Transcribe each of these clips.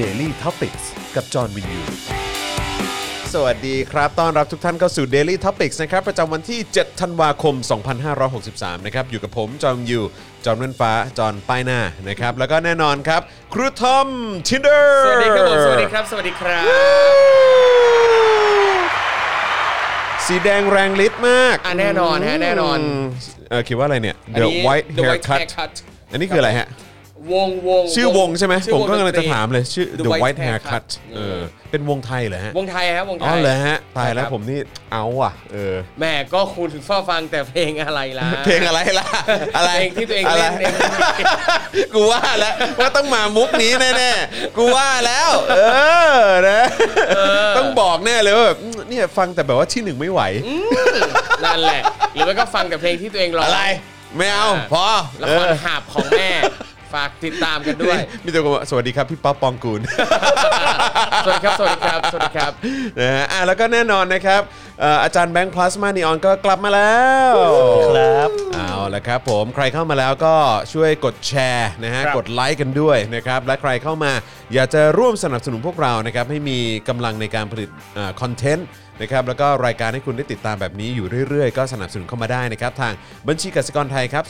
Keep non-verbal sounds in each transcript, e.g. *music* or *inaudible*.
Daily t o p i c กกับจอห์นวินยู สวัสดีครับ ต้อนรับทุกท่านเข้าสู่ Daily Topics นะครับ ประจำวันที่ 7 ธันวาคม 2563 นะครับ อยู่กับผม จอมยู จอมเว่นฟ้า จอมป้ายหน้า นะครับ แล้วก็แน่นอนครับ ครูทอม ชินเดอร์ สวัสดีครับผมสวัสดีครับ สวัสดีครับ สีแดงแรงฤทธิ์มาก อ่ะแน่นอนฮะแน่นอน มเออคิดว่าอะไรเนี่ย อัน The นี้ White The White Haircut Haircut อันนี้คืออะไรฮะ วงวง ชื่อวงใช่ไหม ชื่อ ผมก็ ว กำลังจะ ดนตรี ถามเลยชื่อ The The White White Haircut Haircut เออเป็นวงไทยเหรอฮะ วงไทยฮะวงไทย อ๋อเหรอฮะตายแล้ว ครับ ผมนี่เอาอ่ะเออ แหม่ก็คุณถึงเฝ้าฟังแต่เพ *laughs* ลงอะไรล่ะ เพลงอะไรล่ะ อะไร เพลงที่ตัวเอง ะไร เล่นเอง กูว่าแล้วว่าต้องมามุกนี้แน่ๆกูว่าแล้ว เออนะต้องบอกแน่เลยว่าแบบเนี่ยฟังแต่แบบว่าที่หนึ่งไม่ไหว นั่นแหละ หรือไม่ก็ฟังแต่เพลงที่ตัวเองร้อง อะไรไม่เอาพอ ละ เอ คร อ หาบของแม่ ฝากติดตามกันด้วย มีแต่คนบอกสวัสดีครับพี่ป๊อปปองกูล *laughs* สวัสดีครับ สวัสดีครับ สวัสดีครับ นะฮะอ่ะแล้วก็แน่นอนนะครับเอ่ออาจารย์แบงค์พลาสมานีออนก็กลับมาแล้ว ครับ เอาละครับผมใครเข้ามาแล้วก็ช่วยกดแชร์นะฮะ ครับ กดไลค์กันด้วยนะครับและใครเข้ามาอยากจะร่วมสนับสนุนพวกเรานะครับให้มีกำลังในการผลิตคอนเทนต์นะครับแล้วก็รายการให้คุณได้ติดตามแบบนี้อยู่เรื่อยๆ ก็สนับสนุนเข้ามาได้นะครับ ทางบัญชีกสิกรไทยครับ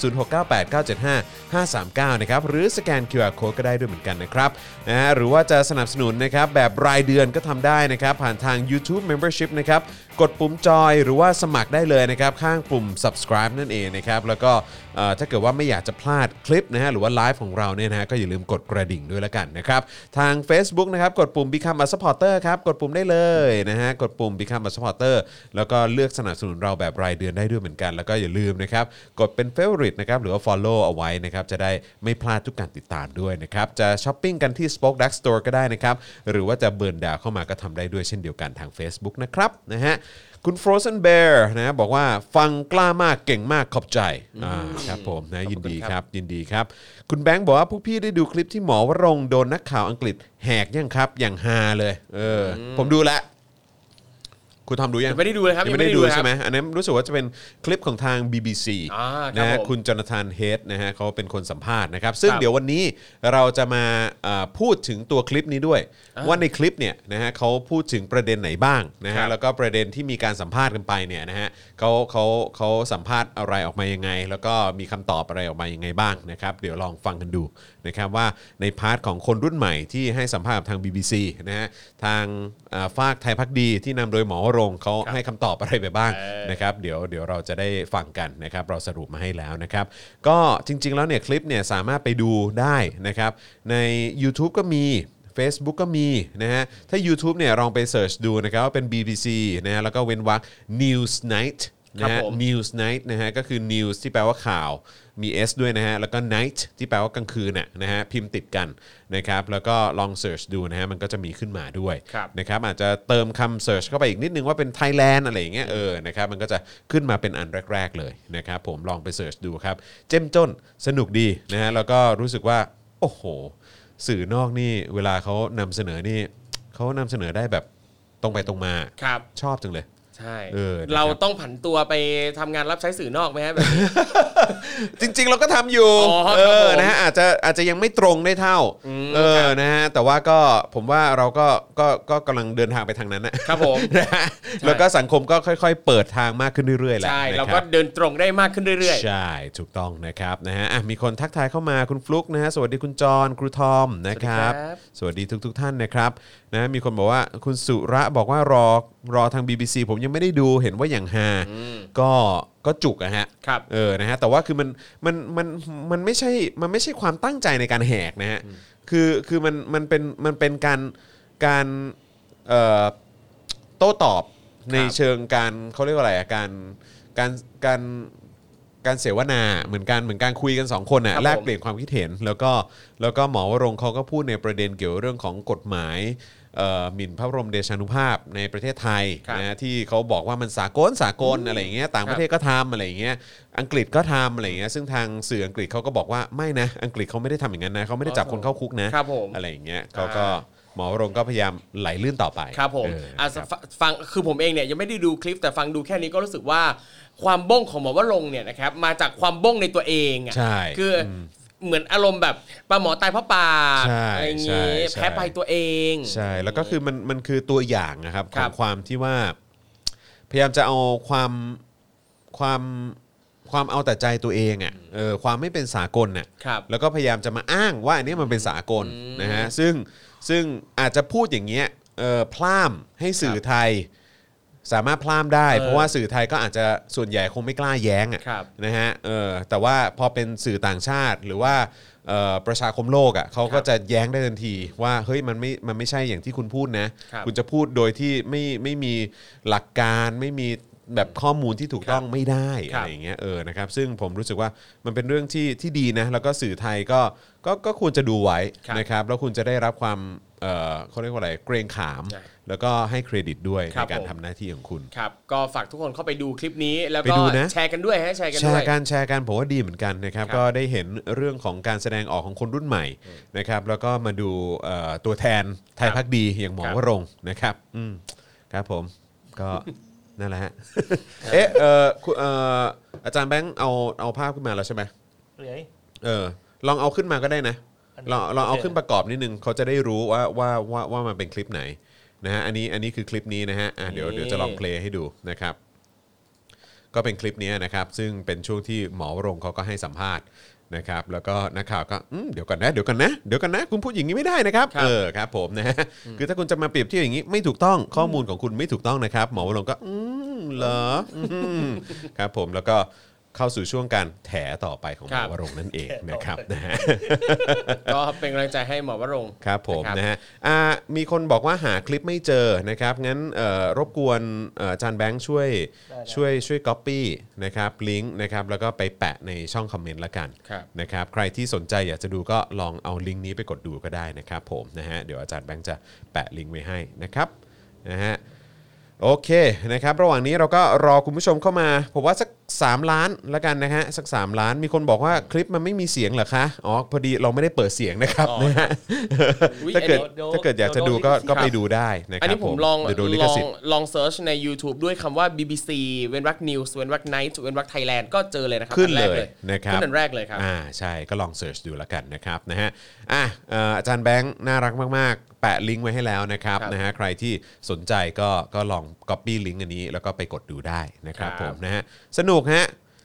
0698975539 นะครับหรือสแกน QR Code ก็ได้ด้วยเหมือนกันนะครับนะฮะหรือว่าจะสนับสนุนนะครับแบบรายเดือนก็ทำได้นะครับ ผ่านทาง YouTube Membership นะครับ กดปุ่มจอยหรือว่าสมัครได้เลยนะครับ ข้างปุ่ม subscribe นั่นเองนะครับ แล้วก็เอ่อถ้าเกิดว่าไม่อยากจะพลาดคลิปนะฮะหรือว่าไลฟ์ของเราเนี่ยนะฮะก็อย่าลืมกดกระดิ่งด้วยละกันนะครับ ทาง Facebook นะครับ กดปุ่ม Become a supporter ครับ กดปุ่มได้เลยนะฮะกดปุ่ม Become a supporter แล้วก็เลือกสนับสนุนเราแบบรายเดือนได้ด้วยเหมือนกัน แล้วก็อย่าลืมนะครับ กดเป็น favorite นะครับหรือว่า follow เอาไว้นะครับ จะได้ไม่พลาดทุกการติดตามด้วยนะครับ จะช้อปปิ้งกันที่ Spoke Dark Store ก็ได้นะครับ หรือว่าจะเบิร์นดาวเข้ามาก็ทำได้ด้วยเช่นเดียวกันทาง Facebook นะครับนะฮะคุณ Frozen Bear นะบอกว่าฟังกล้ามากเก่งมากขอบใจอ่าครับผมนะยินดีครับยินดีครับ คุณแบงค์บอกว่าพวกพี่ได้ดูคลิปที่หมอวรงค์โดนนักข่าวอังกฤษแหกยังครับ อย่างฮาเลยเอออผมดูละคุณทำดูยัง ยังไม่ได้ดูเลยครับ ยังไม่ได้ดู ครับ ใช่ไหมอันนั้นรู้สึกว่าจะเป็นคลิปของทาง BBC อ่าครับ นะฮะ ผม คุณจอนาธานเฮดนะฮะเขาเป็นคนสัมภาษณ์นะครับ ซึ่ง ครับ เดี๋ยววันนี้เราจะมาเอ่อพูดถึงตัวคลิปนี้ด้วย ว่าในคลิปเนี่ยนะฮะเขาพูดถึงประเด็นไหนบ้างนะ ค ฮะ รับ แล้วก็ประเด็นที่มีการสัมภาษณ์กันไปเนี่ยนะฮะเขาเขาเขาสัมภาษณ์อะไรออกมายังไง แล้วก็มีคำตอบอะไรออกมายังไงบ้างนะครับเดี๋ยวลองฟังกันดูนะครับว่าในพาร์ทของคนรุ่นใหม่ที่ให้สัมภาษณ์กับทาง BBC นะฮะทางเอ่อฝากไทยพักดีที่นำโดยหมอวรงค์เขาให้คำตอบอะไรไปบ้าง เออ นะครับเดี๋ยวเดี๋ยวเราจะได้ฟังกันนะครับเราสรุปมาให้แล้วนะครับ ก็จริง ๆ แล้วเนี่ยคลิปเนี่ยสามารถไปดูได้นะครับ ใน YouTube ก็มี Facebook ก็มีนะฮะถ้า YouTube เนี่ยลองไปเสิร์ชดูนะครับว่าเป็น BBC นะฮะแล้วก็เว้นวรรค News Night นะ ครั ฮะ บผม News Night นะฮะก็คือ News ที่แปลว่าข่าวมี S ด้วยนะฮะ แล้วก็ Night ที่แปลว่ากลางคืนน่ะนะฮะพิมพ์ติดกันนะครับแล้วก็ลองเสิร์ชดูนะฮะมันก็จะมีขึ้นมาด้วย ครับ นะครับอาจจะเติมคำเ e ิร์ชเข้าไปอีกนิดนึงว่าเป็นไทยแลนด์อะไรอย่างเงี้ยเออนะครับมันก็จะขึ้นมาเป็นอันแรก ๆ เลยนะครับผมลองไปเ e ิร์ชดูครับ เจ้มจนสนุกดีนะฮะแล้วก็รู้สึกว่า โอ้โห สื่อนอกนี่เวลาเขานำเสนอนี่เขานำเสนอได้แบบตรงไปตรงมา ครับ ชอบจังเลย ใช่ เออนะครับ เราต้องผันตัวไปทำงานรับใช้สื่อนอกไหมฮะแบบนี้ จริง ๆ เราก็ทำอยู่ อ๋อครับ เออ ผม นะฮะอาจจะอาจจะยังไม่ตรงได้เท่าเออนะฮะแต่ว่าก็ผมว่าเราก็ก็ก็กำลังเดินทางไปทางนั้นนะครับ ผม นะฮะแล้วก็สังคมก็ค่อย ๆ เปิดทางมากขึ้นเรื่อยๆแหละ ใช่ นะคบ เราก็เดินตรงได้มากขึ้นเรื่อย ใช่ ถูกต้องนะครับนะฮะอ่ะมีคนทักทายเข้ามาคุณฟลุกนะฮะสวัสดีคุณจรครูทอมนะครับ สวัสดีครับ สวัสดีทุกๆทท่านนะครับนะมีคนบอกว่าคุณสุระบอกว่ารอรอทาง BBC ผมยังไม่ได้ดูเห็นว่าอย่างฮาก็ก็จุกอะฮะ ครับ เออนะฮะแต่ว่าคือมันมันมันมันไม่ใช่มันไม่ใช่ความตั้งใจในการแหกนะฮะคือคือมันมันเป็นมันเป็นการการเอ่อ โต้ตอบใน ครับ เชิงการเขาเรียกว่าอะไรอ่ะการการการการเสวนาเหมือนกันเหมือนการคุยกันสองคนน่ะ ครับ แลก ผม เปลี่ยนความคิดเห็น แล้วก็แล้วก็หมอวรงค์เขาก็พูดในประเด็นเกี่ยวเรื่องของกฎหมายเอ่อหมิ่นพระบรมเดชานุภาพในประเทศไทย ครับ นะที่เขาบอกว่ามันสากลสากลอะไรอย่างเงี้ยต่าง ค ป รับ ระเทศก็ทำอะไรอย่างเงี้ยอังกฤษก็ทำอะไรอย่างเงี้ยซึ่งทางสื่ออังกฤษเขาก็บอกว่าไม่นะอังกฤษเขาไม่ได้ทำอย่างนั้นนะเขาไม่ได้จับคนเข้าคุกนะ ครับผม อะไรอย่างเงี้ยเขาก็หมอวรงค์ก็พยายามไหลลื่นต่อไป ครับผม เออ อ่ะ ครับ ฟฟังคือผมเองเนี่ยยังไม่ได้ดูคลิปแต่ฟังดูแค่นี้ก็รู้สึกว่าความบ้งของหมอว่าลงค์เนี่ยนะครับมาจากความบ้งในตัวเองอะ ใช่ คืออ เหมือนอารมณ์แบบปลาหมอตายเพราะปาก ใช่ อะไรอย่างงี้ ใช่ใช่ แพ้ไปตัวเอง ใช่แล้วก็คือมันมันคือตัวอย่างนะครับข ครั อง บ ความที่ว่า พยายามจะเอาความความความเอาแต่ใจตัวเองอะ่ะเออความไม่เป็นสากลน่ะ ครับ แล้วก็พยายามจะมาอ้างว่าอันนี้มันเป็นสากลนะฮะซึ่งซึ่งอาจจะพูดอย่างเงี้ยเออพล่ามให้สื่อไทย สามารถพล่ามได้ เออ เพราะว่าสื่อไทยก็อาจจะส่วนใหญ่คงไม่กล้าแย้ง ครั อะ่ะ บ นะฮะเออแต่ว่าพอเป็นสื่อต่างชาติหรือว่าเอ่อประชาคมโลกอะ่ะเขาก็ ครับ จะแย้งได้ทันที ว่าเฮ้ยมันไม่มันไม่ใช่อย่างที่คุณพูดนะครับ ณจะพูดโดยที่ไม่ไม่มีหลักการไม่มีแบบข้อมูลที่ถูก ครับ ต้องไม่ได้อะครับ ไรอย่างเงี้ยเออนะครับซึ่งผมรู้สึกว่ามันเป็นเรื่องที่ที่ดีนะแล้วก็สื่อไทยก็ก็ก็ควรจะดูไว้ ครับ นะครับแล้วคุณจะได้รับความเอ่อเขาเรียกว่าอะไรเกรงขาม ใช่ แล้วก็ให้เครดิตด้วย ครั ใน บ การ ผม ทำหน้าที่ของคุณ ครับก็ฝากทุกคนเข้าไปดูคลิปนี้ แล้ว ไป ก็ ดูนะ แชร์กันด้วยฮะแชร์กัน แช ด้วย ร์กันแชร์กันผมว่าดีเหมือนกันนะครับ ครับ ก็ได้เห็นเรื่องของการแสดงออกของคนรุ่นใหม่นะครับแล้วก็มาดูเอ่อตัวแทนไทย ครับ พักดีอย่างหมอ ครับ วรงค์นะครับอืมครับผมก็ นั่นแหละฮะเอ๊ะเอ่อคุณเอ่ออาจารย์แบงค์เอาเอาภาพขึ้นมาแล้วใช่ไหม เหลืออีก เออลองเอาขึ้นมาก็ได้นะ อันนี้ ลองลองเอาขึ้นประกอบนิดนึงเขาจะได้รู้ว่าว่าว่าว่ามันเป็นคลิปไหนนะฮะอันนี้อันนี้คือคลิปนี้นะฮะอ่ะเดี๋ยวเดี๋ยวจะลองเพลย์ให้ดูนะครับ ก็เป็นคลิปนี้นะครับ ซึ่งเป็นช่วงที่หมอวรงค์เขาก็ให้สัมภาษณ์นะครับ แล้วก็นักข่าวก็อืมเดี๋ยวก่อนนะเดี๋ยวก่อนนะเดี๋ยวก่อนนะ คุณพูดอย่างนี้ไม่ได้นะครับ ครับ เออครับผมนะฮะคือถ้าคุณจะมาเปรียบเทียบอย่างนี้ไม่ถูกต้องข้อมูลของคุณไม่ถูกต้องนะครับ หมอวรงค์ก็อืมเหรออืมครับผมแล้วก็เข้าสู่ช่วงการแถต่อไปของหมครั อบ วรงค์นั่นเองนะครับนะฮะ ก็เป็นกำลังใจให้หมอวรงค์ ครับผม นะครับ นะฮะอ่ามีคนบอกว่าหาคลิปไม่เจอนะครับ งั้นเอ่อรบกวนเอ่ออาจานแบงค์ช่วย ได้ครับ ช่วยช่วยก๊อปปี้นะครับลิงก์นะครับแล้วก็ไปแปะในช่องคอมเมนต์ละกัน ครับ นะครับ ใครที่สนใจอยากจะดูก็ลองเอาลิงก์นี้ไปกดดูก็ได้นะครับผมนะฮะเดี๋ยวอาจารย์แบงค์จะแปะลิงก์ไว้ให้นะครับนะฮะ โอเคนะครับระหว่างนี้เราก็รอคุณผู้ชมเข้ามาผมว่าสัก 3 ล้านละกันนะฮะสัก 3 ล้านมีคนบอกว่าคลิปมันไม่มีเสียงเหรอคะอ๋อพอดีเราไม่ได้เปิดเสียงนะครับนะฮะ อุ๊ย ถ้าเกิด เดี๋ยว ถ้าเกิดอยากจะดู เดี๋ยว ก็ โดนลิขสิทก็ไป ครัธิ์บ ดูได้นะค อัน รับ นี้ผมลอง เดี๋ยวโดนลิ ล ข อง สิทธิ์ ลองเซิร์ชใน YouTube ด้วยคำว่า BBC เว้นวักนิวส์เว้นวักไนท์เว้นวักไทยแลนด์ก็เจอเลยนะครับ ขึ้น อั เล แรก ยนะครับ ขึ้นอันแรกเลยครับ อ่าใช่ก็ลองเสิร์ชดูละกันนะครับนะฮะอ่ะเอ่ออาจารย์แบงค์น่ารักมาก ๆ แปะลิงก์ไว้ให้แล้วนะครับ ครับ นะฮะใครที่สนใจก็ก็ลอง Copy ลิงก์อันนี้แล้วก็ไปกดดูได้นะครับ ครับ ผมนะฮะสนุกฮะ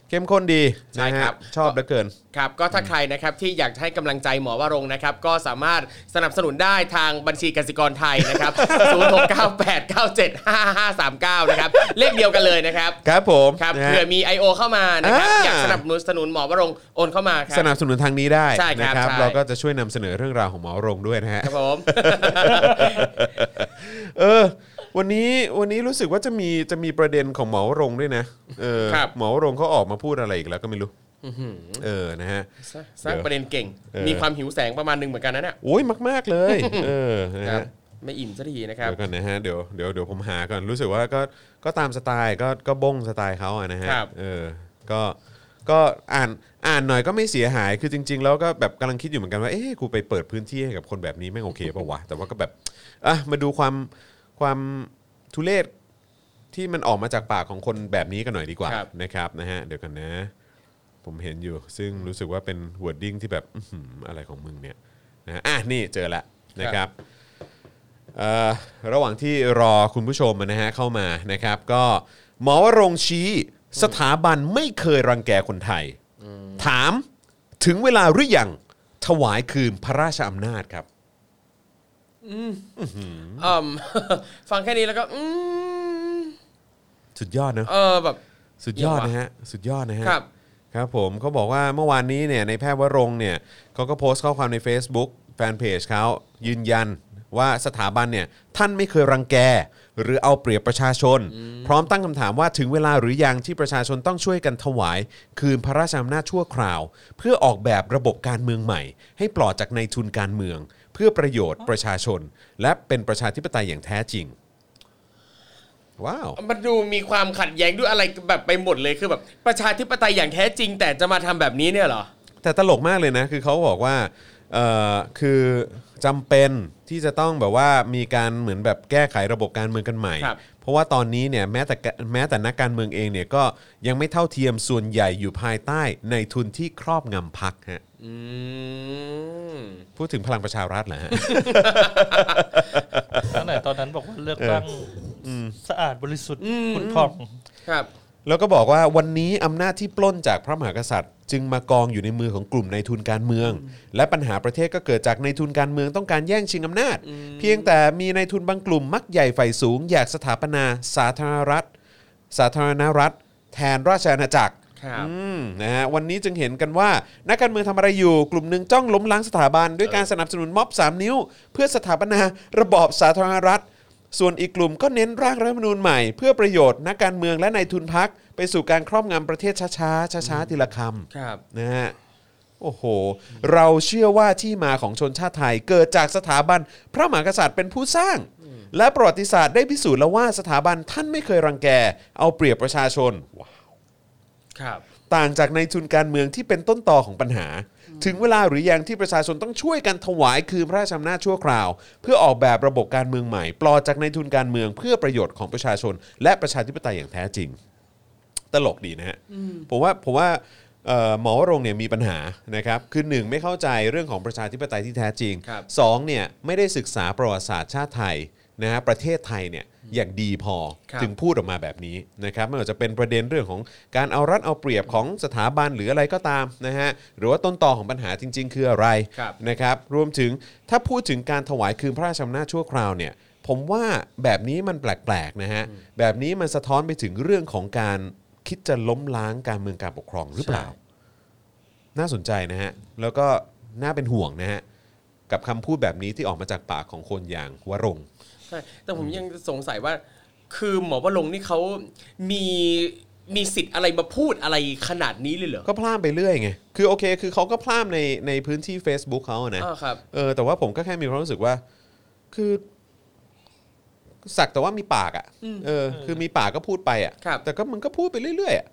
เข้มข้นดี ใช่ นะ ครั ฮะ บ ชอบเหลือเกิน ครับก็ถ้าใครนะครับที่อยากจะให้กำลังใจหมอวรงค์นะครับก็สามารถสนับสนุนได้ทางบัญชีกสิกรไทยนะครับ *laughs* 0698975539 นะครับ เลขเดียวกันเลยนะครับ ครับผม ครับ นะฮะ เผื่อมี I.O. เข้ามานะครับ อ่า อยากสนับสนุนหมอวรงค์โอนเข้ามาครั สนับสนุนทางนี้ได้ ใช่ครับ นะครับ ใช่ เราก็จะช่วยนำเสนอเรื่องราวของหมอโรงด้วยนะฮะ ครับผม เออ วันนี้วันนี้รู้สึกว่าจะมีจะมีประเด็นของหมอโรงด้วยนะเออ ครับ หมอโรงเขาออกมาพูดอะไรอีกแล้วก็ไม่รู้เออนะฮะ สร้างประเด็นเก่ง เออ มีความหิวแสงประมาณหนึ่งเหมือนกันนะเนี่ย โอ้ยมาก ๆ เลย *laughs* เออนะ ครั ฮะ บไม่อิ่มสักทีนะครั เดี๋ยวบก่อนนะฮะเดี๋ยวเดี๋ยวเดี๋ยวผมหาก่อนรู้สึกว่าก็ก็ตามสไตล์ก็ก็บ้งสไตล์เขาอะนะฮะ ครับ เออก็ก็อ่านอ่านหน่อยก็ไม่เสียหายคือจริง ๆ แล้วก็แบบกำลังคิดอยู่เหมือนกันว่าเอ๊ะกูไปเปิดพื้นที่ให้กับคนแบบนี้ไม่งโอเคป่าวะแต่ว่าก็แบบอ่ะมาดูความความทุเลศที่มันออกมาจากปากของคนแบบนี้กันหน่อยดีกว่า ครับ นะครับนะฮะเดี๋ยวกันนะ ผมเห็นอยู่ ซึ่งรู้สึกว่าเป็นวอร์ดิ้งที่แบบอื้อหืออะไรของมึงเนี่ยนะอ่ะนี่เจอละนะครับเอ่อระหว่างที่รอคุณผู้ชมนะฮะเข้ามานะครับ ก็หมอวรงค์ชี้สถาบันไม่เคยรังแกคนไทย ถามถึงเวลาหรือยังถวายคืนพระราชอำนาจครับ อืม *laughs* ฟังแค่นี้แล้วก็อืม สุดยอดเนอะ เออแบบ สุดยอดนะฮะสุดยอดนะฮะ ครับ ครับผมเขาบอกว่าเมื่อวานนี้เนี่ยในแพทย์วรงค์เนี่ยเขาก็โพสต์ข้อความใน Facebook แฟนเพจเขายืนยันว่าสถาบันเนี่ยท่านไม่เคยรังแก หรือเอาเปรียบประชาชน พร้อมตั้งคำถามว่าถึงเวลาหรือยังที่ประชาชนต้องช่วยกันถวาย คืนพระราชอำนาจชั่วคราว เพื่อออกแบบระบบการเมืองใหม่ ให้ปลอดจากในายทุนการเมือง เพื่อประโยชน์ประชาชน และเป็นประชาธิปไตยอย่างแท้จริง ว้าว มันดูมีความขัดแย้งด้วยอะไรแบบไปหมดเลยคือแบบประชาธิปไตยอย่างแท้จริง แต่จะมาทำแบบนี้เนี่ยเหรอ แต่ตลกมากเลยนะ คือเขาบอกว่าเอ่อคือจำเป็นที่จะต้องแบบว่ามีการเหมือนแบบแก้ไขระบบการเมืองกันใหม่ ครับ เพราะว่าตอนนี้เนี่ยแม้แต่แม้แต่นักการเมืองเองเนี่ยก็ยังไม่เท่าเทียมส่วนใหญ่อยู่ภายใต้ในทุนที่ครอบงำพักฮะ อืม พูดถึงพลังประชารัฐเหรอฮะ ตั้งแต่ตอนนั้นบอกว่าเลือกตั้งสะอาดบริสุทธิ์ผุดผ่อง ครับ แล้วก็บอกว่าวันนี้อำนาจที่ปล้นจากพระมหากษัตริย์ จึงมากองอยู่ในมือของกลุ่มในายทุนการเมือง และปัญหาประเทศก็เกิดจากในายทุนการเมืองต้องการแย่งชิงอำนาจ เพียงแต่มีในายทุนบางกลุ่มมักใหญ่ไฟสูง อยากสถาปนาสาธารณรัฐ สาธารณรัฐ แทนราชอาณาจักร ครับ อืมนะฮะวันนี้จึงเห็นกันว่า นักการเมืองทำอะไรอยู่ กลุ่มหนึ่งจ้องล้มล้างสถาบัน ด้วยการสนับสนุนม็อบ 3 นิ้ว เพื่อสถาปนาระบอบสาธารณรัฐ ส่วนอีกกลุ่มก็เน้นร่างรัฐธรรมนูญใหม่เพื่อประโยชน์นักการเมืองและนายทุนพัก ไปสู่การครอบงำประเทศช้าๆช้าๆทีละคำ ครับ นะฮะโอ้โห เราเชื่อว่าที่มาของชนชาติไทยเกิดจากสถาบันพระมหากษัตริย์เป็นผู้สร้าง และประวัติศาสตร์ได้พิสูจน์แล้วว่าสถาบันท่านไม่เคยรังแก เอาเปรียบประชาชน ครับ ต่างจากในทุนการเมืองที่เป็นต้นต่อของปัญหา ถึงเวลาหรือยังที่ประชาชนต้องช่วยกันถวายคืนพระราชอำนาจชั่วคราว เพื่อออกแบบระบบการเมืองใหม่ ปลอดจากในทุนการเมืองเพื่อประโยชน์ของประชาชน และประชาธิปไตยอย่างแท้จริง ตลกดีนะฮะผมว่าผมว่าเอ่อหมอวรงค์เนี่ยมีปัญหานะครับคือหนึ่งไม่เข้าใจเรื่องของประชาธิปไตยที่แท้จริง ครับ สองเนี่ยไม่ได้ศึกษาประวัติศาสตร์ชาติไทยนะฮะประเทศไทยเนี่ยอย่างดีพอ ครับ จึงพูดออกมาแบบนี้นะครับไม่ว่าจะเป็นประเด็นเรื่องของการเอารัดเอาเปรียบของสถาบันหรืออะไรก็ตามนะฮะหรือว่าต้นตอของปัญหาจริง ๆ คืออะไร ครับ นะครับรวมถึงถ้าพูดถึงการถวายคืนพระราชอำนาจชั่วคราวเนี่ยผมว่าแบบนี้มันแปลกๆนะฮะแบบนี้มันสะท้อนไปถึงเรื่องของการคิดจะล้มล้างการเมืองการปกครองหรือเปล่า น่าสนใจนะฮะแล้วก็น่าเป็นห่วงนะฮะกับคำพูดแบบนี้ที่ออกมาจากปากของคนอย่างวรงค์ ใช่แต่ผมยังสงสัยว่า คือหมอว่าลงค์นี่เขามีมีสิทธิ์อะไรมาพูดอะไรขนาดนี้เลยเหรอ ก็พลามไปเรื่อยไง คือโอเค คือเขาก็พลามในในพื้นที่ Facebook เขาอะนะ อ้าวครับ เออ แต่ว่าผมก็แค่มีความรู้สึกว่า คือ สักแต่ว่ามีปากอะ่ะ เออ คือมีปากก็พูดไป ครั อะ่ะ บ แต่ก็มันก็พูดไปเรื่อยๆอะ่ะ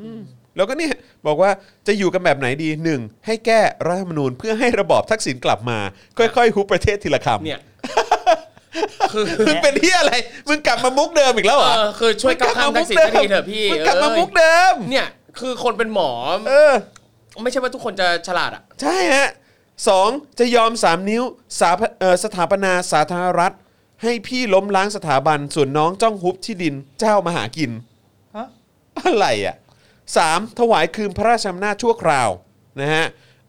อืมแล้วก็เนี่ยบอกว่าจะอยู่กันแบบไหนดีหนึ่งให้แก้รัฐธรรมนูญเพื่อให้ระบอบทักษิณกลับมา ค่อยๆฮุบประเทศทีละคำ เนี่ย คือ มึงเป็นที่อะไร มึงกลับมามุกเดิมอีกแล้วเหร เอ อ อคือช่วยก้าวข้ามทักษิณสักทีเถอะพี่ มึงกลับมามุก เอ้ เดิม ยเนี่ย คือคนเป็นหมอ เออ ไม่ใช่ว่าทุกคนจะฉลาดอ่ะ ใช่ฮะสองจะยอมสามนิ้วสาเอ่อสถาปนาสาธารณรัฐ ให้พี่ล้มล้างสถาบันส่วนน้องจ้องฮุบที่ดินเจ้ามาหากิน ฮะ อะไรอ่ะสามถวายคืนพระราชอำนาจชั่วคราวนะฮะ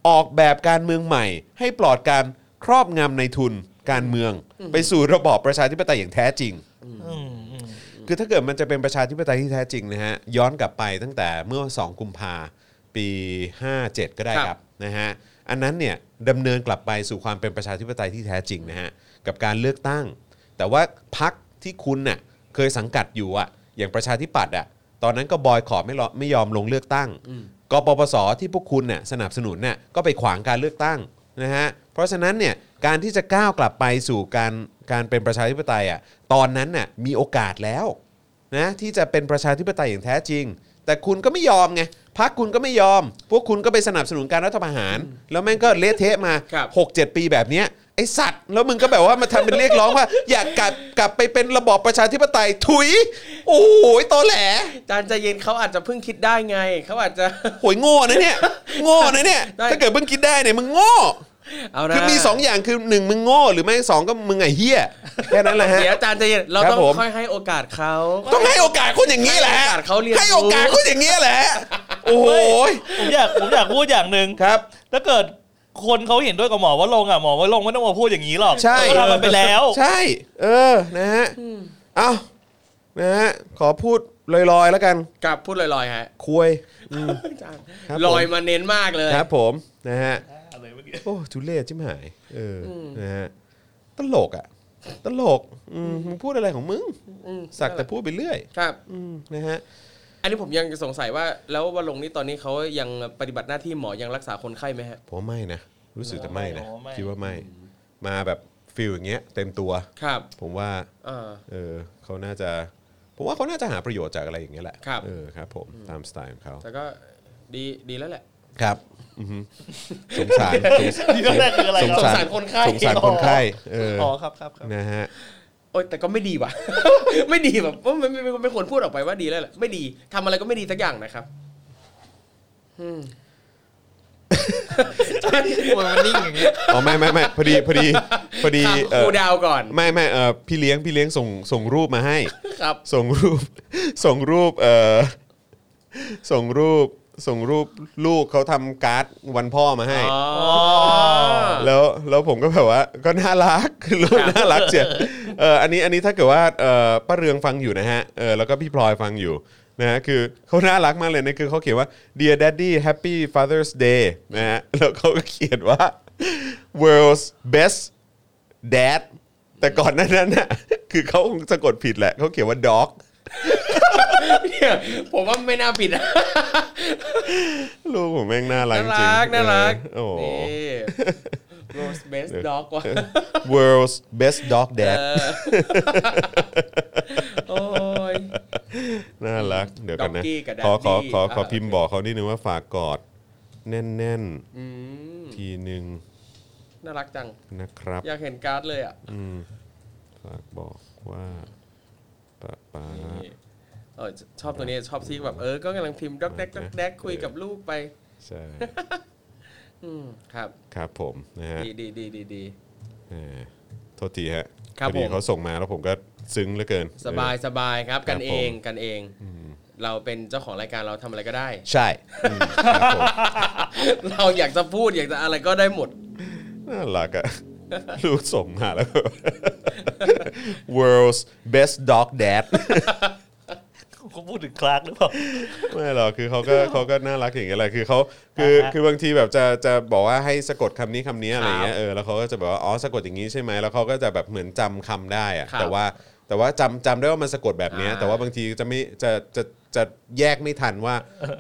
ออกแบบการเมืองใหม่ ให้ปลอดการครอบงำในทุนการเมือง ไปสู่ระบอบประชาธิปไตยอย่างแท้จริง อืมอืม คือถ้าเกิดมันจะเป็นประชาธิปไตยที่แท้จริงนะฮะย้อนกลับไปตั้งแต่เมื่อ 2 กุมภาปี 57 ก็ได้ค ครั รับบ นะฮะอันนั้นเนี่ยดำเนินกลับไปสู่ความเป็นประชาธิปไตยที่แท้จริงนะฮะกับการเลือกตั้ง แต่ว่าพักที่คุณน่ะเคยสังกัดอยู่อ่ะอย่างประชาธิปัตย์อ่ะตอนนั้นก็บอยขอตไม่รอไม่ยอมลงเลือกตั้งกปปสที่พวกคุณน่ะสนับสนุนน่ะก็ไปขวางการเลือกตั้งนะฮะเพราะฉะนั้นเนี่ยการที่จะก้าวกลับไปสู่การการเป็นประชาธิปไตยอ่ะตอนนั้นน่ะมีโอกาสแล้ว นะที่จะเป็นประชาธิปไตยอย่างแท้จริง แต่คุณก็ไม่ยอมไงพักคุณก็ไม่ยอม พวกคุณก็ไปสนับสนุนการรัฐประหาร แล้วแม่งก็เละเทะมา ครับ 6 7 ปีแบบเนี้ยไอสัตว์ แล้วมึงก็แบบว่ามาทำเป็นเรียกร้องว่า อยากกลับกลับไปเป็นระบอบประชาธิปไตยถุย โอ้ยตอแหล อาจารย์ใจเย็นเขาอาจจะเพิ่งคิดได้ไง เขาอาจจะ โหยโง่นะเนี่ย โง่นะเนี่ย ได้ ถ้าเกิดมึงคิดได้เนี่ยมึงโง่ *laughs* เอานะ คือมีสองอย่างคือหนึ่งมึงโง่หรือไม่สองก็มึงไอ้เหี้ยแค่นั้นแหละฮะ เดี๋ยวอาจารย์ใจเย็นเรา ครับ ต้อง ผม ค่อยให้โอกาสเขา ต้องให้โอกาสคนอย่างนี้แหละ ให้โอกาสเขาเรียนรู้ ให้โอกาสคนอย่างนี้แหละ *laughs* โอ้ย ผมอยากผมอยากพูดอย่างหนึ่ง ครับ ถ้าเกิดคนเขาเห็นด้วยกับหมอว่าลงค์อ่ะหมอว่าลงค์ไม่ต้องมาพูดอย่างนี้หรอก ใช่ เขาทำมันไปแล้ว ใช่ เออ นะฮะเอ้านะฮะ ขอพูดลอยๆ แล้วกัน กลับพูดลอยๆฮะ คุย อาจารย์ ครับผม ลอยมาเน้นมากเลย ครับผม นะฮะ โอ้ทุเรศชิมหาย เอออนะฮะ ตลกอ่ะ ตลกอืมมึงพูดอะไรของมึง อืม สักแต่พูดไปเรื่อย ครับ อืมนะฮะ อันนี้ผมยังสงสัยว่าแล้ววรงค์นี่ตอนนี้เขายังปฏิบัติหน้าที่หมอยังรักษาคนไข้ไหมฮะ ผมว่าไม่นะ รู้สึกจะไม่นะ อ๋อไม่ คิดว่าไม่ มาแบบฟิลอย่างเงี้ย เต็มตัว ครับ ผมว่า อ่า เออเขาน่าจะ ผมว่าเขาน่าจะหาประโยชน์จากอะไรอย่างเงี้ยแหละ ครับ เออ ครับผม ตามสไตล์ของเขา แต่ก็ดีดีแล้วแหละ ครับอือฮึ *laughs* สงสารสงสาร เดี๋ยวแรกคืออะไร สง ครับ สาร สงสารคนไข้ สงสารคนไข้ เออ อ๋อครับครับครับ นะฮะ โอ๊ยแต่ก็ไม่ดีว่ะ *laughs* ไม่ดีแบบว่าไม่ไม่ไม่ไม่ควรพูดออกไปว่าดีแล้วแหละไม่ดีทำอะไรก็ไม่ดีสักอย่างนะครับอื *laughs* ม มันนิ่งอย่างเงี้ย อ๋อไม่ไม่ไม่พอดีพอ *laughs* ดีพอดี ถาม เอ่ ครู อ ดาวก่อน ไม่ไม่เออพี่เลี้ยงพี่เลี้ยงส่งส่งรูปมาให้ ครับ ส่งรูป *laughs* ส่งรูปเอ่อ *laughs* ส่งรูปส่งรูปลูกเขาทำการ์ดวันพ่อมาให้ อ๋อ แล้วแล้วผมก็แบบว่าก็น่ารัก *laughs* คือลูกน่ารักเชียวเอออันนี้อันนี้ถ้าเกิดว่าเออป้าเรืองฟังอยู่นะฮะเออแล้วก็พี่พลอยฟังอยู่นะฮะคือเขาน่ารักมากเลยนะคือเขาเขียนว่า dear daddy happy father's day นะฮะ *laughs* แล้วเขาก็เขียนว่า world's best dad แต่ก่อนหนานั้นน่ะ *laughs* คือเขาคงสะกดผิดแหละเขาเขียนว่า dog เนี่ยผมว่าไม่น่าผิดนะ ลูกผมแม่งน่ารัก น่า จริง รักน่ารัก เออโอ้โห นี่ Rose Best Dog ว่ะ world's best dog dad เออโอ้ย น่ารัก เดี๋ยวกันนะ Doggy กับ ขอขอ Daddy ขอขอ อ่า พิมพ์บอกเขานิดนึงว่าฝากกอด แน่น อืม ๆ ทีหนึ่ง น่ารักจัง นะครับ อยากเห็นการ์ดเลยอ่ะ ฝากบอกว่าป้าป้า นี่เออชอบตัวนี้ชอบที่แบบเออก็กำลังพิมพ์ด็อกแดกด็อกแดกคุยกับลูกไป ใช่ อืมครับ ครับผมนะฮะ ดีดีดีดีดี เออโทษทีฮะ ครับ พอดี ผม เขาส่งมาแล้วผมก็ซึ้งเหลือเกิน สบาย เอ สบายครับ กัน ครับ เอ ผม งกันเอง เราเป็นเจ้าของรายการเราทำอะไรก็ได้ *laughs* อใช่อืมครับผม เราอยากจะพูดอยากจะอะไรก็ได้หมด น่ารักอะ *laughs* ลูกส่งมาแล้ว *laughs* world's best dog dad เขาพูดถึงคลาร์กหรือเปล่า ไม่หรอกคือเขาก็เขาก็น่ารักอย่างเงี้ยแหละคือเขาคือ อ่าฮะ คือบางทีแบบจะจะบอกว่าให้สะกดคำนี้คำนี้อะไรเงี้ยเออแล้วเขาก็จะแบบว่าอ๋อสะกดอย่างนี้ใช่ไหมแล้วเขาก็จะแบบเหมือนจำคำได้อะ ครับ แต่ว่าแต่ว่าจำจำได้ว่ามันสะกดแบบเนี้ย อ่า แต่ว่าบางทีจะไม่จะจะจะแยกไม่ทันว่า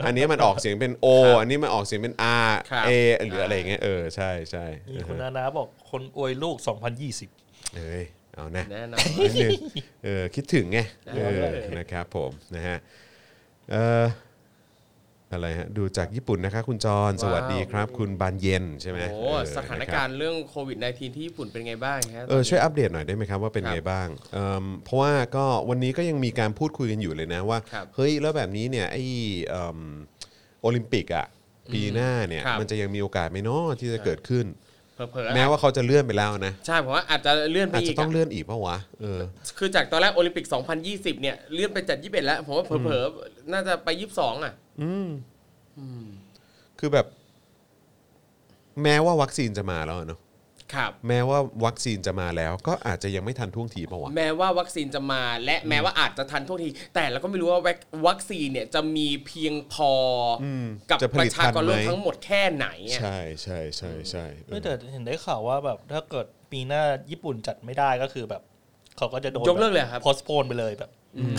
อันเนี้ยมันออกเสียงเป็น O อันนี้มันออกเสียงเป็น R ครับ A หรืออะไรเงี้ยเออใช่ใช่ มีคุณนานาบอกคนอวยลูก 2020 เอ้ยเอานะ แน่นอน นิดนึง *laughs* เออคิดถึงไงเออ ได้ นะครับผมนะฮะเอ่อ อะไรฮะดูจากญี่ปุ่นนะคะคุณจรสวัสดีครับ คุณบานเย็นใช่ไหม โอ้โห เออ สถานการณ์เรื่องโควิด -19 ที่ญี่ปุ่นเป็นไงบ้างฮะ เออช่วยอัปเดตหน่อยได้ไหมครับว่าเป็น ครับ ไงบ้างเอิ่มเพราะว่าก็วันนี้ก็ยังมีการพูดคุยกันอยู่เลยนะว่า ครับ เฮ้ยแล้วแบบนี้เนี่ยไอเอิ่มโอลิมปิกอ่ะปีหน้าเนี่ย ครับ มันจะยังมีโอกาสไหมเนาะที่จะเกิดขึ้น เผลอๆ แม้ว่าเขาจะเลื่อนไปแล้วนะ ใช่ผมว่าอาจจะเลื่อนไป อาจ อี จะ ก ต้อง อะ เลื่อนอีกเพราะวะเออ คือจากตอนแรกโอลิมปิก 2020 เนี่ย เลื่อนไปจัด 21 แล้ว ผมว่าเผลอๆน่าจะไป 22 อ่ะ คือแบบ แม้ว่าวัคซีนจะมาแล้วเนาะ ครับ แม้ว่าวัคซีนจะมาแล้ว ก็อาจจะยังไม่ทันท่วงทีเพราะวะ แม้ว่าวัคซีนจะมาและแม้ว่าอาจจะทันท่วงที แต่เราก็ไม่รู้ว่าวัควัคซีนเนี่ยจะมีเพียงพออ ม กับ จะผ ป ลิต ระชากรโลก ทันไหม ทั้งหมดแค่ไหนอะ ใช่ใช่ใช่ใช่เออ เฮ้ยแต่เห็นได้ข่าวว่าแบบถ้าเกิดปีหน้าญี่ปุ่นจัดไม่ได้ก็คือแบบ เขาก็จะโดน ยกเลิกเลยครับ โพสโพนไปเลยแบบ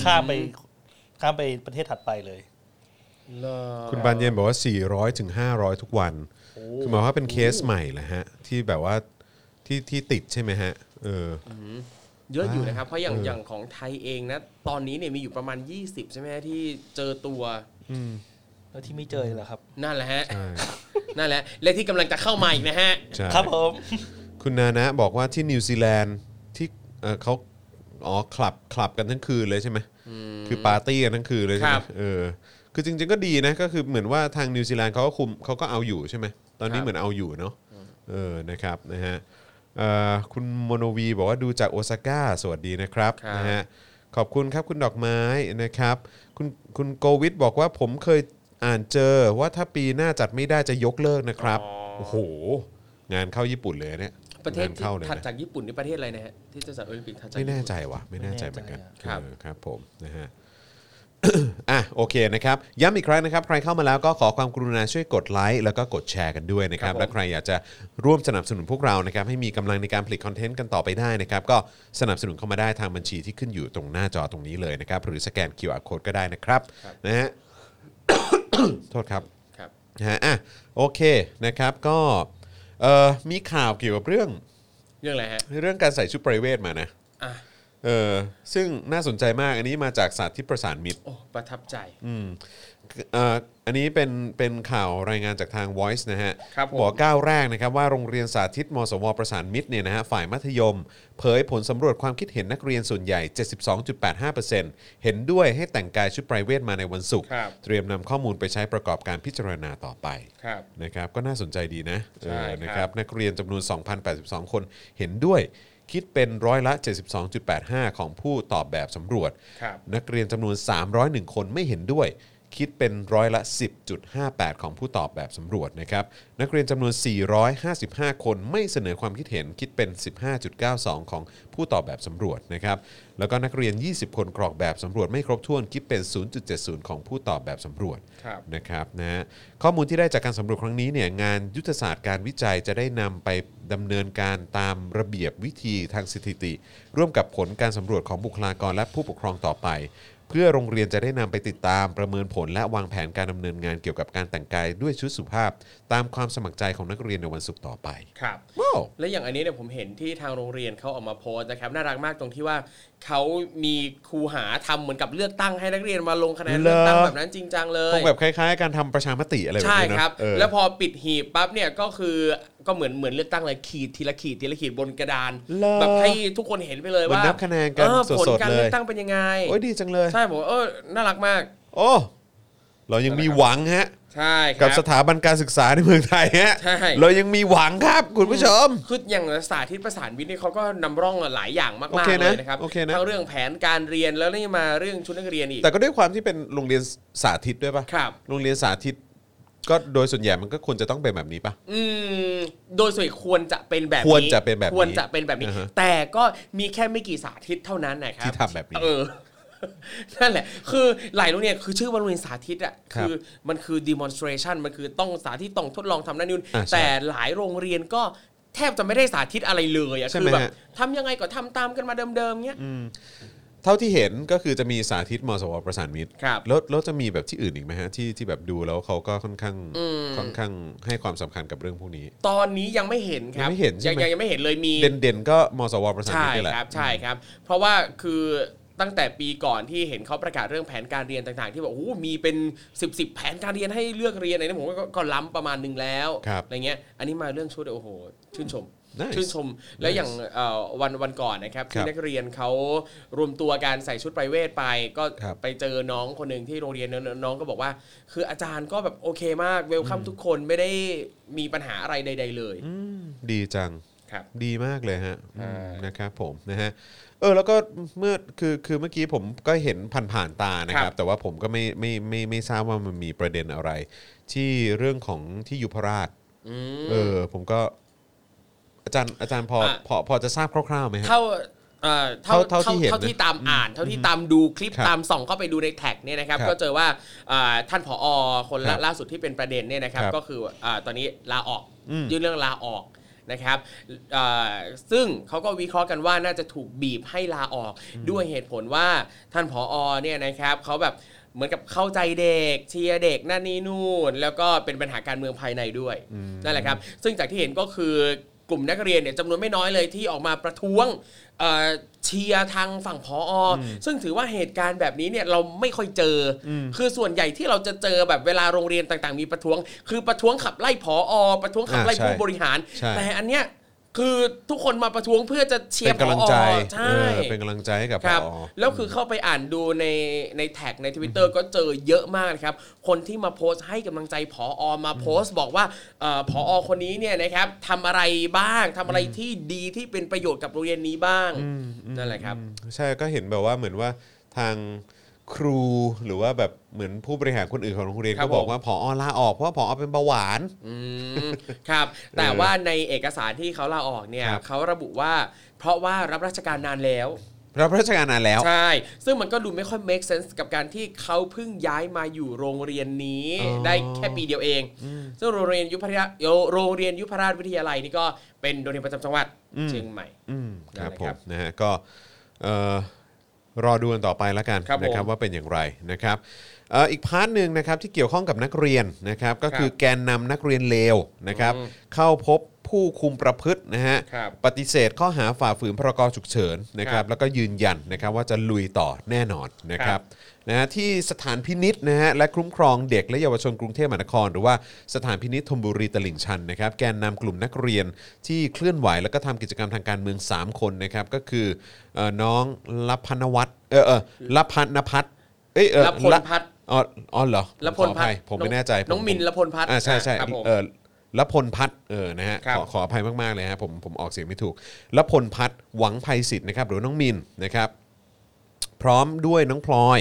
ข้ามไปข้ามไปประเทศถัดไปเลย เหรอ คุณบานเย็นบอกว่า 400ถึง500 ทุกวัน คือหมายความว่าเป็นเคสใหม่แหละฮะ ที่แบบว่าที่ที่ติดใช่ไหมฮะ เออ เยอะอยู่นะครับ เพราะอย่าง เออ อ อ ย่างของไทยเองนะ ตอนนี้เนี่ยมีอยู่ประมาณ 20 ใช่ไหมฮะที่เจอตัว แล้วที่ไม่เจอเหรอครับ นั่นแหละฮะ ใช่ *laughs* นั่นแหละ และที่กำลังจะเข้ามาอีกนะฮะ ใช่ ครับผม คุณนานะบอกว่าที่นิวซีแลนด์ที่เอ่อเขาอ๋อคลับคลับกันทั้งคืนเลยใช่ไหมคือปาร์ตี้กันทั้งคืนเลยใช่ไหมครับ เออคือจริง ๆ ก็ดีนะ ก็คือเหมือนว่าทางนิวซีแลนด์เขาก็คุมเขาก็เอาอยู่ใช่ไหมตอนนี้ ครับ เหมือนเอาอยู่เนาะเออนะครับนะฮะเอ่อคุณโมโนวีบอกว่าดูจากโอซาก้าสวัสดีนะครับ ครับ นะฮะ ขอบคุณครับคุณดอกไม้นะครับ คุณคุณโกวิทบอกว่าผมเคยอ่านเจอว่าถ้าปีหน้าจัดไม่ได้จะยกเลิกนะครับ โอ้โห งานเข้าญี่ปุ่นเลยเนี่ย ประเทศ งาน ที่ เข้าเลย ถัด นะ จากญี่ปุ่นนี่ประเทศอะไรนะฮะ ที่จะจัดโอลิมปิกถัดจาก ไม่ ญี่ แน่ ปุ่น ใจว่ะไม่แน่ใจเหมือนกัน ครับ เออครับผมนะฮะ อ่ะโอเคนะครับย้ำอีกครั้งนะครับ ใครเข้ามาแล้วก็ขอความกรุณาช่วยกดไลค์แล้วก็กดแชร์กันด้วยนะครับ ครับผม และใครอยากจะร่วมสนับสนุนพวกเรานะครับ ให้มีกำลังในการผลิตคอนเทนต์กันต่อไปได้นะครับ ก็สนับสนุนเข้ามาได้ทางบัญชีที่ขึ้นอยู่ตรงหน้าจอตรงนี้เลยนะครับ หรือสแกน QR code ก็ได้นะครับนะ *coughs* ฮะ โทษครับ ครับ นะฮะอ่ะโอเคนะครับก็เอ่อมีข่าวเกี่ยวกับเรื่อง เรื่องอะไรฮะ เรื่องการใส่ชุดประเวทมานะ อ่ะ เออซึ่งน่าสนใจมากอันนี้มาจากศาสตร์ที่ประสานมิตร โอ้ ประทับใจ อืม เอ่ออันนี้เป็นเป็นข่าวรายงานจากทาง Voice นะฮะ ครับผม อกก้าวแรกนะครับว่าโรงเรียนสาธิต มสว ประสานมิตรเนี่ยนะฮะฝ่ายมัธยม เผยผลสำรวจความคิดเห็นนักเรียนส่วนใหญ่ 72.85%เห็นด้วยให้แต่งกายชุดไพรเวทมาในวันศุกร์ ครับ เตรียมนำข้อมูลไปใช้ประกอบการพิจารณาต่อไป ครับ นะครับก็น่าสนใจดีนะเอ ใช่ อ ครับ นะครับนักเรียนจำนวน 2,082 คนเห็นด้วย คิดเป็นร้อยละ 72.85 ของผู้ตอบแบบสำรวจ ครับ นักเรียนจำนวน 301 คนไม่เห็นด้วย คิดเป็นร้อยละ 10.58 ของผู้ตอบแบบสำรวจนะครับนักเรียนจำนวน 455 คนไม่เสนอความคิดเห็นคิดเป็น 15.92 ของผู้ตอบแบบสำรวจนะครับแล้วก็นักเรียน 20 คนกรอกแบบสำรวจไม่ครบถ้วนคิดเป็น 0.70 ของผู้ตอบแบบสำรวจ ครับ นะครับนะฮะข้อมูลที่ได้จากการสำรวจครั้งนี้เนี่ยงานยุทธศาสตร์การวิจัยจะได้นำไปดำเนินการตามระเบียบวิธีทางสถิติ ร่วมกับผลการสำรวจของบุคลากรและผู้ปกครองต่อไป เพื่อโรงเรียนจะได้นำไปติดตามประเมินผล และวางแผนการดำเนินงานเกี่ยวกับการแต่งกายด้วยชุดสุภาพ ตามความสมัครใจของนักเรียนในวันศุกร์ต่อไป ครับ ว้าว และอย่างอันนี้เนี่ยผมเห็นที่ทางโรงเรียนเขาออกมาโพสต์นะครับ น่ารักมากตรงที่ว่าเขามีครูหาทำเหมือนกับเลือกตั้งให้นักเรียนมาลงคะแนนเลือกตั้งแบบนั้นจริงจังเล ค ย งแบบคล้ายๆ การทำประชามติอะไรแบบ ใช่ นี้เนอะ ครับ เออ แล้วพอปิดหีบปั๊บเนี่ยก็คือก็เหมือนเหมือนเลือกตั้งเลยขีดทีละขีดทีละขีดบนกระดาน เหรอ แบบให้ทุกคนเห็นไปเลย เหมือน ว่า นับคะแนนกัน เออ สดๆ ผลการ เลย เลือกตั้งเป็นยังไง โอ้ยดีจังเลย ใช่ผมว่าเออน่ารักมาก โอ้เรายังมีหวังฮะ ใช่ครั กับสถาบันการศึกษาในเมืองไทยฮะ ใช่ เรายังมีหวังครับ คุณผู้ชม คืออย่างศาสตร์ที่ประสานวิทย์เนี่ยเขาก็นำร่องหลายอย่าง โอ มาก เค ๆเล นะ ยนะครับ โอเคนะ ทั้งเรื่องแผนการเรียนแล้วนี่มาเรื่องชุดนักเรียนอีก แต่ก็ด้วยความที่เป็นโรงเรียนสาธิตด้วยปะ ครับ โรงเรียนสาธิต ก็โดยส่วนใหญ่มันก็ควรจะต้องเป็นแบบนี้ปะ อืมโดยส่วนใหญ่ควรจะเป็นแบบนี้ ควรจะเป็นแบบนี้ ควรจะเป็นแบบนี้ อ่าฮะ แต่ก็มีแค่ไม่กี่สาธิตเท่านั้นนะครับ ที่ทำแบบนี้ เออ นั่นแหละ คือหลายโรงเรียนคือชื่อว่าโรงเรียนสาธิตอ่ะ ครับ คือมันคือ demonstration มันคือต้องสาธิตต้องทดลองทำนั่นนี่นู่น อ่ะใช่ แต่หลายโรงเรียนก็แทบจะไม่ได้สาธิตอะไรเลยอ่ะ ใช่ คื ไหม อแบบ ฮะ ทำยังไงก็ทำตามกันมาเดิมๆเงี้ย เท่าที่เห็นก็คือจะมีสาธิตมสวประสานมิตร ครับ แล้วแล้วจะมีแบบที่อื่นอีกไหมฮะที่ที่แบบดูแล้วเขาก็ค่อนข้างค่อนข้างให้ความสำคัญกับเรื่องพวกนี้ ตอนนี้ยังไม่เห็นครั ยั บ งไม่เห็นใช่ไหม ยังยังยังไม่เห็นเลยมี เด่นเด่นๆก็มสวประสานมิใช่ตรนี่แหละ ครับใช่ครับ เพราะว่าคือตั้งแต่ปีก่อนที่เห็นเขาประกาศเรื่องแผนการเรียนต่างๆ ที่บอกโอ้โหมีเป็น 10บสแผนการเรียนให้เลือกเรียนอะไรเนี่ยผมว่าก็ก็ล้ำประมาณหนึ่งแล้ว ครับ อะไรเงี้ยอันนี้มาเรื่องชุดโอ้โห ชื่นชม Nice ชื่นชม แล้วอย่างเอ่อวันวันก่อนนะครับ ครั ที่ บ นักเรียนเขารวมตัวกันใส่ชุดไปเวทไป ก็ ครับ ไปเจอน้องคนหนึ่งที่โรงเรียนน้องก็บอกว่า คืออาจารย์ก็แบบโอเคมากเวลคัมทุกคนไม่ได้มีปัญหาอะไรใด ๆ เลย อืมดีจัง ครับ ดีมากเลยฮะ ใช่ อืมนะครับผมนะฮะเออแล้วก็เมื่อคือคือเมื่อกี้ผมก็เห็นผ่านผ่านๆตานะครับ แต่ว่าผมก็ไม่ไม่ไม่ไม่ทราบว่ามันมีประเด็นอะไร ที่เรื่องของที่ยุพราช อืม เออผมก็ อาจารย์อาจารย์พอ อ่ะ พอพอจะทราบคร่าวๆไหมฮะ เท่าเอ่อเท่า เท่าเท่าที่เห็น เท่าที่ตามอ่านเท่าที่ตามดูคลิป ครับ ตามส่องเข้าไปดูในแท็กเนี่ยนะครับ ครับ ก็เจอว่าอ่าท่านผอคน ครั ละ บ ล่าสุดที่เป็นประเด็นเนี่ยนะครับ ครับ ก็คืออ่าตอนนี้ลาออก อืม ยื่นเรื่องลาออกนะครับอ่าซึ่งเขาก็วิเคราะห์กันว่าน่าจะถูกบีบให้ลาออกด้วยเหตุผลว่าท่านผอเนี่ยนะครับเขาแบบเหมือนกับเข้าใจเด็กเชียร์เด็กนั่นนี่นู่น แล้วก็เป็นปัญหาการเมืองภายในด้วย อืม นั่นแหละครับ ซึ่งจากที่เห็นก็คือกลุ่มนักเรียนเนี่ยจำนวนไม่น้อยเลยที่ออกมาประท้วง เอ่อเชียร์ทางฝั่งพออซึ่งถือว่าเหตุการณ์แบบนี้เนี่ยเราไม่ค่อยเจออคือส่วนใหญ่ที่เราจะเจอแบบเวลาโรงเรียนต่างๆ มีประท้วง คือประท้วงขับไล่พออประท้วงขับไล่ อ่าใช่ ผู้บริหาร ใช่ แต่อันเนี้ยคือทุกคนมาประท้วงเพื่อจะเชีย เป็ ร์พอนำลังกใจ ใช่ เออเป็นกำลังใจให้กับ ครับ พอ แล้วคือเข้าไปอ่านดูในในแท็กในทวิตเตอร์ก็เจอเยอะมากนะครับ คนที่มาโพสต์ให้กำลังใจพออมาโพสต์ บอกว่าเอ่อพออคนนี้เนี่ยนะครับทำอะไรบ้างทำอะไรที่ดีที่เป็นประโยชน์กับโรงเรียนนี้บ้าง นั่นแหละครับ ใช่ก็เห็นแบบว่าเหมือนว่าทางครูหรือว่าแบบเหมือนผู้บริหารคนอื่นของโรงเรียน ครั ก็ บ บอกว่าพอลาออกเพราะว่าพอเป็นเบาหวาน อืมครับ แต่ว่าในเอกสารที่เขาลาออกเนี่ย ครับ เขาระบุว่า เพราะว่ารับราชการนานแล้ว รับราชการนานแล้ว ใช่ ซึ่งมันก็ดูไม่ค่อย make sense กับการที่เขาเพิ่งย้ายมาอยู่โรงเรียนนี้ อ๋อ ได้แค่ปีเดียวเอง ซึ่งโรงเรียนยุพราชโรงเรียนยุพราชวิทยาลัยนี่ก็เป็นโรงเรียนประจำจังหวัด อืม เชียงใหม่ อืมคนนั่รับ แหละ ผ ครั ม บ นะฮะก็เอ่อรอดูกันต่อไปแล้วกัน ครับผม นะครับว่าเป็นอย่างไรนะครับเอ่ออีกพาร์ทหนึ่งนะครับที่เกี่ยวข้องกับนักเรียนนะครับก็คือ ครับ แกนนำนักเรียนเลวนะครับเข้าพบ ผู้คุมประพฤตินะฮะ ครับ ปฏิเสธข้อหาฝ่าฝืนพรกฉุกเฉินนะครั ครับ บ แล้วก็ยืนยันนะครับว่าจะลุยต่อแน่นอนนะค ครั รับบ นะฮะที่สถานพินิษนะฮะและคุ้มครองเด็กและเยาวชนกรุงเทพมหานคร หรือว่าสถานพินิษธนบุรีตลิ่งชันนะครับแกนนำกลุ่มนักเรียนที่เคลื่อนไหวแล้วก็ทำกิจกรรมทางการเมือง 3 คนนะครับก็คือเอ่อน้องลพนวัตเออเออลพนพัฒน์เอ้ยเออ ละพลพัฒน์ อ๋ออ๋อเหรอ ละพลพัฒน์ ผมขออภัยผมไม่แน่ใจ น้องมินละพลพัฒน์ อ่าใช่ใช่ ครับผม เออละพลพัฒน์เออนะฮะ ครับ ขอขออภัยมากๆเลยฮะผมผมออกเสียงไม่ถูกละพลพัฒน์หวังภัยศิษย์นะครับหรือน้องมินนะครับ พร้อมด้วยน้องพลอย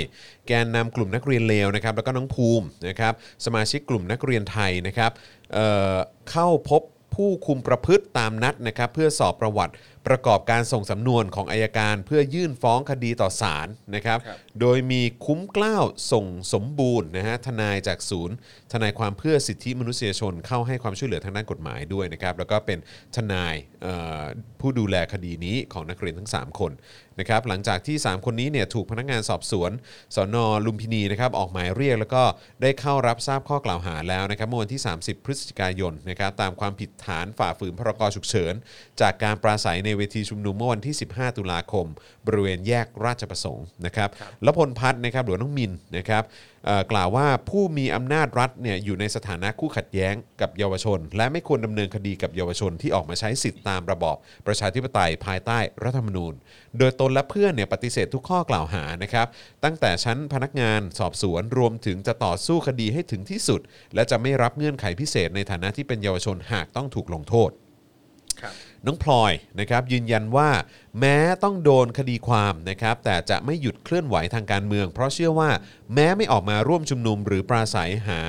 แกนนำกลุ่มนักเรียนเลวนะครับแล้วก็น้องภูมินะครับสมาชิกกลุ่มนักเรียนไทยนะครับเอ่อเข้าพบผู้คุมประพฤติตามนัดนะครับเพื่อสอบประวัติประกอบการส่งสำนวนของอายการ เพื่อยื่นฟ้องคดีต่อศาลนะครับ ครับ โดยมีคุ้มเกล้าวส่งสมบูรณ์นะฮะทนายจากศูนย์ ทนายความเพื่อสิทธิมนุษยชนเข้าให้ความช่วยเหลือทางด้านกฎหมายด้วยนะครับแล้วก็เป็นทนายเอ่อผู้ดูแลคดีนี้ของนักเรียนทั้ง 3 คนนะครับหลังจากที่ 3 คนนี้เนี่ยถูกพนักงานสอบสวนสอนอลุมพินีนะครับออกหมายเรียกแล้วก็ได้เข้ารับทราบข้อกล่าวหาแล้วนะครับเมื่อวันที่ 30 พฤศจิกายนนะครับตามความผิดฐานฝ่าฝืนพรกฉุกเฉิน จากการปราศัยในเวทีชุมนุมเมื่อวันที่ 15 ตุลาคม บริเวณแยกราชประสงค์นะครับแล้วพลพัฒน์นะครับหรือว่าน้องมินนะครับ เอ่อกล่าวว่าผู้มีอำนาจรัฐเนี่ยอยู่ในสถานะคู่ขัดแย้งกับเยาวชน และไม่ควรดำเนินคดีกับเยาวชนที่ออกมาใช้สิทธิ์ตามระบอบประชาธิปไตยภายใต้รัฐธรรมนูญ โดยตนและเพื่อนเนี่ยปฏิเสธทุกข้อกล่าวหานะครับตั้งแต่ชั้นพนักงานสอบสวนรวมถึงจะต่อสู้คดีให้ถึงที่สุด และจะไม่รับเงื่อนไขพิเศษในฐานะที่เป็นเยาวชนหากต้องถูกลงโทษ ครับ น้องพลอยนะครับยืนยันว่าแม้ต้องโดนคดีความนะครับแต่จะไม่หยุดเคลื่อนไหวทางการเมือง เพราะเชื่อว่าแม้ไม่ออกมาร่วมชุมนุมหรือปราศัยหา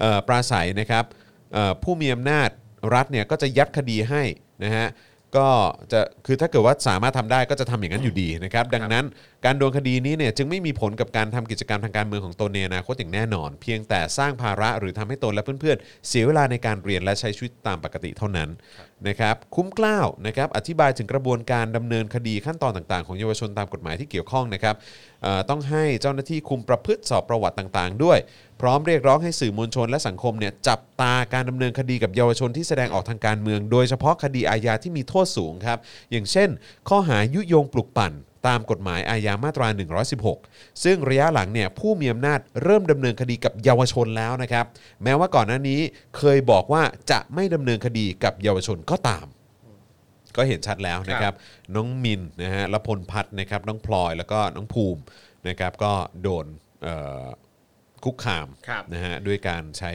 เอ่อปราศัยนะครับเอ่อผู้มีอำนาจรัฐเนี่ยก็จะยัดคดีให้นะฮะก็จะคือถ้าเกิดว่าสามารถทำได้ก็จะทำอย่างนั้นอยู่ดีนะครับดังนั้นการโดนคดีนี้เนี่ยจึงไม่มีผลกับการทำกิจกรรมทางการเมืองของตนในอนาคตอย่างแน่นอน เพียงแต่สร้างภาระหรือทำให้ตนและเพื่อนๆเสียเวลาในการเรียนและใช้ชีวิตตามปกติเท่านั้น นะครับคุ้มเกล้าวนะครับอธิบายถึงกระบวนการดำเนินคดีขั้นตอนต่างๆ ของเยาวชนตามกฎหมายที่เกี่ยวข้องนะครับเอ่อต้องให้เจ้าหน้าที่คุมประพฤติสอบประวัติต่างๆ ด้วย พร้อมเรียกร้องให้สื่อมวลชนและสังคมเนี่ยจับตาการดำเนินคดีกับเยาวชนที่แสดงออกทางการเมือง โดยเฉพาะคดีอาญาที่มีโทษสูงครับอย่างเช่น ข้อหายุยงปลุกปั่น ตามกฎหมายอาญามาตรา 116 ซึ่งระยะหลังเนี่ยผู้มีอำนาจเริ่มดำเนินคดีกับเยาวชนแล้วนะครับ แม้ว่าก่อนหน้านี้เคยบอกว่าจะไม่ดำเนินคดีกับเยาวชนก็ตาม ก็เห็นชัดแล้วนะครับ น้องมินนะฮะละพลพัฒน์นะครับ น้องพลอยแล้วก็น้องภูมินะครับ ก็โดนเอ่อคุกคาม ครับ นะฮะด้วยการใช้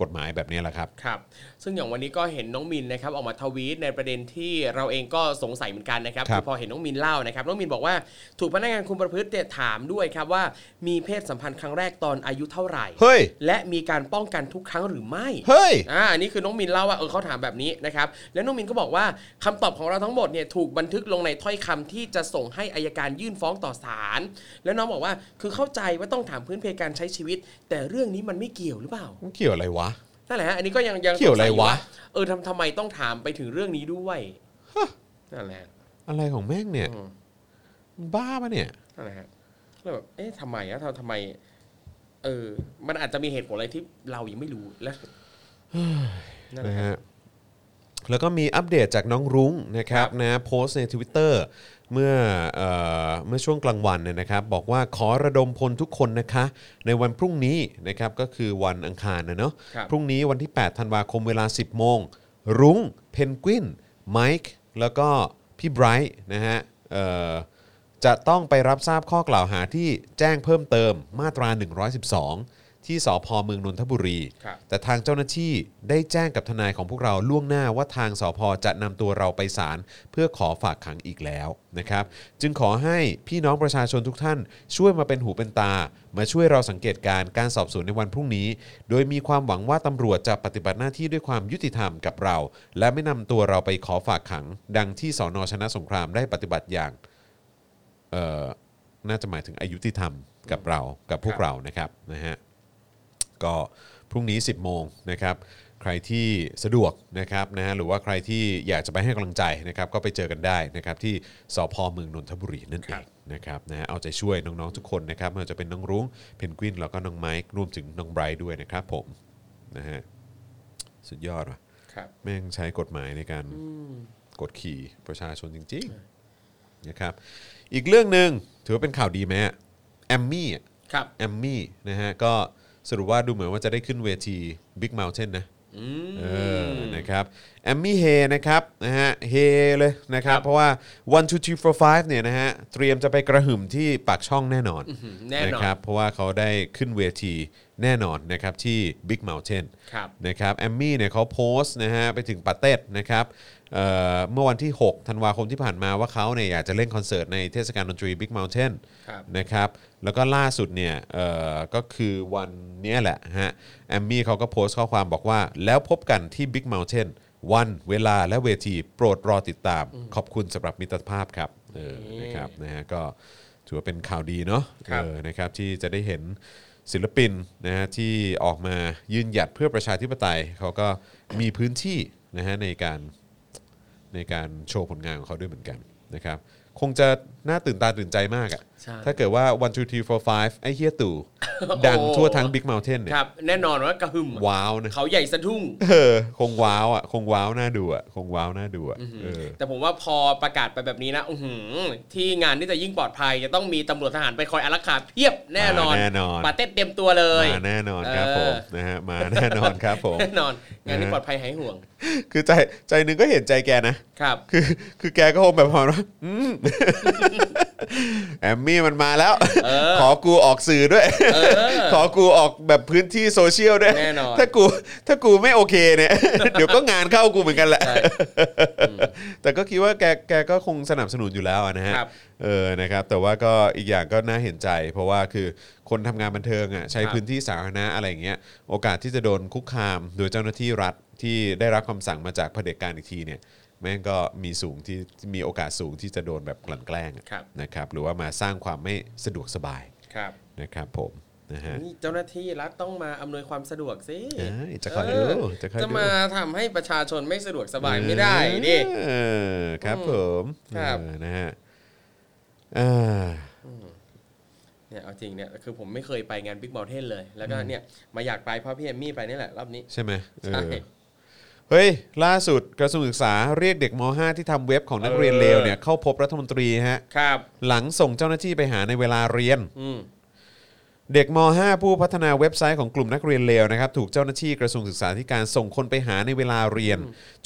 กฎหมายแบบนี้แหละครับ ครับ ซึ่งอย่างวันนี้ก็เห็นน้องมินนะครับออกมาทวีตในประเด็นที่เราเองก็สงสัยเหมือนกันนะครับ ครับ อพอเห็นน้องมินเล่านะครับ น้องมินบอกว่าถูกพนักงานคุมประพฤติเนี่ยถามด้วยครับว่ามีเพศสัมพันธ์ครั้งแรกตอนอายุเท่าไหร่ เฮ้ย และมีการป้องกันทุกครั้งหรือไม่ เฮ้ย อ่าอันนี้คือน้องมินเล่าว่าเออเขาถามแบบนี้นะครับ แล้วน้องมินก็บอกว่าคำตอบของเราทั้งหมดเนี่ยถูกบันทึกลงในถ้อยคำที่จะส่งให้อายการยื่นฟ้องต่อศาล แล้วน้องบอกว่าคือเข้าใจว่าต้องถามพื้นเพการใช้ชีวิต แต่เรื่องนี้มันไม่เกี่ยวหรือเปล่า มันเกี่ยวอะไรวะ นั่นแหละฮะอันนี้ก็ยังยัง เกี่ยวอะไรวะ สงสัาเออทำทำไมต้องถามไปถึงเรื่องนี้ด้วยนั่นแหละ อะไรของแม่งเนี่ย อืม บ้าปะเนี่ย นั่นแหละฮะแล้วแบบเอ๊ะทำไมอะทำทำไม เออ มันอาจจะมีเหตุผลอะไรที่เรายังไม่รู้แล้วนั่นแหละ นะ ฮะ ฮะแล้วก็มีอัปเดตจากน้องรุ้งนะครับนะโพสต์ใน Twitter เมื่อเอ่อเมื่อช่วงกลางวันเนี่ยนะครับ บอกว่าขอระดมพลทุกคนนะคะ ในวันพรุ่งนี้นะครับก็คือวันอังคารนะเนาะ ครับ พรุ่งนี้วันที่ 8 ธันวาคมเวลา 10 โมง รุ้งเพนกวินไมค์แล้วก็พี่ไบรท์นะฮะเอ่อ จะต้องไปรับทราบข้อกล่าวหาที่แจ้งเพิ่มเติมมาตรา 112 ที่สพเมืองนนทบุรี ครับ แต่ทางเจ้าหน้าที่ได้แจ้งกับทนายของพวกเราล่วงหน้าว่าทางสพจะนำตัวเราไปศาลเพื่อขอฝากขังอีกแล้วนะครับ จึงขอให้พี่น้องประชาชนทุกท่าน ช่วยมาเป็นหูเป็นตา มาช่วยเราสังเกตการณ์การสอบสวนในวันพรุ่งนี้ โดยมีความหวังว่าตำรวจจะปฏิบัติหน้าที่ด้วยความยุติธรรมกับเรา และไม่นำตัวเราไปขอฝากขัง ดังที่สนชนะสงครามได้ปฏิบัติอย่าง เอ่อน่าจะหมายถึงอายุที่ทำกับเรากับพวก ครับ เรานะครับนะฮะก็พรุ่งนี้ 10 โมงนะครับ ใครที่สะดวกนะครับนะฮะหรือว่าใครที่อยากจะไปให้กำลังใจนะครับ ก็ไปเจอกันได้นะครับ ที่สพเมืองนนทบุรีนั่นเองนะครับนะฮะเอาใจช่วยน้องๆทุกคนนะครับไม่ว่าจะเป็นน้องรุ้งเพนกวินแล้วก็น้องไมค์รวมถึงน้องไบรท์ด้วยนะครับผมนะฮะสุดยอดว่ะ ครับ แม่งใช้กฎหมายในการกดขี่ประชาชนจริงๆนะครับ อีกเรื่องหนึ่งถือว่าเป็นข่าวดีไหมอะแอมมี่อะ ครับ แอมมี่นะฮะก็สรุปว่าดูเหมือนว่าจะได้ขึ้นเวที Big Mountain นะ อืม เออนะครับแอมมี่เฮนะครับนะฮะเฮเลยนะครับ ครับ เพราะว่า one two three four five เนี่ยนะฮะเตรียมจะไปกระหึ่มที่ปากช่องแน่นอน แน่นอน ครับ เพราะว่าเขาได้ขึ้นเวทีแน่นอนนะครับที่ Big Mountain ครับ นะครับแอมมี่เนี่ยเขาโพสต์นะฮะไปถึงปาเต็ดนะครับเอ่อเมื่อวันที่ 6 ธันวาคมที่ผ่านมาว่าเขาเนี่ยอยากจะเล่นคอนเสิร์ตในเทศกาลดนตรี Big Mountain ครับ นะครับแล้วก็ล่าสุดเนี่ยเอ่อก็คือวันเนี้ยแหละฮะแอมมี่เขาก็โพสต์ข้อความบอกว่า แล้วพบกันที่ Big Mountain วันเวลาและเวทีโปรดรอติดตาม ขอบคุณสำหรับมิตรภาพครับเออนะครับนะฮะก็ถือว่าเป็นข่าวดีเนาะ ครับ เออนะครับที่จะได้เห็นศิลปินนะฮะที่ออกมายืนหยัดเพื่อประชาธิปไตย เขาก็มีพื้นที่นะฮะในการในการโชว์ผลงานของเขาด้วยเหมือนกันนะครับคงจะน่าตื่นตาตื่นใจมากอะ ใช่ ถ้าเกิดว่า one two three four five ไอ้เฮียตู่ *laughs* ดังทั่วทั้ง Big Mountain เนี่ย ครับ แน่นอนว่ากระหึ่ม ว้าวนะ เขาใหญ่สะ *laughs* ดุ้ง เออคงว้าวอ่ะ คงว้าวน่าดูอ่ะ คงว้าวน่าดูอ่ะเออ แต่ผมว่าพอประกาศไปแบบนี้นะอื้อหือที่งานนี่จะยิ่งปลอดภัย จะต้องมีตำรวจทหารไปคอยอารักขาเพียบแน่นอน มาแน่นอน ปาเต้เตรียมตัวเลย มาแน่นอนครับผม เออ นะฮะ มาแน่นอนครับผม แน่นอน งานนี้ นะฮะ ปลอดภัยหายห่วง คือใจใจหนึงก็เห็นใจแกนะ ครับ คือคือแกก็คงแบบประมาณว่าอืม *laughs* แอมมี่มันมาแล้ว เออ ขอกูออกสื่อด้วย เออ ขอกูออกแบบพื้นที่โซเชียลด้วย แน่นอน ถ้ากูถ้ากูไม่โอเคเนี่ย *laughs* เดี๋ยวก็งานเข้ากูเหมือนกันแหละ ใช่ แต่ก็คิดว่าแกแกก็คงสนับสนุนอยู่แล้วอะนะฮะ ครับ เออนะครับ แต่ว่าก็อีกอย่างก็น่าเห็นใจ เพราะว่าคือคนทำงานบันเทิงอ่ะใช้ ครับ พื้นที่สาธารณะอะไรอย่างเงี้ยโอกาสที่จะโดนคุกคามโดยเจ้าหน้าที่รัฐที่ได้รับคำสั่งมาจากเผด็จการอีกทีเนี่ย แม่งก็มีสูงที่มีโอกาสสูงที่จะโดนแบบกลั่นแกล้งอะ ครับ นะครับหรือว่ามาสร้างความไม่สะดวกสบาย ครับ นะครับผมนะฮะ นี่เจ้าหน้าที่รัฐต้องมาอำนวยความสะดวกสิ เอ้ยจะคอยดู เออ จะคอยดู จะมาทำให้ประชาชนไม่สะดวกสบายไม่ได้ดิ เออครับผม ครับ เออนะฮะอ่า เนี่ยเอาจริงเนี่ยคือผมไม่เคยไปงานบิ๊ก u n t เทนเลย แล้วก็เนี่ยมาอยากไปเพราะพี่เอมมี่ไปนี่แหละรอบนี้ ใช่ไหมเออ ใช่ เฮ้ย ล่าสุดกระทรวงศึกษาเรียกเด็กม .5 ที่ทำเว็บของนักเรียนเลวเนี่ยเข้าพบรัฐมนตรีฮะ ครับ หลังส่งเจ้าหน้าที่ไปหาในเวลาเรียน อืม เด็กม .5 ผู้พัฒนาเว็บไซต์ของกลุ่มนักเรียนเลวนะครับ ถูกเจ้าหน้าที่กระทรวงศึกษาธิการส่งคนไปหาในเวลาเรียน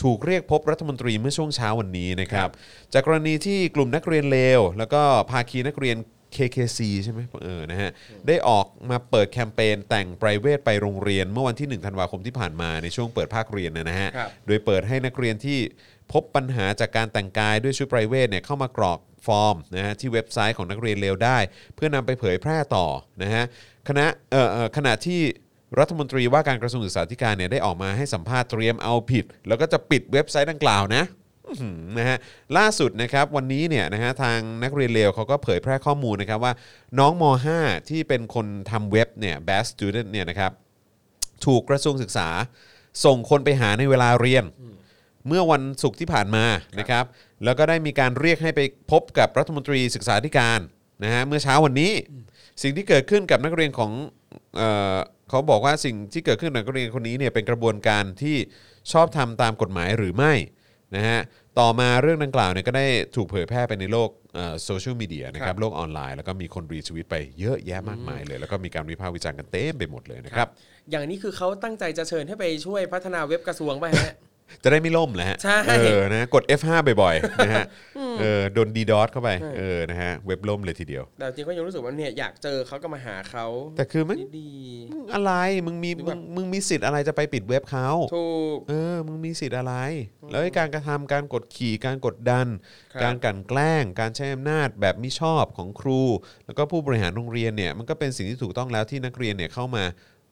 ถูกเรียกพบรัฐมนตรีเมื่อช่วงเช้าวันนี้นะครับ จากกรณีที่กลุ่มนักเรียนเลว แล้วก็ภาคีนักเรียน KKC ใช่ไหมเออนะฮะได้ออกมาเปิดแคมเปญแต่งไพรเวทไปโรงเรียน เมื่อวันที่ 1 ธันวาคมที่ผ่านมาในช่วงเปิดภาคเรียนนะฮะ ครับ โดยเปิดให้นักเรียนที่พบปัญหาจากการแต่งกายด้วยชุดไพรเวทเนี่ยเข้ามากรอกฟอร์มนะฮะที่เว็บไซต์ของนักเรียนเลวได้ เพื่อนำไปเผยแพร่ต่อนะฮะคณะเอ่อเอ่อขณะที่รัฐมนตรีว่าการกระทรวงศึกษาธิการเนี่ยได้ออกมาให้สัมภาษณ์เตรียมเอาผิด แล้วก็จะปิดเว็บไซต์ดังกล่าวนะ *laughs* อื้อหือนะฮะล่าสุดนะครับวันนี้เนี่ยนะฮะทางนักเรียนเลวเขาก็เผยแพร่ข้อมูลนะครับว่าน้องม .5 ที่เป็นคนทำเว็บเนี่ย best student เนี่ยนะครับถูกกระทรวงศึกษา ส่งคนไปหาในเวลาเรียน เมื่อวันศุกร์ที่ผ่านมานะครับ แล้วก็ได้มีการเรียกให้ไปพบกับรัฐมนตรีศึกษาธิการนะฮะเมื่อเช้าวันนี้ สิ่งที่เกิดขึ้นกับนักเรียนของเออเขาบอกว่าสิ่งที่เกิดขึ้นกับนักเรียนคนนี้เนี่ยเป็นกระบวนการที่ชอบทำตามกฎหมายหรือไม่นะฮะต่อมาเรื่องดังกล่าวเนี่ยก็ได้ถูกเผยแพร่ไปในโลกโซเชียลมีเดียนะค ครั รับบ โลกออนไลน์แล้วก็มีคนรีทวิตไปเยอะแยะมากมายเลย แล้วก็มีการวิพากษ์วิจารณ์กันเต็มไปหมดเลยนะครับ อย่างนี้คือเขาตั้งใจจะเชิญให้ไปช่วยพัฒนาเว็บกระทรวงไปฮะ *laughs* จะได้ไม่ล่มแหละฮะ ใช่ เออนะกด F5 บ่อยๆนะฮะเออโดนดีดอทเข้าไปเออนะฮะเว็บล่มเลยทีเดียว แต่จริงก็ยังรู้สึกว่าเนี่ยอยากเจอเขาก็มาหาเขา แต่คือมัน ดี มึงอะไรมึงมีมึงมึงมีสิทธิ์อะไรจะไปปิดเว็บเขา ๆ ถูก เออ มึงมีสิทธิ์อะไร แล้วไอ้การกระทำการกดขี่ การกดดัน ครับ การกลั่นแกล้ง การใช้อำนาจแบบมิชอบของครู แล้วก็ผู้บริหารโรงเรียนเนี่ย มันก็เป็นสิ่งที่ถูกต้องแล้วที่นักเรียนเนี่ยเข้ามา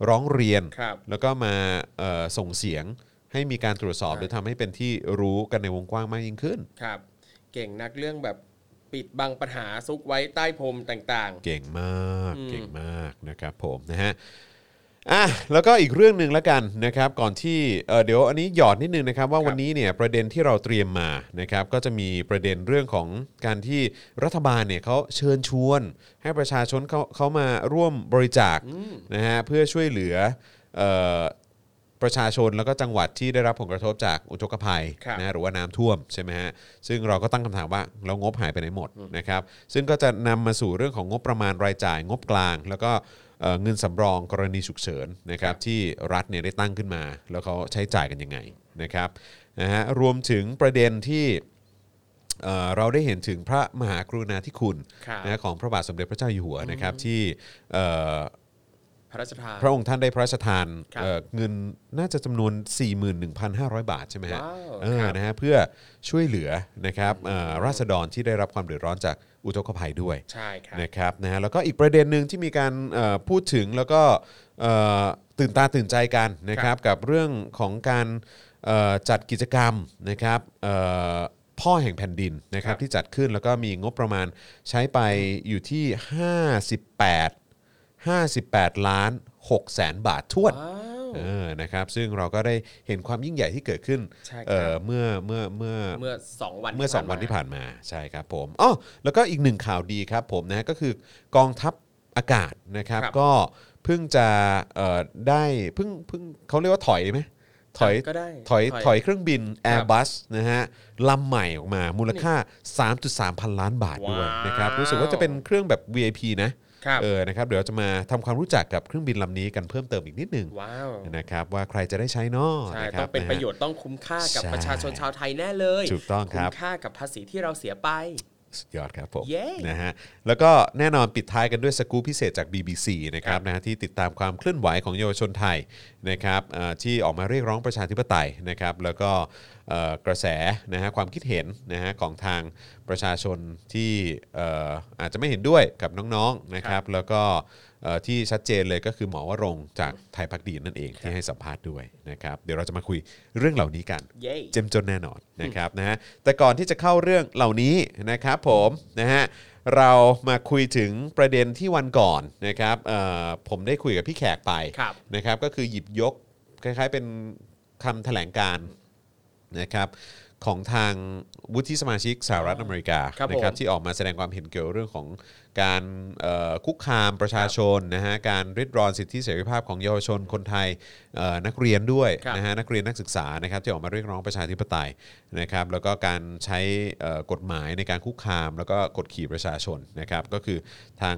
ร้องเรียน ครับ แล้วก็มาเอ่อส่งเสียงให้มีการตรวจสอบ ครับ หรือทำให้เป็นที่รู้กันในวงกว้างมากยิ่งขึ้น ครับ เก่งนักเรื่องแบบปิดบังปัญหาซุกไว้ใต้พรมต่าง เก่งมาก อืม เก่งมากนะครับผมนะฮะ อ่ะ แล้วก็อีกเรื่องหนึ่งแล้วกันนะครับ ก่อนที่เอ่อเดี๋ยวอันนี้หยอดนิดนึงนะครับ ว่า ครับ วันนี้เนี่ยประเด็นที่เราเตรียมมานะครับ ก็จะมีประเด็นเรื่องของการที่รัฐบาลเนี่ยเขาเชิญชวน ให้ประชาชนเขาเขามาร่วมบริจาคนะฮะเพื่อช่วยเหลือเอ่อ ประชาชนแล้วก็จังหวัดที่ได้รับผลกระทบจากอุทกภัย ครับ นะหรือว่าน้ำท่วมใช่ไหมฮะซึ่งเราก็ตั้งคำถามว่าเรางบหายไปไหนหมดนะครับซึ่งก็จะนำมาสู่เรื่องของงบประมาณรายจ่าย งบกลาง แล้วก็เอ่อเงินสำรองกรณีฉุกเฉินนะครับที่รัฐเนี่ยได้ตั้งขึ้นมา แล้วเขาใช้จ่ายกันยังไงนะครับนะฮะรวมถึงประเด็นที่ เอ่อเราได้เห็นถึงพระมหากรุณาธิคุณ ครับ นะของพระบาทสมเด็จพระเจ้าอยู่หัวนะครับที่เอ่อ พระราชทาน พระองค์ท่านได้พระราชทาน ครับ เอ่อเงินน่าจะจำนวน 41,500 บาทใช่ไหมฮะ ว้าว เออ ครับ นะฮะเพื่อช่วยเหลือนะครับเอ่อราษฎรที่ได้รับความเดือดร้อนจากอุทกภัยด้วย ใช่ครับ นะครับนะฮะแล้วก็อีกประเด็นหนึ่งที่มีการเอ่อพูดถึงแล้วก็เอ่อตื่นตาตื่นใจกันนะครับกับเรื่องของการเอ่อจัดกิจกรรมนะครับเอ่อพ่อแห่งแผ่นดินนะครับ ครับ ที่จัดขึ้นแล้วก็มีงบประมาณใช้ไปอยู่ที่ 58 58 ล้าน6แสนบาทท้วน ว้าว เออนะครับซึ่งเราก็ได้เห็นความยิ่งใหญ่ที่เกิดขึ้น ใช่ครับ เอ่อเมื่อเมื่อเมื่อ เมื่อสองวัน เมื่อ 2 วันที่ผ่านมาใช่ครับผมอ๋อแล้วก็อีกหนึ่งข่าวดีครับผมนะก็คือกองทัพอากาศนะครับ ก็เพิ่งจะเอ่อได้เพิ่งเพิ่งเขาเรียกว่าถอยไหมถอย ก็ได้ ถอยถอยเครื่องบิน Airbus นะฮะลำใหม่ออกมามูลค่า 3.3 พันล้านบาทด้วย ว้าว นะครับรู้สึกว่าจะเป็นเครื่องแบบ VIP นะครับ เออนะครับเดี๋ยวจะมาทำความรู้จักกับเครื่องบินลำนี้กันเพิ่มเติมอีกนิดหนึง ว้าว นะครับว่าใครจะได้ใช้เนาะ ใช่ คบ ต้องเป็น ฮ ประโยชน์ต้องคุ้มค่ากับ ใช่ ประชาชนชาวไทยแน่เลย ถูกต้องครับ มค่ากับภาษีที่เราเสียไป สุดยอดครับผม เย้ นะฮะแล้วก็แน่นอนปิดท้ายกันด้วยสกู๊ปพิเศษจาก BBC นะครับนะฮะที่ติดตามความเคลื่อนไหวของเยาวชนไทยนะครับเอ่อที่ออกมาเรียกร้องประชาธิปไตยนะครับแล้วก็เอ่อกระแสนะฮะความคิดเห็นนะฮะของทางประชาชนที่เอ่ออาจจะไม่เห็นด้วยกับน้องๆนะครับแล้วก็เอ่อที่ชัดเจนเลยก็คือหมอวรงค์จากไทยพักดีนั่นเองที่ให้สัมภาษณ์ด้วยนะครับเดี๋ยวเราจะมาคุยเรื่องเหล่านี้กัน เย้ เจ้มจนแน่นอนนะครับนะฮะแต่ก่อนที่จะเข้าเรื่องเหล่านี้นะครับผมนะฮะเรามาคุยถึงประเด็นที่วันก่อนนะครับเอ่อผมได้คุยกับพี่แขกไป ครับ นะครับก็คือหยิบยกคล้ายๆเป็นคำแถลงการนะครับของทางวุฒิสมาชิกสหรัฐอเมริกา ครับผม นะที่ออกมาแสดงความเห็นเกี่ยวเรื่องของการเอ่อคุกคามประชาชนนะฮะการริดรอนสิทธิเสรีภาพของเยาวชนคนไทยเอ่อนักเรียนด้วย ครับ นะฮะ นะฮะนักเรียนนักศึกษานะครับที่ออกมาเรียกร้องประชาธิปไตยนะครับแล้วก็การใช้เอ่อกฎหมายในการคุกคาม แล้วก็กดขี่ประชาชนนะครับก็คือทาง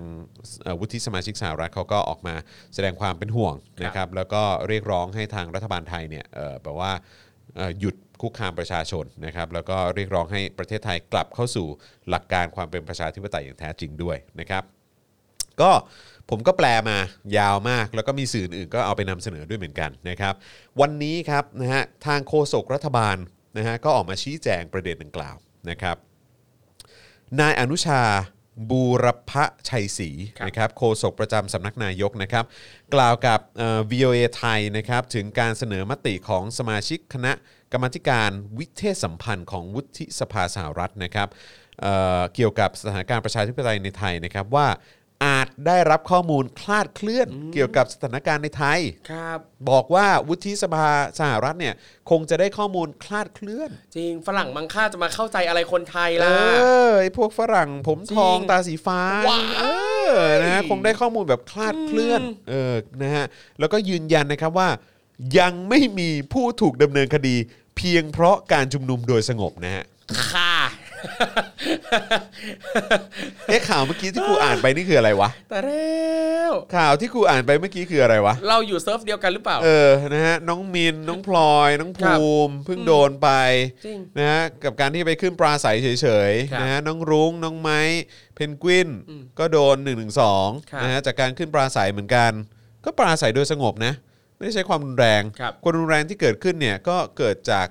เอ่อวุฒิสมาชิกสหรัฐเขาก็ออกมาแสดงความเป็นห่วงนะครับแล้วก็เรียกร้องให้ทางรัฐบาลไทยเนี่ยเอ่อแบบว่าเอ่อหยุดคุกคามประชาชนนะครับแล้วก็เรียกร้องให้ประเทศไทยกลับเข้าสู่หลักการความเป็นประชาธิปไตยอย่างแท้จริงด้วยนะครับ ก็ผมก็แปลมายาวมาก แล้วก็มีสื่ออื่นก็เอาไปนำเสนอด้วยเหมือนกันนะครับ วันนี้ครับนะฮะทางโฆษกรัฐบาลนะฮะก็ออกมาชี้แจงประเด็นดังกล่าวนะครับ นายอนุชาบูรพชัยศรี ครับ นะครับโฆษกประจำสำนักนายกนะครับ กล่าวกับเอ่อ VOA ไทยนะครับถึงการเสนอมติของสมาชิกคณะกรรมาธิการวิเทศสัมพันธ์ของวุฒิสภาสหรัฐนะครับเอ่อเกี่ยวกับสถานการณ์ประชาธิปไตยในไทยนะครับว่าอาจได้รับข้อมูลคลาดเคลื่อนเกี่ยวกับสถานการณ์ในไทย ครับ บอกว่าวุฒิสภาสหรัฐเนี่ยคงจะได้ข้อมูลคลาดเคลื่อน จริงฝรั่งมังค่าจะมาเข้าใจอะไรคนไทยล่ะ เออไอพวกฝรั่งผมทอง จริง ตาสีฟ้า ว้าย เออนะฮะคงได้ข้อมูลแบบคลาดเคลื่อนเออนะฮะแล้วก็ยืนยันนะครับว่า ยังไม่มีผู้ถูกดำเนินคดี เพียงเพราะการชุมนุมโดยสงบนะฮะ ค่ะ เอ๊ะข่าวเมื่อกี้ที่ครูอ่านไปนี่คืออะไรวะ แต่แล้ว ข่าวที่ครูอ่านไปเมื่อกี้คืออะไรวะ เราอยู่เซิร์ฟเดียวกันหรือเปล่า เออ นะฮะ น้องมิน น้องพลอย น้องภูมิ เพิ่งโดนไป จริง นะฮะ กับการที่ไปขึ้นปราศัยเฉย ครัๆบนะฮะ น้องรุ้ง น้องไม้ เพนกวิน ก็โดน1นึ ครับ นะฮะ จากการขึ้นปราศัยเหมือนกัน ก็ปราศัยโดยสงบนะ ไม่ได้ใช้ความรุนแรง ครับ ความรุนแรงที่เกิดขึ้นเนี่ย ก็เกิดจาก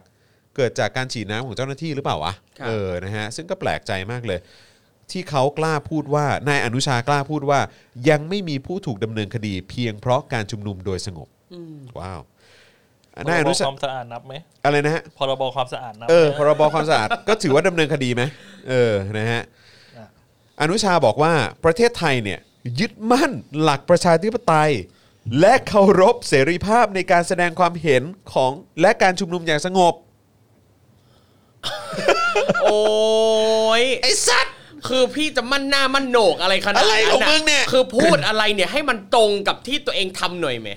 เกิดจากการฉีดน้ำของเจ้าหน้าที่หรือเปล่าวะ ครับ เออ นะฮะ ซึ่งก็แปลกใจมากเลย ที่เขากล้าพูดว่านายอนุชากล้าพูดว่า ยังไม่มีผู้ถูกดำเนินคดี เพียงเพราะการชุมนุมโดยสงบ อืม ว้าว พ นายอ รบ นุชา ความสะอาดนับไหม อะไรนะฮะ พรบความสะอาดนับ เออ ไหม พรบความสะอาด ก็ถือว่าดำเนินคดีไหมเออ นะฮะ อ่ะ อนุชาบอกว่าประเทศไทยเนี่ย ยึดมั่นหลักประชาธิปไตย และเคารพเสรีภาพในการแสดงความเห็นของและการชุมนุมอย่างสงบ โอ้ย ไอ้สัตว์ คือพี่จะมั่นหน้ามั่นโหนกอะไรขนาดนั้นะ อะไรของมึงเนี่ย คือพูดอะไรเนี่ยให้มันตรงกับที่ตัวเองทำหน่อยไหม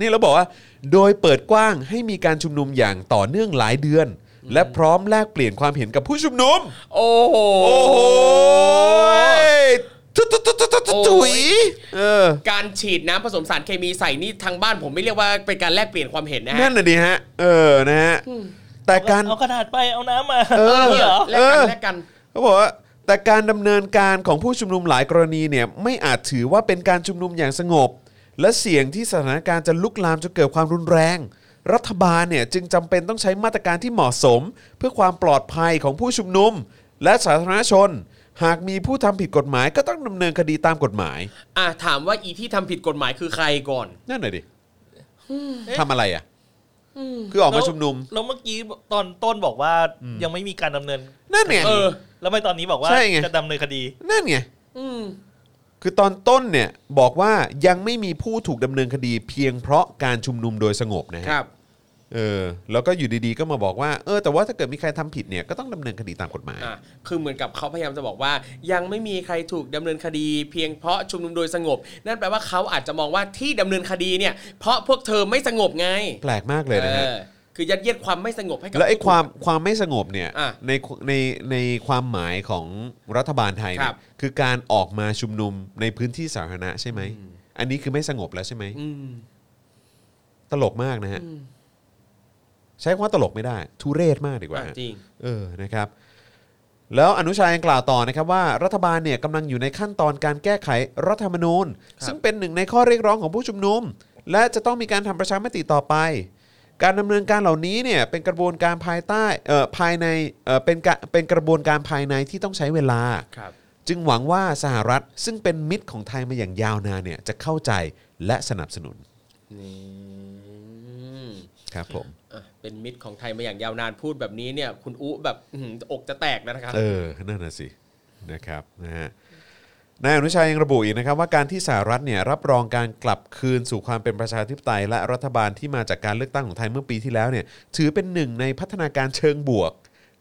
นี่เราบอกว่า โดยเปิดกว้างให้มีการชุมนุมอย่างต่อเนื่องหลายเดือน และพร้อมแลกเปลี่ยนความเห็นกับผู้ชุมนุม โอ้โห โอ้โหตุ๊ดตุ๊ดตุ๊ดตุ๊ดตุ๊ดตุ๋ยเออ การฉีดน้ำผสมสารเคมีใส่นี่ทางบ้านผมไม่เรียกว่าเป็นการแลกเปลี่ยนความเห็นนะ นั่ ฮะ นน่ะดิฮะ เออ นะฮะ แต่การ เอากระดาษไปเอาน้ำมา เออ นี่เหรอ แลกกันแลกกัน เขาบอกว่าแต่การดำเนินการของผู้ชุมนุมหลายกรณีเนี่ยไม่อาจถือว่าเป็นการชุมนุมอย่างสงบ และเสี่ยงที่สถานการณ์จะลุกลามจนเกิดความรุนแรง รัฐบาลเนี่ยจึงจำเป็นต้องใช้มาตรการที่เหมาะสม เพื่อความปลอดภัยของผู้ชุมนุม และสาธารณชน หากมีผู้ทำผิดกฎหมายก็ต้องดำเนินคดีตามกฎหมาย อ่ะถามว่าอีที่ทำผิดกฎหมายคือใครก่อน นั่นน่ะดิทำอะไรอ่ะคือออกมาชุมนุม แล้วแล้วเมื่อกี้ตอนต้นบอกว่ายังไม่มีการดำเนิน นั่นไง เออ แล้วไม่ตอนนี้บอกว่า ใช่ไง จะดำเนินคดี นั่นไง อืม คือตอนต้นเนี่ยบอกว่ายังไม่มีผู้ถูกดำเนินคดีเพียงเพราะการชุมนุมโดยสงบนะฮะ ครับ เออแล้วก็อยู่ดีๆก็มาบอกว่าเออแต่ว่าถ้าเกิดมีใครทำผิดเนี่ยก็ต้องดำเนินคดีตามกฎหมาย อ่ะคือเหมือนกับเขาพยายามจะบอกว่า ยังไม่มีใครถูกดำเนินคดี เพียงเพราะชุมนุมโดยสงบ นั่นแปลว่าเขาอาจจะมองว่าที่ดำเนินคดีเนี่ย เพราะพวกเธอไม่สงบไง แปลกมากเลยนะฮะ เออคือยัดเยียดความไม่สงบให้กับ แล้วไอ้ความความไม่สงบเนี่ย อ่ะ ในในในความหมายของรัฐบาลไทย ค เนี่ รั ย บ คือการออกมาชุมนุมในพื้นที่สาธารณะใช่ไหมอันนี้คือไม่สงบแล้วใช่ไหม อืม ตลกมากนะฮะ อืม ใช้คำว่าตลกไม่ได้ ทุเรศมากดีกว่า อ่ะ ฮะ จริง เออ นะครับ แล้วอนุชายังกล่าวต่อนะครับว่ารัฐบาลเนี่ยกำลังอยู่ในขั้นตอนการแก้ไขรัฐธรรมนูญ ครับ ซึ่งเป็นหนึ่งในข้อเรียกร้องของผู้ชุมนุม และจะต้องมีการทำประชามติต่อไป การดำเนินการเหล่านี้เนี่ยเป็นกระบวนการภายใต้เอ่อภายในเอ่อเป็นกะเป็นกระบวนการภายในที่ต้องใช้เวลา ครับ จึงหวังว่าสหรัฐซึ่งเป็นมิตรของไทยมาอย่างยาวนานเนี่ยจะเข้าใจและสนับสนุน นี่ ครับผม อ่ะเป็นมิตรของไทยมาอย่างยาวนานพูดแบบนี้เนี่ย คุณอุแบบอื้อหืออกจะแตกแล้วนะครับ เออนั่นน่ะสินะครับนะฮะ นายอนุชัยยังระบุอีกนะครับว่าการที่สหรัฐเนี่ยรับรองการกลับคืนสู่ความเป็นประชาธิปไตย และรัฐบาลที่มาจากการเลือกตั้งของไทยเมื่อปีที่แล้วเนี่ยถือเป็นหนึ่งในพัฒนาการเชิงบวก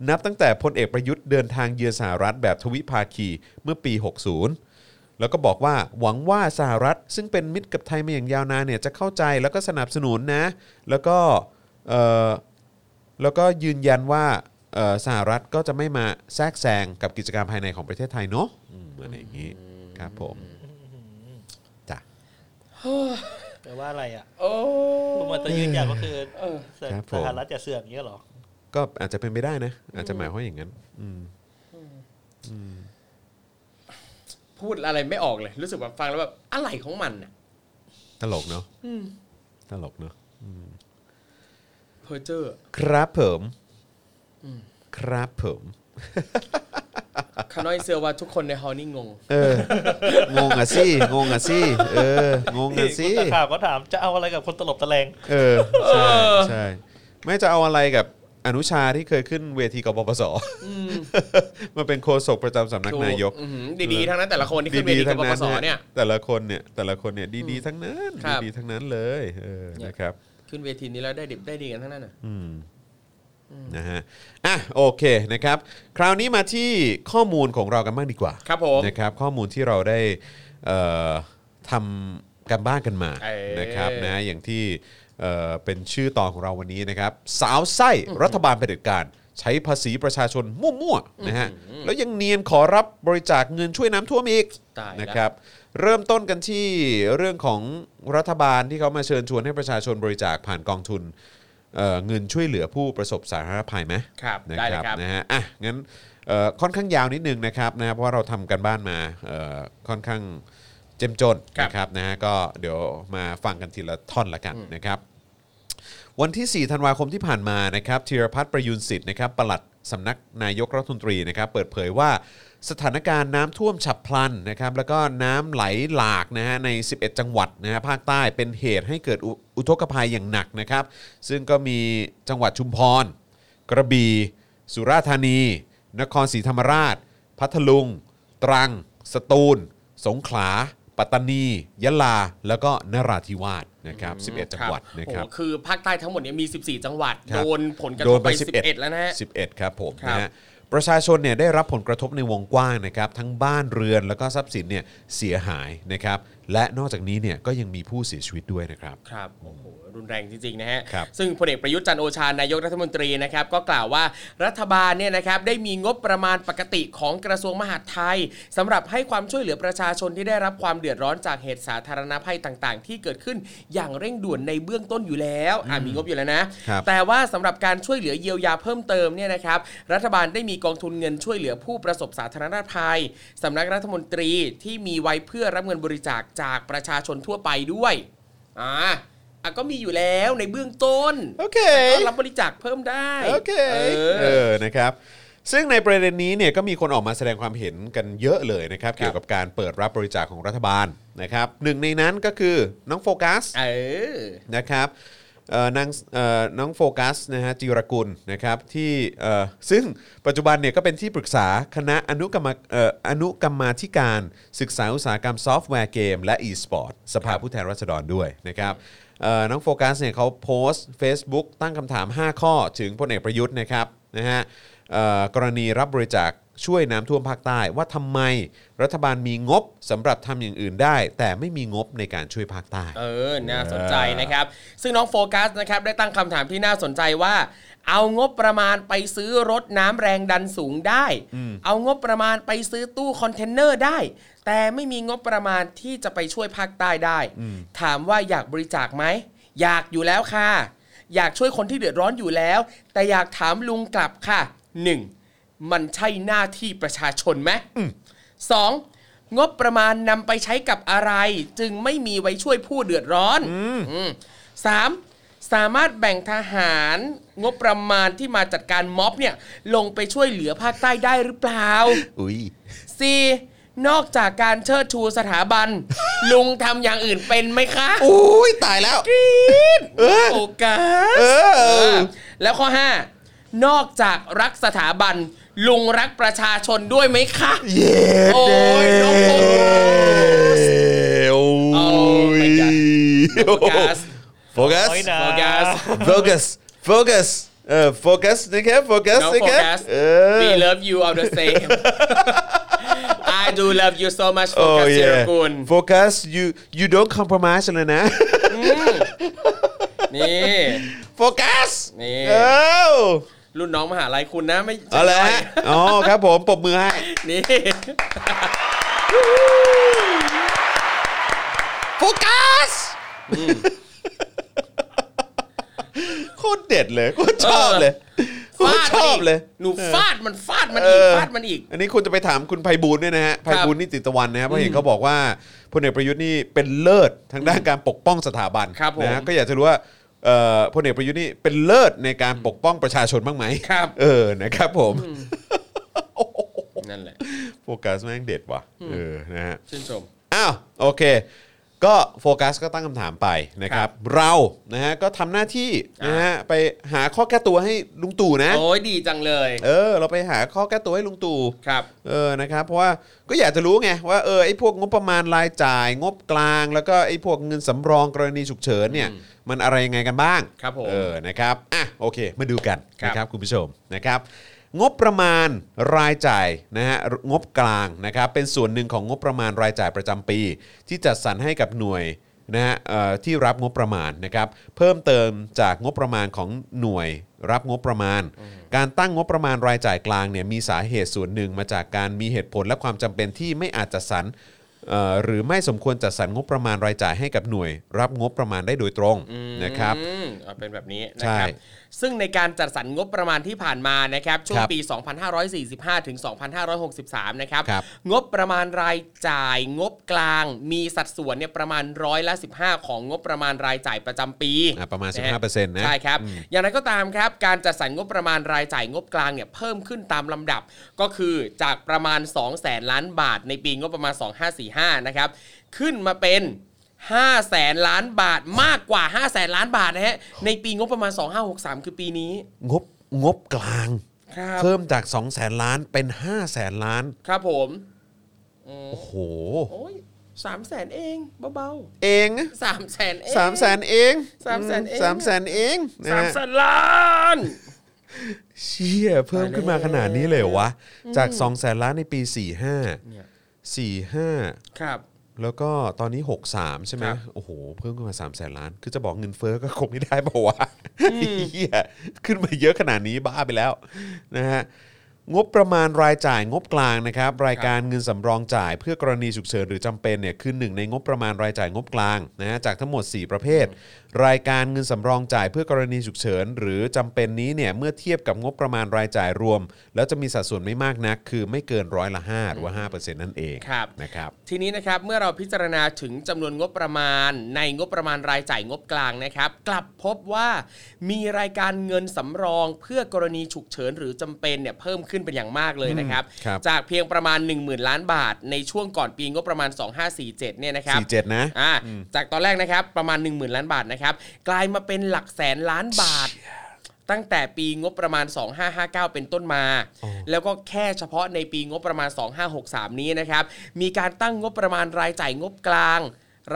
นับตั้งแต่พลเอกประยุทธ์เดินทางเยือนสหรัฐแบบทวิภาคีเมื่อปี 60 แล้วก็บอกว่าหวังว่าสหรัฐซึ่งเป็นมิตรกับไทยมาอย่างยาวนานเนี่ยจะเข้าใจแล้วก็สนับสนุนนะแล้วก็เอ่อแล้วก็ยืนยันว่าเอ่อสหรัฐก็จะไม่มาแทรกแซงกับกิจการภายในของประเทศไทยเนาะอืมอะไรอย่างนี้ครับผม จ้ะ แปลว่าอะไรอ่ะ โอ้ ลงมาจะยืนยันว่าคือ เออ ครับผม สหรัฐจะเสื่อมอย่างเงี้ยเหรอ ก็อาจจะเป็นไปได้นะ อาจจะหมายความอย่างนั้น อืม พูดอะไรไม่ออกเลย รู้สึกแบบฟังแล้วแบบอะไรของมันน่ะ ตลกเนาะตลกเนาะ เพอเจอร์ ครับผมครับผม คานอยเซลว่าทุกคนในฮอลนี่งง เอองงอ่ะสิงงอ่ะสิเอองง นี่ อ่ะสิ คุณตะข่าวก็ถามจะเอาอะไรกับคนตลบตะแลง เออใช่ใช่ไม่จะเอาอะไรกับอนุชาที่เคยขึ้นเวทีกบปสมาเป็นโฆษกประจำสำนักนายก ถูอื้อหือดีๆ ทั้งนั้นแต่ละคนที่ขึ้นเวทีกับปปสเนี่ย แต่ละคนเนี่ย แต่ละคนเนี่ยดีๆทั้งนั้น ครับ ดีๆทั้งนั้นเลยเออนะครับ ขึ้นเวทีนี้แล้วได้ดิบได้ดีกันทั้งนั้นน่ะ อืมนะฮะอ่ะโอเคนะครับ คราวนี้มาที่ข้อมูลของเรากันบ้างดีกว่า ครับผม นะครับข้อมูลที่เราได้เอ่อทำกันบ้านกันมา เอ่ย นะครับนะอย่างที่เอ่อเป็นชื่อตอนของเราวันนี้นะครับ สาวไส้รัฐบาลเผด็จการ ใช้ภาษีประชาชนมั่วๆนะฮะแล้วยังเนียนขอรับบริจาคเงินช่วยน้ำท่วมอีก ตายแล้ว นะครับเริ่มต้นกันที่เรื่องของรัฐบาลที่เขามาเชิญชวนให้ประชาชนบริจาคผ่านกองทุนเอ่อเงินช่วยเหลือผู้ประสบสาธารณภัยไหม ครับ นะ ได้เลยครับ นะฮะอ่ะงั้นเอ่อค่อนข้างยาวนิดนึงนะครับนะเพราะว่าเราทำกันบ้านมาเอ่อค่อนข้างเจ้มจนนะครับนะฮะก็เดี๋ยวมาฟังกันทีละท่อนละกันนะครับ วันที่ 4 ธันวาคมที่ผ่านมานะครับธีรพัฒน์ประยุนสิทธิ์นะครับปลัดสำนักนายกรัฐมนตรีนะครับเปิดเผยว่าสถานการณ์น้ำท่วมฉับพลันนะครับแล้วก็น้ำไหลหลากนะฮะใน 11 จังหวัดนะฮะภาคใต้เป็นเหตุให้เกิดอุอุทกภัยอย่างหนักนะครับ ซึ่งก็มีจังหวัดชุมพร กระบี่สุราษฎร์ธานี นครศรีธรรมราช พัทลุง ตรัง สตูล สงขลา ปัตตานี ยะลา แล้วก็นราธิวาสนะครับ11 จังหวัดนะครับ โอ้คือภาคใต้ทั้งหมดเนี่ยมี 14 จังหวัด ครั โด บ นผลกระ โด ท น บ ไป ไป 11 11 แล้วนะฮะ 11 ครับผม ครับ นะฮะประชาชนเนี่ยได้รับผลกระทบในวงกว้างนะครับ ทั้งบ้านเรือนแล้วก็ทรัพย์สินเนี่ยเสียหายนะครับ และนอกจากนี้เนี่ยก็ยังมีผู้เสียชีวิตด้วยนะครับ ครับโอ้โหรุนแรงจริงๆนะฮะ ครับ ซึ่งพลเอกประยุทธ์จันทร์โอชานายกรัฐมนตรีนะครับ ก็กล่าวว่ารัฐบาลเนี่ยนะครับได้มีงบประมาณปกติของกระทรวงมหาดไทยสำหรับให้ความช่วยเหลือประชาชนที่ได้รับความเดือดร้อนจากเหตุสาธารณภัยต่างๆ ที่เกิดขึ้นอย่างเร่งด่วนในเบื้องต้นอยู่แล้วอ่ะมีงบอยู่แล้วนะ ครับ แต่ว่าสำหรับการช่วยเหลือเยียวยาเพิ่มเติมเนี่ยนะครับรัฐบาลได้มีกองทุนเงินช่วยเหลือผู้ประสบสาธารณภัยสำนักรัฐมนตรีที่มีไว้เพื่อรับเงินบริจาคจากประชาชนทั่วไปด้วย อ่าอ่ะก็มีอยู่แล้วในเบื้องต้น โอเค ก็รับบริจาคเพิ่มได้ โอเค เออ เออ นะครับ ซึ่งในประเด็นนี้เนี่ยก็มีคนออกมาแสดงความเห็นกันเยอะเลยนะครับ เกี่ยวกับการเปิดรับบริจาคของรัฐบาลนะครับหนึ่งในนั้นก็คือน้องโฟกัส เออ นะครับเอ่อนางเอ่อน้องโฟกัสนะฮะจิรกุลนะครับที่เอ่อซึ่งปัจจุบันเนี่ยก็เป็นที่ปรึกษาคณะอนุกรรมเอ่ออนุกรรมาธิการศึกษาอุตสาหกรรมซอฟต์แวร์เกมและ e-sport สภาผู้แทนราษฎรด้วยนะครับเอ่อน้องโฟกัสเนี่ยเขาโพสต์ Facebook ตั้งคำถาม 5 ข้อถึงพลเอกประยุทธ์นะครับนะฮะเอ่อกรณีรับบริจาคช่วยน้ำท่วมภาคใต้ว่าทำไมรัฐบาลมีงบสำหรับทำอย่างอื่นได้ แต่ไม่มีงบในการช่วยภาคใต้ เออ น่าสนใจนะครับ ซึ่งน้องโฟกัสนะครับได้ตั้งคำถามที่น่าสนใจว่า เอางบประมาณไปซื้อรถน้ำแรงดันสูงได้ เอางบประมาณไปซื้อตู้คอนเทนเนอร์ได้ แต่ไม่มีงบประมาณที่จะไปช่วยภาคใต้ได้ ถามว่าอยากบริจาคไหม อยากอยู่แล้วค่ะ อยากช่วยคนที่เดือดร้อนอยู่แล้ว แต่อยากถามลุงกลับค่ะ 1. มันใช่หน้าที่ประชาชนไหม สองงบประมาณนำไปใช้กับอะไร จึงไม่มีไว้ช่วยผู้เดือดร้อนอืมสามสามารถแบ่งทหาร งบประมาณที่มาจัดการม็อบเนี่ยลงไปช่วยเหลือภาคใต้ได้หรือเปล่า อุ้ย 4. นอกจากการเชิดชูสถาบัน ลุงทำอย่างอื่นเป็นไหมคะ อุ้ยตายแล้ว เออ โอกาส เออ แล้วข้อ 5 นอกจากรักสถาบัน ลุงรักประชาชนด้วยไหมคะ เย้ โอ้ยน้องโฟกัส โอ้ย my God โอกาส โฟกัส น้อยนะ โฟกัส โฟกัส โฟกัส เออ โฟกัสนะครับโฟกัส น้อง นะ โฟ ครับ กัส เออ we love you all the same I do love you so much โฟกัส Oh, จิร yeah. กุล Focus you you don't compromise เลยนะ นี่ Focus นี่ เอ้า รุ่นน้องมหาลัยคุณนะไม่ เอาละฮะอ๋อครับผมปรบมือให้ นี่ โฟกัสโคตรเด็ดเลยโคตรชอบเลยโค ฟา ตรชดมัน อบ ก เลย หนูฟาดมันฟาดมัน เอ อีก อ ฟาดมันอีก อันนี้คุณจะไปถามคุณไพบูลย์เนี่ยนะฮะไพบูลย์นิติตะวันนะครับเพราะเห็นเขาบอกว่าพลเอกประยุทธ์นี่เป็นเลิศทางด้านการปกป้องสถาบัน ครับผม นะฮะก็อยากจะรู้ว่าเอ่อพลเอกประยุทธ์นี่เป็นเลิศในการปกป้องประชาชนบ้างไหม ครับ เออนะครับผม นั่นแหละ โฟกัสแม่งเด็ดว่ะเออนะฮะ ชื่นชม อ้าวโอเค ก็โฟกัสก็ตั้งคำถามไปนะครับ เรานะฮะก็ทำหน้าที่นะฮะไปหาข้อแก้ตัวให้ลุงตู่นะ โอ้ยดีจังเลย เออ เราไปหาข้อแก้ตัวให้ลุงตู่ ครับ เออนะครับ เพราะว่าก็อยากจะรู้ไงว่าเออไอ้พวกงบประมาณรายจ่าย งบกลาง แล้วก็ไอ้พวกเงินสำรองกรณีฉุกเฉินเนี่ยมันอะไรยังไงกันบ้าง ครับผม เออนะครับอ่ะโอเค มาดูกัน ครับ นะครับคุณผู้ชมนะครับ งบประมาณรายจ่ายนะฮะงบกลางนะครับเป็นส่วนหนึ่งของงบประมาณรายจ่ายประจำปี ที่จัดสรรให้กับหน่วยนะฮะเอ่อที่รับงบประมาณนะครับเพิ่มเติมจากงบประมาณของหน่วยรับงบประมาณ การตั้งงบประมาณรายจ่ายกลางเนี่ยมีสาเหตุส่วนหนึ่งมาจากการมีเหตุผลและความจำเป็นที่ไม่อาจจัดสรร เอ่อหรือไม่สมควรจัดสรรงบประมาณรายจ่ายให้กับหน่วย รับงบประมาณได้โดยตรงนะครับ อืมเอาเป็นแบบนี้ ใช่ นะครับ ซึ่งในการจัดสรรงบประมาณที่ผ่านมานะครับ ช่ว ค ง รับ ปี 2545 ถึง 2563 นะครับ ครับ งบประมาณรายจ่ายงบกลาง มีสัดส่วนเนี่ยประมาณร้อยละ 15 ของงบประมาณรายจ่ายประจำปี อ่ะประมาณ ฮ 15%นะ ใช่ครับ อย่างไรก็ตามครับ การจัดสรรงบประมาณรายจ่ายงบกลางเนี่ยเพิ่มขึ้นตามลำดับ ก็คือจากประมาณ 2 0 0แสนล้านบาท ในปีงบประมาณ 2545 นะครับ ขึ้นมาเป็น 5 แสนล้านบาทมากกว่า 5 แสนล้านบาทนะฮะ ในปีงบประมาณ 2563 คือปีนี้ งบงบกลาง ครับ เพิ่มจาก 2 0 0แสนล้านเป็น 5 0 0แสนล้าน ครับผม โอ้โห โอ้ยสามแสนเอง เบา เอง ๆสามแสนเอง สามแสนเอง สามแสนเอง สามแสนเองนะ สาม ฮะ แสนล้าน เชี่ยเพิ่มขึ้นมาขนาดนี้เลยเหรอวะ จาก 2 0 0แสนล้านในปี 45 เนี่ย 45 ครับ แล้วก็ตอนนี้ 63 ใช่ไหม ครับ โอ้โห เพิ่มขึ้นมา3 0 0 0 0 ล้าน คือจะบอกเงินเฟ้อก็คงไม่ได้ปะวะเฮียขึ้นมาเยอะขนาดนี้บ้าไปแล้วนะฮะงบประมาณรายจ่ายงบกลางนะครับรายการเงินสำรองจ่ายเพื่อกรณีฉุกเฉินหรือจำเป็นเนี่ยคือหนึ่งในงบประมาณรายจ่ายงบกลางนะฮะจากทั้งหมด 4 ประเภท รายการเงินสำรองจ่ายเพื่อกรณีฉุกเฉินหรือจำเป็นนี้เนี่ยเมื่อเทียบกับงบประมาณรายจ่ายรวม แล้วจะมีสัดส่วนไม่มากนัก คือไม่เกินร้อยละห้าหรือว่า5%นั่นเอง ครับ นะครับ ทีนี้นะครับเมื่อเราพิจารณาถึงจำนวนงบประมาณ ในงบประมาณรายจ่ายงบกลางนะครับ กลับพบว่ามีรายการเงินสำรองเพื่อกรณีฉุกเฉินหรือจำเป็นเนี่ยเพิ่มขึ้นเป็นอย่างมากเลยนะครับ ครับ จากเพียงประมาณ 1 0,000 ล้านบาท ในช่วงก่อนปีงบประมาณ 2547เนี่ยนะครับ 47 นะ อ่าจากตอนแรกนะครับประมาณ 1 0,000 ล้านบาทนะครับ กลายมาเป็นหลักแสนล้านบาท ตั้งแต่ปีงบประมาณ 2559 เป็นต้นมา แล้วก็แค่เฉพาะในปีงบประมาณ 2563 นี้นะครับ มีการตั้งงบประมาณรายจ่ายงบกลาง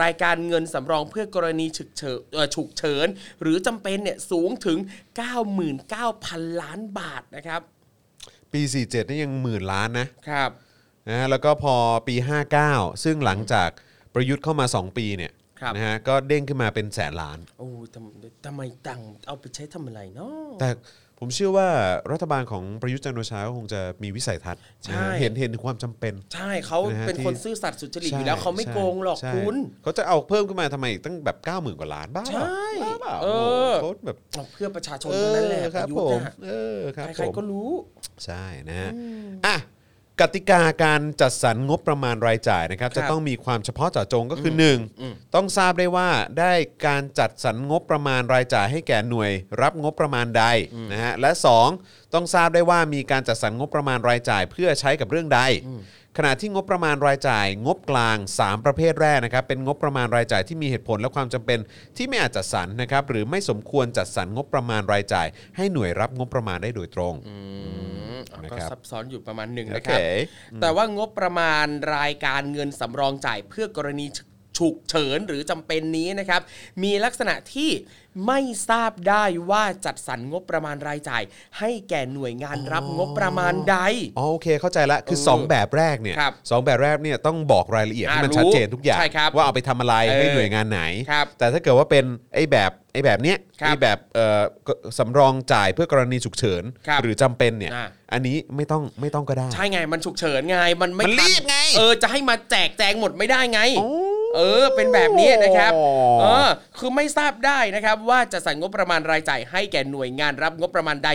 รายการเงินสำรองเพื่อกรณีฉุกเฉินเอ่อฉุกเฉิน หรือจำเป็นเนี่ยสูงถึง 99,000 ล้านบาทนะครับ ปี 47 นี่ยังหมื่นล้านนะครับ นะแล้วก็พอปี 59 ซึ่งหลังจากประยุทธ์เข้ามา 2 ปีเนี่ย ครับ นะฮะก็เด้งขึ้นมาเป็นแสนล้าน โอ้ทำทำไมตังค์เอาไปใช้ทำอะไรเนาะ แต่ผมเชื่อว่ารัฐบาลของประยุทธ์จันทร์โอชาก็คงจะมีวิสัยทัศน์ ใช่ นะฮะเห็นเห็นถึงความจำเป็น ใช่เขา นะฮะ เป็น ที่ คนซื่อสัตย์สุจริต ใช่ อยู่แล้วเขาไม่ ใช่ โกงหรอก ใช่ คุณ เขาจะเอาเพิ่มขึ้นมาทำไมอีกตั้งแบบ 9 0,000 กว่าล้านบ้า ใช่ บ้าเปล่า เอ โอ้โห อ เขาแบบ เพื่อประชาชน เอ เท่านั้น อ แหละป ครั ระ บ ยุท ผ ธ์ ม น่ะ เออครับ ใคร ผม ๆก็รู้ ใช่นะฮะอ่ะกติกาการจัดสรรงบประมาณรายจ่ายนะครับ ครับ จะต้องมีความเฉพาะเจาะจงก็คืออหนึ่งต้องทราบได้ว่าได้การจัดสรรงบประมาณรายจ่ายให้แก่หน่วย รับงบประมาณใดนะฮะและสองต้องทราบได้ว่ามีการจัดสรรงบประมาณรายจ่ายเพื่อใช้กับเรื่องใด ขณะที่งบประมาณรายจ่าย งบกลาง 3 ประเภทแรกนะครับ เป็นงบประมาณรายจ่ายที่มีเหตุผลและความจำเป็นที่ไม่อาจจัดสรรนะครับ หรือไม่สมควรจัดสรรงบประมาณรายจ่าย ให้หน่วยรับงบประมาณได้โดยตรง อ่ะ นะ ก็ ครับ ซับซ้อนอยู่ประมาณหนึ่ง โอ นะค เค รับ แต่ว่างบประมาณรายการเงินสำรองจ่ายเพื่อกรณีฉุกเฉินหรือจำเป็นนี้นะครับ มีลักษณะที่ไม่ทราบได้ว่าจัดสรรงบประมาณรายจ่าย ให้แก่หน่วยงานรับงบประมาณใด อ๋อโอเคเข้าใจละคือ เออ 2 แบบแรกเนี่ย ครับ สองแบบแรกเนี่ยต้องบอกรายละเอียด อ่า ให้มัน รู้ ชัดเจนทุกอย่าง ใช่ครับ ว่าเอาไปทำอะไร เออ ให้หน่วยงานไหน ครับ แต่ถ้าเกิดว่าเป็นไอ้แบบไอ้แบบเนี้ย ครับ ไอ้แบบเอ่อสำรองจ่ายเพื่อกรณีฉุกเฉิน ครับ หรือจำเป็นเนี่ย อ่า อันนี้ไม่ต้องไม่ต้องก็ได้ ใช่ไงมันฉุกเฉินไงมันไม่ มันรีบไง เออจะให้มาแจกแจงหมดไม่ได้ไง เออ เป็นแบบนี้นะครับเออคือไม่ทราบได้นะครับว่าจะสั่งงบประมาณรายจ่ายให้แก่หน่วยงานรับงบประมาณใด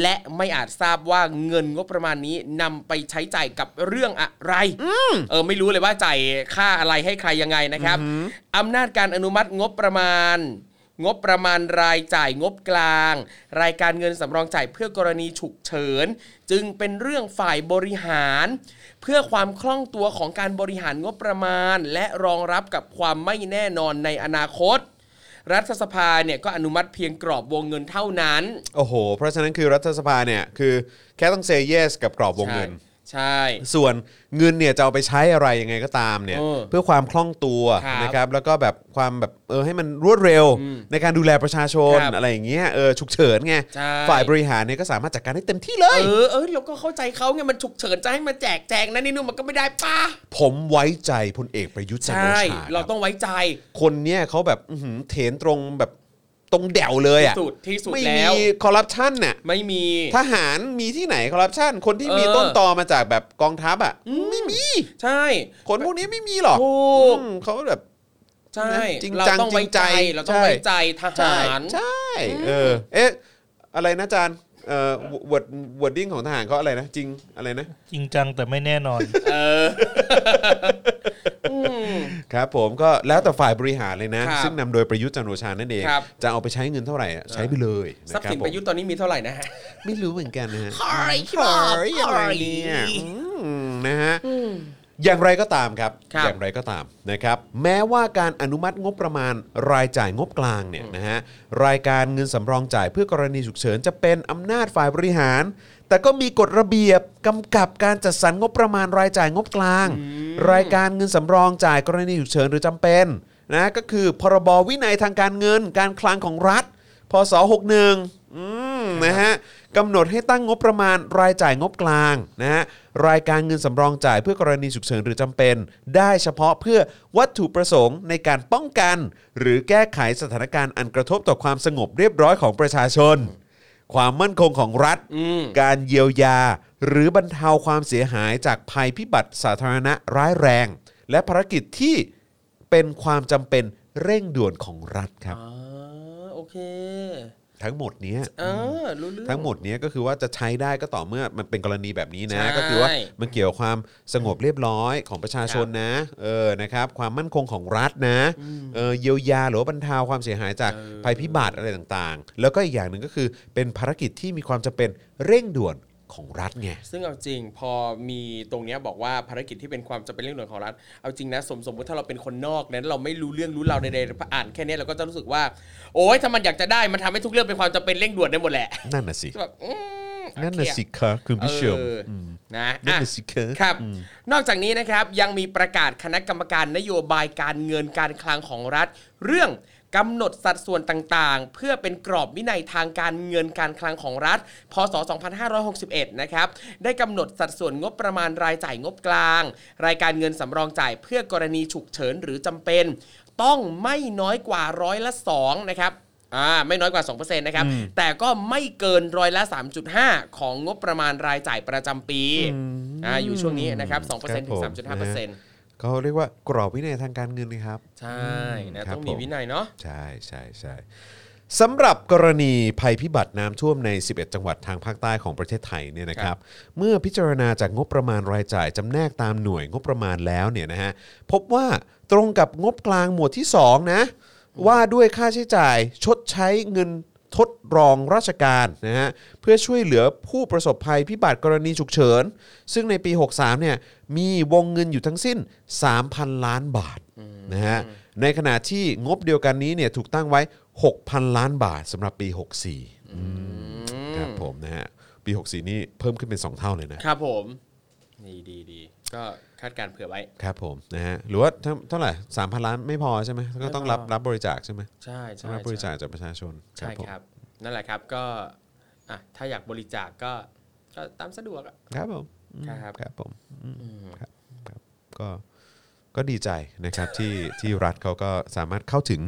และไม่อาจทราบว่าเงินงบประมาณนี้นำไปใช้จ่ายกับเรื่องอะไรเออไม่รู้เลยว่าจ่ายค่าอะไรให้ใครยังไงนะครับอำนาจการอนุมัติงบประมาณ งบประมาณรายจ่ายงบกลาง รายการเงินสำรองจ่ายเพื่อกรณีฉุกเฉิน จึงเป็นเรื่องฝ่ายบริหาร เพื่อความคล่องตัวของการบริหารงบประมาณ และรองรับกับความไม่แน่นอนในอนาคต รัฐสภาเนี่ยก็อนุมัติเพียงกรอบวงเงินเท่านั้น โอ้โห เพราะฉะนั้นคือรัฐสภาเนี่ยคือแค่ต้องเซ y y เยสกับกรอบวงเงิน ใช่ ส่วนเงินเนี่ยจะเอาไปใช้อะไรยังไงก็ตามเนี่ย เออ เพื่อความคล่องตัว ครับ นะครับแล้วก็แบบความแบบเออให้มันรวดเร็ว ในการดูแลประชาชน ครับ อะไรอย่างเงี้ยเออฉุกเฉินไง ใช่ ฝ่ายบริหารเนี่ยก็สามารถจัดการได้เต็มที่เลย เออเออเราก็เข้าใจเขาไงมันฉุกเฉินจะให้มาแจกแจงนั่นนี่นู่นมันก็ไม่ได้ป้า ผมไว้ใจพลเอกประยุทธ์จันทร์โอ ใช่ ชา เรา ครัต้บ องไว้ใจ คนเนี่ยเขาแบบอื้อหือเถนตรงแบบตรงแดวเลย ที่ อ่ะ สุดที่สุด ไม่ แล้ มี ว คอร์รัปชันน่ะ ไม่มี ทหารมีที่ไหนคอร์รัปชันคนที่มี เออ ต้นตอมาจากแบบกองทัพอ่ะไม่มี ใช่ คนพวกนี้ไม่มีหรอก ถูก อืมเขาแบบ ใช่ นะจริง เรา จัง ต้องไว้ จริงใจ ใจเราต้อง ใช่ ไว้ใจท ใช่ หาร ใช่ เออ เอ๊ะ อะไรนะอาจารย์เอ่อวอร์ดวอร์ดดิ้งของทหารเขาอะไรนะ จริงอะไรนะ จริงจังแต่ไม่แน่นอน เออ ครับผมก็แล้วแต่ฝ่ายบริหารเลยนะ ครับ ซึ่งนำโดยประยุทธ์จันทร์โอชานั่นเอง ครับ จะเอาไปใช้เงินเท่าไหร่อะใช้ไปเลย ทรัพย์สิน คบผม ประยุทธ์ตอนนี้มีเท่าไหร่นะฮะ ไม่รู้เหมือนกันนะฮะ ขอย ขอย ข อะ อย ไรเนี่ยอืมนะฮะ อย่างไรก็ตามครับ ครับ อย่างไรก็ตามนะครับ แม้ว่าการอนุมัติงบประมาณรายจ่ายงบกลางเนี่ยนะฮะรายการเงินสำรองจ่ายเพื่อกรณีฉุกเฉินจะเป็นอำนาจฝ่ายบริหาร แต่ก็มีกฎระเบียบกำกับการจัดสรรงบประมาณรายจ่ายงบกลาง รายการเงินสำรองจ่ายกรณีฉุกเฉินหรือจำเป็นนะก็คือพรบวินัยทางการเงิน การคลังของรัฐ พศ61อืมนะฮะ กำหนดให้ตั้งงบประมาณรายจ่ายงบกลางนะฮะรายการเงินสำรองจ่ายเพื่อกรณีฉุกเฉินหรือจำเป็น ได้เฉพาะเพื่อวัตถุประสงค์ในการป้องกัน หรือแก้ไขสถานการณ์อันกระทบต่อความสงบเรียบร้อยของประชาชน ความมั่นคงของรัฐ การเยียวยา หรือบรรเทาความเสียหายจากภัยพิบัติสาธารณะร้ายแรง และภารกิจที่เป็นความจำเป็นเร่งด่วนของรัฐครับ อ๋อโอเค ทั้งหมดเนี้ย เออรู้เรื่อง ทั้งหมดเนี้ยก็คือว่าจะใช้ได้ก็ต่อเมื่อมันเป็นกรณีแบบนี้นะ ใช่ ก็คือว่ามันเกี่ยวกับความสงบเรียบร้อยของประชาชนนะเออนะครับความมั่นคงของรัฐนะเออเยียวยาหรือว่าบรรเทาความเสียหายจาก เออ ภัยพิบัติอะไรต่างๆ แล้วก็อีกอย่างหนึ่งก็คือเป็นภารกิจที่มีความจำเป็นเร่งด่วนของรัฐไง ซึ่งเอาจริงพอมีตรงเนี้ยบอกว่าภารกิจที่เป็นความจำเป็นเรื่องหน่วยของรัฐเอาจริงนะสมสมมติถ้าเราเป็นคนนอกนั้นเราไม่รู้เรื่องรู้ราวใดๆอ่านแค่เนี้ยเราก็จะรู้สึกว่า โอ๊ยถ้ามันอยากจะได้มันทำให้ทุกเรื่องเป็นความจำเป็นเร่งด่วนได้หมดแหละ นั่นน่ะสิ แบบอืม นั่นน่ะ โอเค สิคะคุณ เอ ผู้ชม ออนะ นั่น อ่ะ น่ะสิคะ ครับ นอกจากนี้นะครับยังมีประกาศคณะกรรมการนโยบายการเงินการคลังของรัฐ เรื่องกำหนดสัดส่วนต่างๆ เพื่อเป็นกรอบวินัยทางการเงินการคลังของรัฐ พศ 2561 นะครับ ได้กำหนดสัดส่วนงบประมาณรายจ่ายงบกลาง รายการเงินสำรองจ่ายเพื่อกรณีฉุกเฉินหรือจำเป็น ต้องไม่น้อยกว่าร้อยละ2นะครับ อ่าไม่น้อยกว่า 2%นะครับ แต่ก็ไม่เกินร้อยละ 3.5 ของงบประมาณรายจ่ายประจำปีอ่าอยู่ช่วงนี้นะครับ 2%ถึง 3.5% เขาเรียกว่ากรอบวินัยทางการเงินนะครับ ใช่นะ ครับ ต้องมี ผม วินัยเนาะ ใช่ใช่ใช่สำหรับกรณีภัยพิบัติน้ำท่วมใน 11 จังหวัดทางภาคใต้ของประเทศไทยเนี่ยนะครับ เมื่อพิจารณาจากงบประมาณรายจ่ายจำแนกตามหน่วยงบประมาณแล้วเนี่ยนะฮะพบว่าตรงกับงบกลางหมวดที่ 2 นะ ว่าด้วยค่าใช้จ่ายชดใช้เงินทดรองราชการนะฮะเพื่อช่วยเหลือผู้ประสบภัยพิบัติกรณีฉุกเฉิน ซึ่งในปี 63เนี่ยมีวงเงินอยู่ทั้งสิ้น 3,000 ล้านบาทนะฮะ ในขณะที่งบเดียวกันนี้เนี่ยถูกตั้งไว้ 6,000 ล้านบาทสำหรับปี 64อืมครับผมนะฮะปี 64 นี่เพิ่มขึ้นเป็น 2 เท่าเลยนะครับ ผม ดีดีดีก็คาดการณ์เผื่อไว้ ครับผมนะฮะหรือว่าเท่าเท่าไหร่ 3,000 ล้านไม่พอใช่ไหมก็ต้องรับรับบริจาคใช่ไหม ใช่ใช่ สำหรับบริจา ใช่ คจากประชาชน ใช่ ผม ครับ นั่นแหละครับก็อ่ะถ้าอยากบริจาคก็ก็ตามสะดวกอะ ครับผมอืม ครับ ครับผมอืมครับครับก็ก็ดีใจนะครับที่ที่รัฐเขาก็สามารถเข้าถึง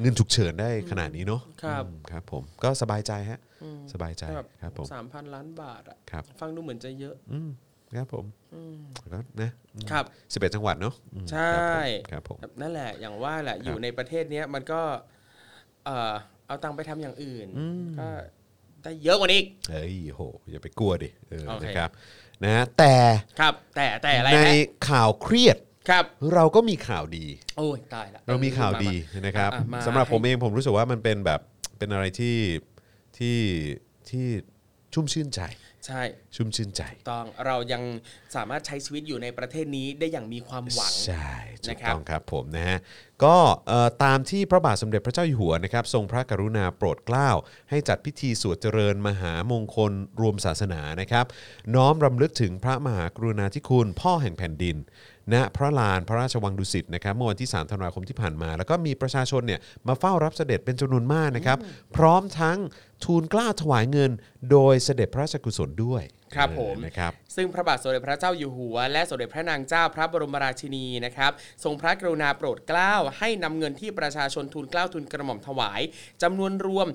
เงินฉุกเฉินได้ขนาดนี้เนาะ ครับ อืมครับผมก็สบายใจฮะสบายใจ แบบ ครับผม สามพันล้านบาทอะ ครับ ฟังดูเหมือนจะเยอะ อืมครับผมแล้วนะครับ สิบเอ็ดจังหวัดเนาะอืม ใช่ ครับผม ครับนั่นแหละอย่างว่าแหละอยู่ในประเทศเนี้ยมันก็ เอ่อเอาตังค์ไปทำอย่างอื่น ก็ได้เยอะกว่านี้อีก เฮ้ยโหอย่าไปกลัวดิเออ โอเค นะครับนะฮะแต่ ครับ แต่แต่อะไร ใน ฮะ ข่าวเครียด ครับ เราก็มีข่าวดี โอ้ยตายละ เรามีข่าวดีนะครับ อ่ะมา สำหรับ ให้ ผมเองผมรู้สึกว่ามันเป็นแบบเป็นอะไรที่ที่ที่ชุ่มชื่นใจ ใช่ ชุ่มชื่นใจ ต้องเรายังสามารถใช้ชีวิตอยู่ในประเทศนี้ได้อย่างมีความหวัง ใช่ถูก นะครับ ต้องครับผมนะฮะก็เอ่อตามที่พระบาทสมเด็จพระเจ้าอยู่หัวนะครับ ทรงพระกรุณาโปรดเกล้า ให้จัดพิธีสวดเจริญมหามงคลรวมศาสนานะครับ น้อมรำลึกถึงพระมหากรุณาธิคุณ พ่อแห่งแผ่นดินณพระลานพระราชวังดุสิตนะครับเมื่อวันที่ 3 ธันวาคมที่ผ่านมา แล้วก็มีประชาชนเนี่ยมาเฝ้ารับเสด็จเป็นจำนวนมากนะครับ พร้อมทั้งทูลเกล้าถวายเงิน โดยเสด็จพระราชกุศลด้วย ครับผม เออนะครับ ซึ่งพระบาทสมเด็จพระเจ้าอยู่หัว และสมเด็จพระนางเจ้าพระบรมราชินีนะครับ ทรงพระกรุณาโปรดเกล้า ให้นำเงินที่ประชาชนทุนเกล้าทุนกระหม่อมถวายจำนวนรวม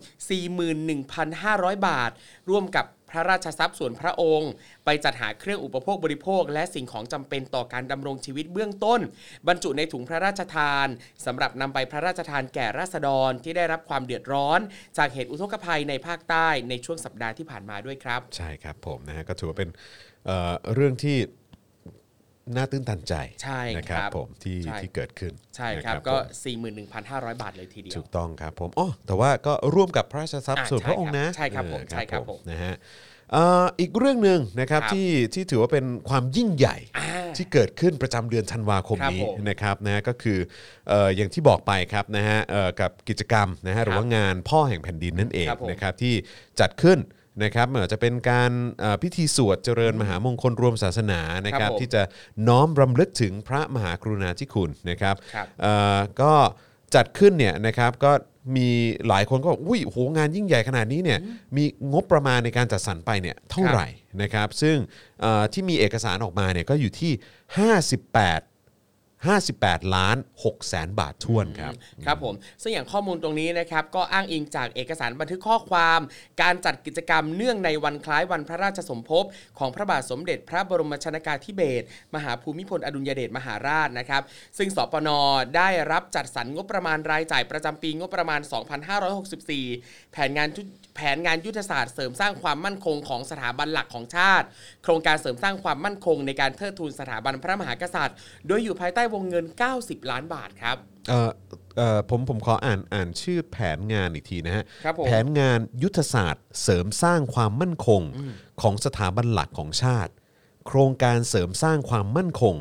41,500 บาท ร่วมกับพระราชทรัพย์ส่วนพระองค์ ไปจัดหาเครื่องอุปโภคบริโภค และสิ่งของจำเป็นต่อการดำรงชีวิตเบื้องต้น บรรจุในถุงพระราชทานสำหรับนำไปพระราชทานแก่ราษฎรที่ได้รับความเดือดร้อน จากเหตุอุทกภัยในภาคใต้ในช่วงสัปดาห์ที่ผ่านมาด้วยครับ ใช่ครับผมนะฮะก็ถือว่าเป็นเอ่อเรื่องที่น่าตื้นตันใจ ใช่ นะค ครั รับบ ผมที่ ใช่ ที่เกิดขึ้น ใช่ นะครับ ก็ ผม 41,500 บาทเลยทีเดีย ถู ว กต้องครับผมอ๋อแต่ว่าก็ร่วมกับพระราชทรัพย์ อ่า ส่วนพระองค์นะ ใช่ครับผม เออ ใช่ครับผม นะฮะเอ่ออีกเรื่องหนึ่งนะครับ ครับ ที่ที่ถือว่าเป็นความยิ่งใหญ่ อ่า ที่เกิดขึ้นประจำเดือนธันวาคม ครับ นี้ ผม นะครับนะฮะก็คือเอ่ออย่างที่บอกไปครับนะฮะเอ่อกับกิจกรรมนะฮะหรือว่างานพ่อแห่งแผ่นดินนั่นเอง ครับผม นะครับ นะครับที่จัดขึ้นนะครับไม่ว่าจะเป็นการเอ่อพิธีสวดเจริญมหามงคลรวมศาสนานะครับ ครับผม ที่จะน้อมรำลึกถึงพระมหากรุณาธิคุณนะครับ ครับ เอ่อก็จัดขึ้นเนี่ยนะครับก็ มีหลายคนก็บอกอุ้ยโหงานยิ่งใหญ่ขนาดนี้เนี่ยมีงบประมาณในการจัดสรรไปเนี่ยเท่าไหร่นะครับ ซึ่งเอ่อที่มีเอกสารออกมาเนี่ยก็อยู่ที่ 58 58 ล้าน6แสนบาทท้วนครับ ครับผมซึ่งอย่างข้อมูลตรงนี้นะครับก็อ้างอิงจากเอกสารบันทึกข้อความ การจัดกิจกรรมเนื่องในวันคล้ายวันพระราชสมภพ ของพระบาทสมเด็จพระบรมชนากาธิเบศรมหาภูมิพลอดุลยเดชมหาราชนะครับซึ่งสปนได้รับจัดสรรงบประมาณรายจ่ายประจำปีงบประมาณ 2564 แผนงานทุแผนงานยุทธศาสตร์เสริมสร้างความมั่นคงของสถาบันหลักของชาติ โครงการเสริมสร้างความมั่นคงในการเทิดทูนสถาบันพระมหากษัตริย์ โดยอยู่ภายใต้วงเงิน 90 ล้านบาทครับ เอ่อเอ่อผมผมขออ่านอ่านชื่อแผนงานอีกทีนะฮะ ครับผม แผนงานยุทธศาสตร์ เสริมสร้างความมั่นคงของสถาบันหลักของชาติ โครงการเสริมสร้างความมั่นคง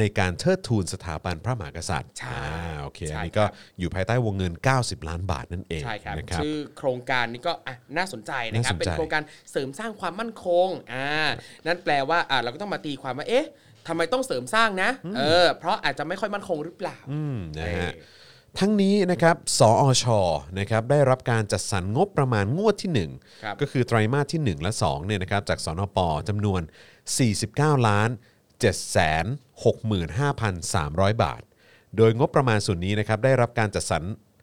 ในการเทิดทูนสถาบันพระมหากษัตริย์ ใช่ อ่าโอเค ใช่ อันนี้ ครั ก็ บ อยู่ภายใต้วงเงิน 90 ล้านบาทนั่นเอง ใช่ครับ นะครับ ชื่อโครงการนี้ก็อ่ะน่าสนใจนะครับ น่าสนใจ เป็นโครงการเสริมสร้างความมั่นคงอ่านั่นแปลว่าอ่ะเราก็ต้องมาตีความว่าเอ๊ะทำไมต้องเสริมสร้างนะ เออ เพราะอาจจะไม่ค่อยมั่นคงหรือเปล่า อืมนะฮะ เออ ทั้งนี้นะครับสออชนะครับได้รับการจัดสรรงบประมาณงวดที่หนึ่ง ครับ ก็คือไตรมาสที่ 1 และ2เนี่ยนะครับจากสนปจำนวน 49 ล้าน 765,300 บาท โดยงบประมาณส่วนนี้นะครับได้รับการจัดสรร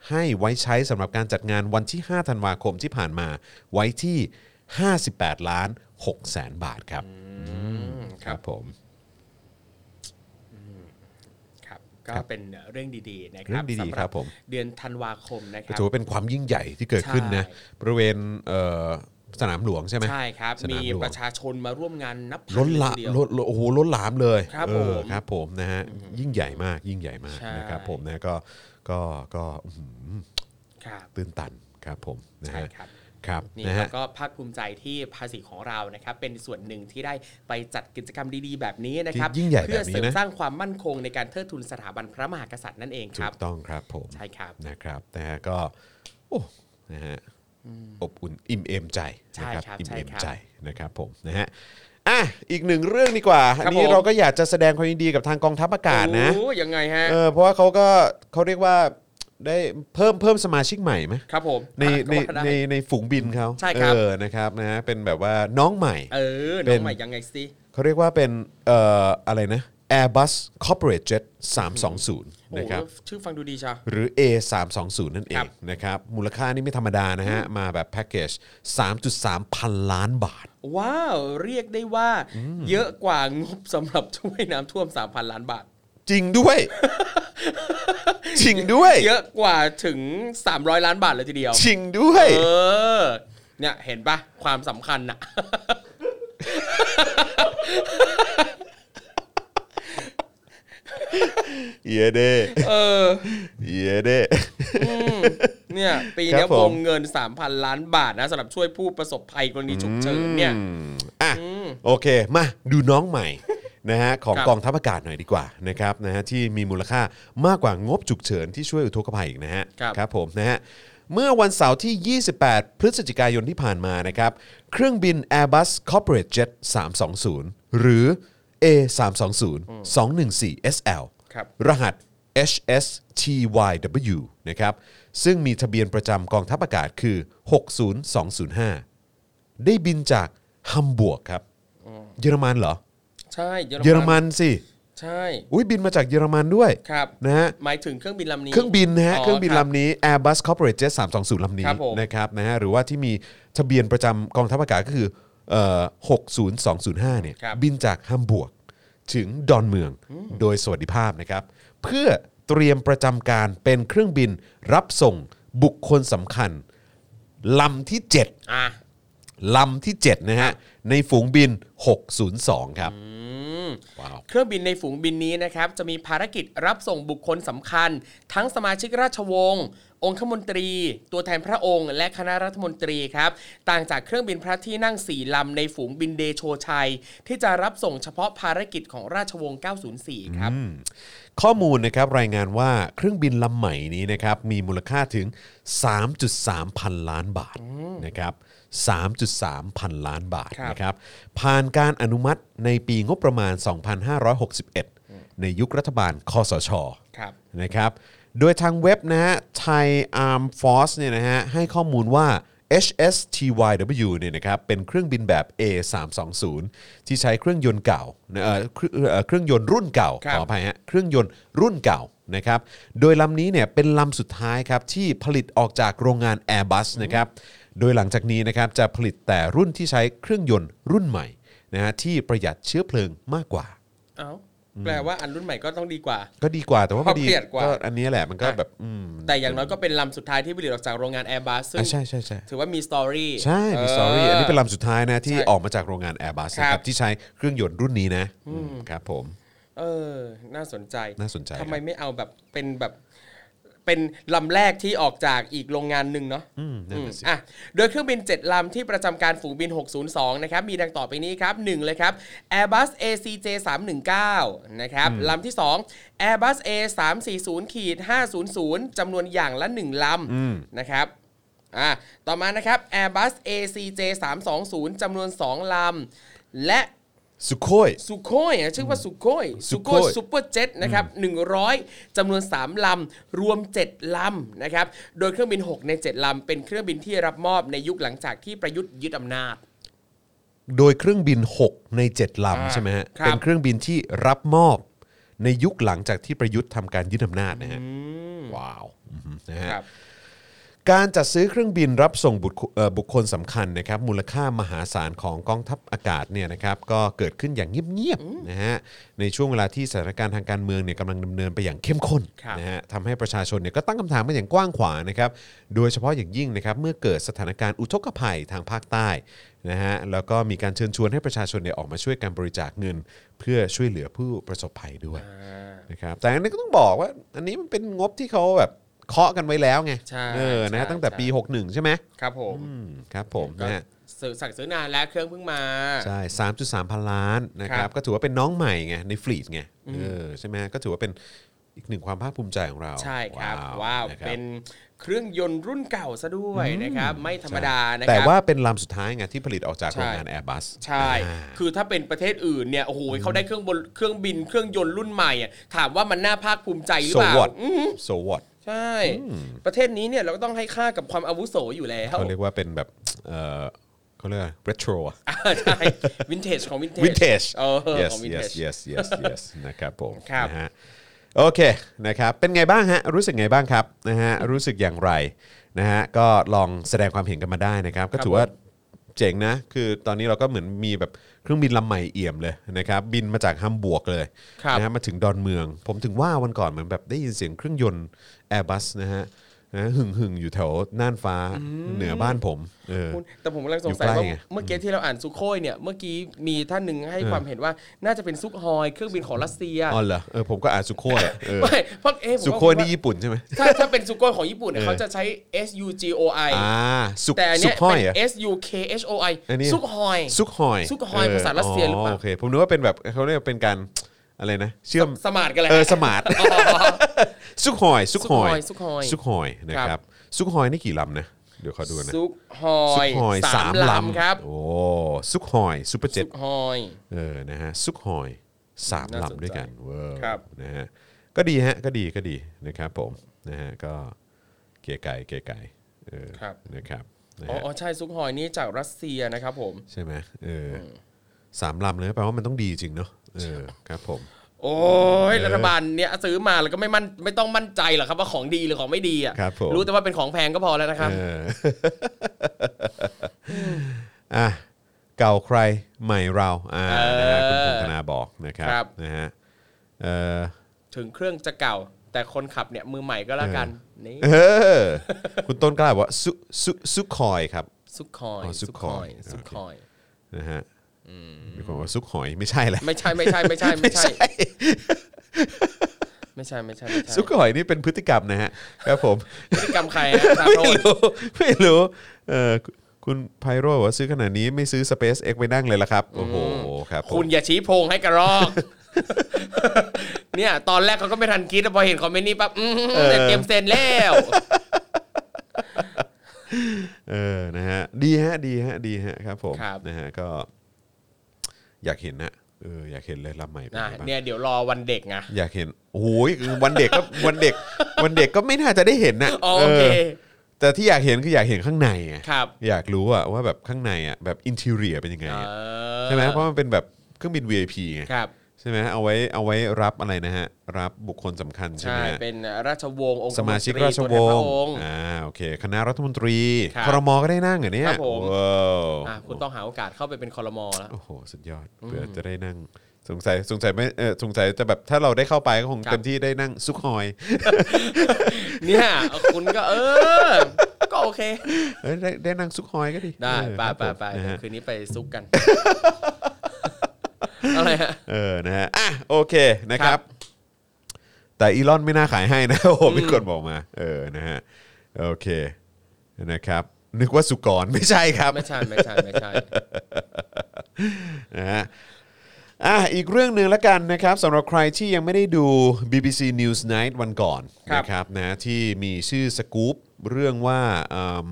ให้ไว้ใช้สำหรับการจัดงานวันที่ 5 ธันวาคมที่ผ่านมาไว้ที่ 58 ล้าน6แสนบาทครับครับผม ครับก็เป็นเรื่องดีๆนะค เรื่ รั อบ งดีๆ สำห ครับผม เดือนธันวาคมนะครั ถือว่าเป็นความยิ่งใหญ่ที่เกิดขึ้นนะ ใช่ บริเวณเอ่อสนามหลวงใช่ไหม ใช่ครับ สนามหลวง มีประชาชนมาร่วมงานนับพั ล้น เลย ละ ทีเดียว ล้นล้นโอ้โหล้นหลามเลย ครับ เออ ผม ครับผมนะฮะยิ่งใหญ่มากยิ่งใหญ่มาก ใช่ นะครับผมนะก็ก็ก็อื้อหือ ครับ ตื้นตันครับผมนะ ใช่ ฮะ ครับ ครับ นี่ นะ ครั ฮะ บก็ภาคภูมิใจที่ภาษีของเรานะครับ เป็นส่วนหนึ่งที่ได้ไปจัดกิจกรรมดีๆ แบบนี้นะครับ ที่ยิ่งใหญ่ เพื่อ แบบนี้นะ เสริมสร้างความมั่นคงในการเทิดทูนสถาบันพระมหากษัตริย์นั่นเองค ถู รับ กต้องครับผม ใช่ครับ นะครับนะฮะก็โอ้นะฮะอบอุ่นอิ่มเอมใจ ใช่ นะครับ ครับ อิ่ม ใช่ เอม ครับ ใจนะครับผมนะฮะอ่ะอีกหนึ่งเรื่องดีกว่า ครับ อันนี้ ผม เราก็อยากจะแสดงความยินดีกับทางกองทัพอากาศนะ โอ้ยังไงฮะ เออเพราะว่าเขาก็เขาเรียกว่าได้เพิ่มเพิ่มสมาชิกใหม่ไหม ครับผม ใน อ่ะ ใน ก็ว่าได้ ในในฝูงบินเขา ใช่ครับ เออนะครับนะฮะเป็นแบบว่าน้องใหม่ เออ เป็ น้อน งใหม่ยังไงสิ เขาเรียกว่าเป็นเอ่ออะไรนะ Airbus Corporate Jet 320 โอ้ นะ โห ครับ ชื่อฟังดูดีชา หรือ A 3 2 0นั่นเอ ครั ง บ นะครับมูลค่านี่ไม่ธรรมดานะฮะ มาแบบแพ็กเกจ 3.3 พันล้านบาท ว้าว เรียกได้ว่า เยอะกว่างบสำหรับช่วยน้ำท่วม 3,000 ล้านบาท จริง *laughs* ด้วย จริงด้วย เยอะกว่าถึง 300 ล้านบาทเลยทีเดียว จริงด้วย เออ เนี่ยเห็นปะความสำคัญน่ะ เยเด้ เออ เยเด้ *laughs* เนี่ยปี ครั เนี้ย บผม วงเงิน 3,000 ล้านบาทนะสำหรับช่วยผู้ประสบภัยกรณีฉุกเฉินเนี่ย อืมอ่ะโอเค มาดูน้องใหม่ นะฮะของ ครับ กองทัพอากาศหน่อยดีกว่านะครับนะฮะที่มีมูลค่ามากกว่างบฉุกเฉินที่ช่วยอุทกภัยอีกนะฮะ ครับ ครับผมนะฮะเมื่อวันเสาร์ที่ 28 พฤศจิกายนที่ผ่านมานะครับเครื่องบิน Airbus Corporate Jet 320 หรือ A 320 214 SL ครับ รหัส HSTYW นะครับซึ่งมีทะเบียนประจำกองทัพอากาศคือ 60205 ได้บินจากฮัมบวร์กครับ เยอรมันเหรอ ใช่ เยอรมันสิ ใช่ อุ้ยบินมาจากเยอรมันด้วย ครับ นะฮะ หมายถึงเครื่องบินลำนี้ เครื่องบินนะฮะเครื่องบิน บ ลำนี้ Airbus Corporate Jet 320 ลำนี้ ครับผม นะครับนะฮะหรือว่าที่มีทะเบียนประจำกองทัพอากาศก็คือเอ่อ60205 เนี่ย ครับ บินจากฮัมบวร์กถึงดอนเมืองโดยสวัสดิภาพนะครับ เพื่อเตรียมประจำการเป็นเครื่องบินรับส่งบุคคลสำคัญ ลำที่ 7 อ่ะ ลำที่ 7 นะฮะ ในฝูงบิน 602 ครับว้าว เครื่องบินในฝูงบินนี้นะครับ จะมีภารกิจรับส่งบุคคลสำคัญ ทั้งสมาชิกราชวงศ์องคมนตรี ตัวแทนพระองค์ และคณะรัฐมนตรีครับ ต่างจากเครื่องบินพระที่นั่งสี่ลำในฝูงบินเดโชชัย ที่จะรับส่งเฉพาะภารกิจของราชวงศ์ 904 ครับ ข้อมูลนะครับรายงานว่าเครื่องบินลำใหม่นี้นะครับมีมูลค่าถึง 3.3 พันล้านบาทนะครับ 3.3 พันล้านบาท ครับ นะครับผ่านการอนุมัติในปีงบประมาณ 2561 ในยุครัฐบาลคอสช ครับ นะครับ โดยทางเว็บนะฮะ Thai Arm Force เนี่ยนะฮะให้ข้อมูลว่า HSTYW เนี่ยนะครับเป็นเครื่องบินแบบ A320 ที่ใช้เครื่องยนต์เก่าเอ่อเครื่องเอ่อเครื่องยนต์รุ่นเก่า ครับ ขออภัยฮะเครื่องยนต์รุ่นเก่านะครับโดยลำนี้เนี่ยเป็นลำสุดท้ายครับที่ผลิตออกจากโรงงาน Airbus นะครับโดยหลังจากนี้นะครับจะผลิตแต่รุ่นที่ใช้เครื่องยนต์รุ่นใหม่นะฮะที่ประหยัดเชื้อเพลิงมากกว่า เอ้าแปลว่าอันรุ่นใหม่ก็ต้องดีกว่า ก็ดีกว่าแต่ว่าพอดี เพราะเครียดกว่า ก็อันนี้แหละมันก็แบบอืม แต่อย่างน้อยก็เป็นลำสุดท้ายที่ผลิตออกจากโรงงานแอร์บัสซึ่ง อ่ะใช่ใช่ใช่ ถือว่ามีสตอรี่ ใช่ มีสตอรี่ อันนี้เป็นลำสุดท้ายนะ ที่ ใช่ ออกมาจากโรงงาน Airbus นะค ครั รับบ ที่ใช้เครื่องยนต์รุ่นนี้นะครับผม เออ น่าสนใจ น่าสนใจ ทำไม ครับ ไม่เอาแบบเป็นแบบเป็นลำแรกที่ออกจากอีกโรงงานหนึ่งเนาะ อืมนั่นน่ะสิ อืมอ่ะโดยเครื่องบิน 7 ลำที่ประจำการฝูงบิน 602 นะครับ มีดังต่อไปนี้ครับ 1 เลยครับ Airbus ACJ 319นะครับลำที่ 2 Airbus A 3 4 0ขีด500จำนวนอย่างละ 1 ลำนะครับ อ่ะต่อมานะครับ Airbus ACJ 320จำนวน 2 ลำ และ สุโค้ย สุโคยอ่ะชื่อว่าสุโคยสุโคย Sukhoi ซูเปอร์เจ็ตนะครับ100จำนวน 3 ลำ รวม 7 ลำนะครับ โดยเครื่องบิน 6 ใน 7 ลำ เป็นเครื่องบินที่รับมอบในยุคหลังจากที่ประยุทธ์ยึดอำนาจ โดยเครื่องบิน 6 ใน 7 อ่า ลำใช่ไหมฮะ ครับ เป็นเครื่องบินที่รับมอบ ในยุคหลังจากที่ประยุทธ์ทำการยึดอำนาจนะฮะ ว้าวอืมนะฮะ ครับ การจัดซื้อเครื่องบินรับส่งบุคคเอ่อบุคคลสำคัญนะครับมูลค่ามหาศาลของกองทัพอากาศเนี่ยนะครับก็เกิดขึ้นอย่างเงียบๆนะฮะในช่วงเวลาที่สถานการณ์ทางการเมืองเนี่ยกำลังดำเนินไปอย่างเข้มข้น ครับ นะฮะทำให้ประชาชนเนี่ยก็ตั้งคำถามกันอย่างกว้างขวางนะครับโดยเฉพาะอย่างยิ่งนะครับเมื่อเกิดสถานการณ์อุทกภัยทางภาคใต้นะฮะแล้วก็มีการเชิญชวนให้ประชาชนเนี่ยออกมาช่วยการบริจาคเงิน เพื่อช่วยเหลือผู้ประสบภัยด้วย อ่า นะครับแต่อันนี้ก็ต้องบอกว่า อันนี้มันเป็นงบที่เขาแบบเคาะกันไว้แล้วไง ใช่ เออนะ ใช่ ตั้งแต่ปี 61 ใช่ไหม ครับผม อืมครับผม ก็ นะฮะ ซื้อสั่งซื้อนานแล้วเครื่องเพิ่งมา ใช่สามจุดสามพันล้านนะค ครั รับบ ก็ถือว่าเป็นน้องใหม่ไงในฟลีดไงเออใช่ไหมก็ถือว่าเป็นอีกหนึ่งความภาคภูมิใจของเรา ใช่ครับ ว้า ว้าว ว นะครับ เป็นเครื่องยนต์รุ่นเก่าซะด้วยนะครับ ไม่ธรรมดานะครั แต่ว่าเป็นลำสุดท้ายไงที่ผลิตออกจาก ใช่ โรงงาน Airbus ใช่ อ่า คือถ้าเป็นประเทศอื่นเนี่ย โอ้โหเขาได้เครื่องบนเครื่องบิน เครื่องยนต์รุ่นใหม่อะถามว่ามันน่าภาคภูมิใจหรือ so เปล่า what อืม so what ใช่ ประเทศนี้เนี่ยเราก็ต้องให้ค่ากับความอาวุโสอยู่แล้ว เขาเรียกว่าเป็นแบบเออเขาเรียกว่า retro อะ อ่าใช่วินเทจของวินเทจ vintage เอ *laughs* อ yes ของวินเท yes จ yes *laughs* yes yes นะครับผม ครับ นะฮะโอเคนะครับเป็นไงบ้างฮะรู้สึกไงบ้างครับนะฮะรู้สึกอย่างไรนะฮะก็ลองแสดงความเห็นกันมาได้นะครับ ก็ ครับ ถือว่าเจ๋งนะ คือตอนนี้เราก็เหมือนมีแบบเครื่องบินลำใหม่เอี่ยมเลยนะครับบินมาจากฮัมบวร์กเลย ครับ นะฮะมาถึงดอนเมือง ผมถึงว่าวันก่อนเหมือนแบบได้ยินเสียงเครื่องยนต์ Airbus นะฮะนะหึ่งหึ่งๆอยู่แถวน่านฟ้าเหนือบ้านผมเออ คุณแต่ผมกำลังสงสัยว่า อยู่ใกล้ไง เมื่อกี้ที่เราอ่านซุโคยเนี่ย เมื่อกี้มีท่านหนึ่งให้ความเห็นว่าน่าจะเป็นซุกฮอยเครื่องบินของรัสเซีย อ๋อเหรอเออผมก็อ่านสุโคยอะเออ ไม่เพราะเอ๊ะผม สุ ว่า โคยนี่ญี่ปุ่นใช่ไหม ถ้าถ้าเป็นซุโคยของญี่ปุ่นเนี่ย เออ เขาจะใช้ S U G O I อ่าสุก แต่อัน สุ เนี้ ก ย ห้อยเป็น เหรอ่ะ S U K H O I อันนี้ ซุกฮอย สุกหอย ซุกหอยภาษารัสเซียหรือเปล่า โอเคผมนึกว่าเป็นแบบเขาเรียกว่าเป็นการอะไรนะ เชื่อม สมาร์ทกันเลย เอ *laughs* อสมาร์ทสุกหอยสุกหอย สุกหอยสุ สุก ก ห ห อ อย ย นะครับสุกหอยนี่กี่ลำนะเดี๋ยวขอดูนะ ซุกฮอย กหอยสา สาม ม ลำ ลำครับ โอ้สุกหอยซูเปอร์เจ็ ซุ ต กฮอย เออนะฮะสุกหอยสาม น่าสนใจ ลำด้วยกันเว้ ครับ นะฮะก็ดีฮะก็ดีก็ดีนะครับผมนะฮะก็เก๋ไก่เก๋ไก่เออนะครับนะ อ๋อ ฮะ อ๋อใช่ซุกฮอยนี่จากรัสเซียนะครับผม ใช่ไหมเอออสามลำเลยแปลว่ามันต้องดีจริงเนาะเออครับผม โอ้ยรัฐบาลเนี่ยซื้อมาแล้วก็ไม่มั่นไม่ต้องมั่นใจหรอกครับว่าของดีหรือของไม่ดีอ่ะ ครับผม รู้แต่ว่าเป็นของแพงก็พอแล้วนะครับ เอออ่ะเก่าใครใหม่เราอ่า เออ นะฮะคุณพงธนาบอกนะครับ ครับ นะฮะเออ ถึงเครื่องจะเก่า แต่คนขับเนี่ยมือใหม่ก็แล้วกันนี่ เออ คุณต้นกล้าบอกว่าซุซุซุคอยครับ ซุกฮอย อ๋อซุกฮอย ซุกฮอย นะฮะมีคนบอกว่าซุกหอยไม่ใช่แหละ ไม่ใช่ไม่ใช่ไม่ใช่ไม่ใช่ ไม่ใช่ไม่ใช่ไม่ใช่ ซุกหอยนี่เป็นพฤติกรรมนะฮะครับผม พฤติกรรมใครอะครับโท ไม่ ษ รู้ไม่รู้เออคุณไพโรจน์บอกว่าซื้อขนาดนี้ไม่ซื้อ Space X ไว้นั่งเลยละครับ โอ้โหครับผม คุณอย่าชี้โพงให้กระรอก *laughs* เนี่ย ตอนแรกเขาก็ไม่ทันคิดแต่พอเห็นคอมเมนต์นี้ปั๊บอืมแต่เตรียมเซ็นแล้ว เออ นะฮะ ดีฮะ ดีฮะ ดีฮะ ครับผม ครับ นะฮะ ก็ อยากเห็นนะ เอออยากเห็นเลยลำใหม่เป็น อ่ะ ไงบ้าง เนี่ยเดี๋ยวรอวันเด็กไง อยากเห็นโอ้ยวันเด็กก็ วันเด็ก วันเด็กก็ไม่น่าจะได้เห็นนะ อ๋อโอเค เออแต่ที่อยากเห็นคืออยากเห็นข้างในไง ครับ อยากรู้อะว่าแบบข้างในอะแบบอินเทอเรียเป็นยังไง เอ อะ อ ใช่ไหมเพราะมันเป็นแบบเครื่องบิน VIP ไง ครับ ใช่ไหมเอาไว้เอาไว้รับอะไรนะฮะ รับบุคคลสำคัญใช่ ใช่ ไหม เป็นราชวงศ์องค์ สมาชิก คนต ราชว ตัวแทนพระ งศ์ องค์ อ่าโอเคคณะรัฐมนตรี ครับ ครมก็ได้นั่งเหรอเนี่ ค ย รับผม ว้าว อ่ะคุณต้องหาโอกาสเข้าไปเป็นคอรมอแล้ว โอ้โห สุดยอดเพื่อจะได้นั่งสงสัยสงสัยไม่เออสงสัยจะแบบถ้าเราได้เข้าไปก็คง ครับ เต็มที่ได้นั่งซุกฮอย เนี่ยคุณก็เออ ก็โอเค เอ้ยได้ได้นั่งซุกฮอยก็ดี ได้ เออคไปรับ ไปไป ผมนะฮะ คืนนี้ไปซุกกัน อะไรฮะ เออนะฮะอ่ะโอเคนะค ค รั รับ บ แต่อีลอนไม่น่าขายให้นะ *laughs* โอ้โหมีคนบอกมา เออนะฮะโอเคนะครับ นึกว่าสุกรไม่ใช่ครับ ไม่ใช่ไม่ใช่ไม่ใช่ นะฮะอ่ะอีกเรื่องหนึ่งละกันนะครับสำหรับใครที่ยังไม่ได้ดู BBC Newsnight วันก่อน ครับ นะครับนะที่มีชื่อสกู๊ปเรื่องว่าอืม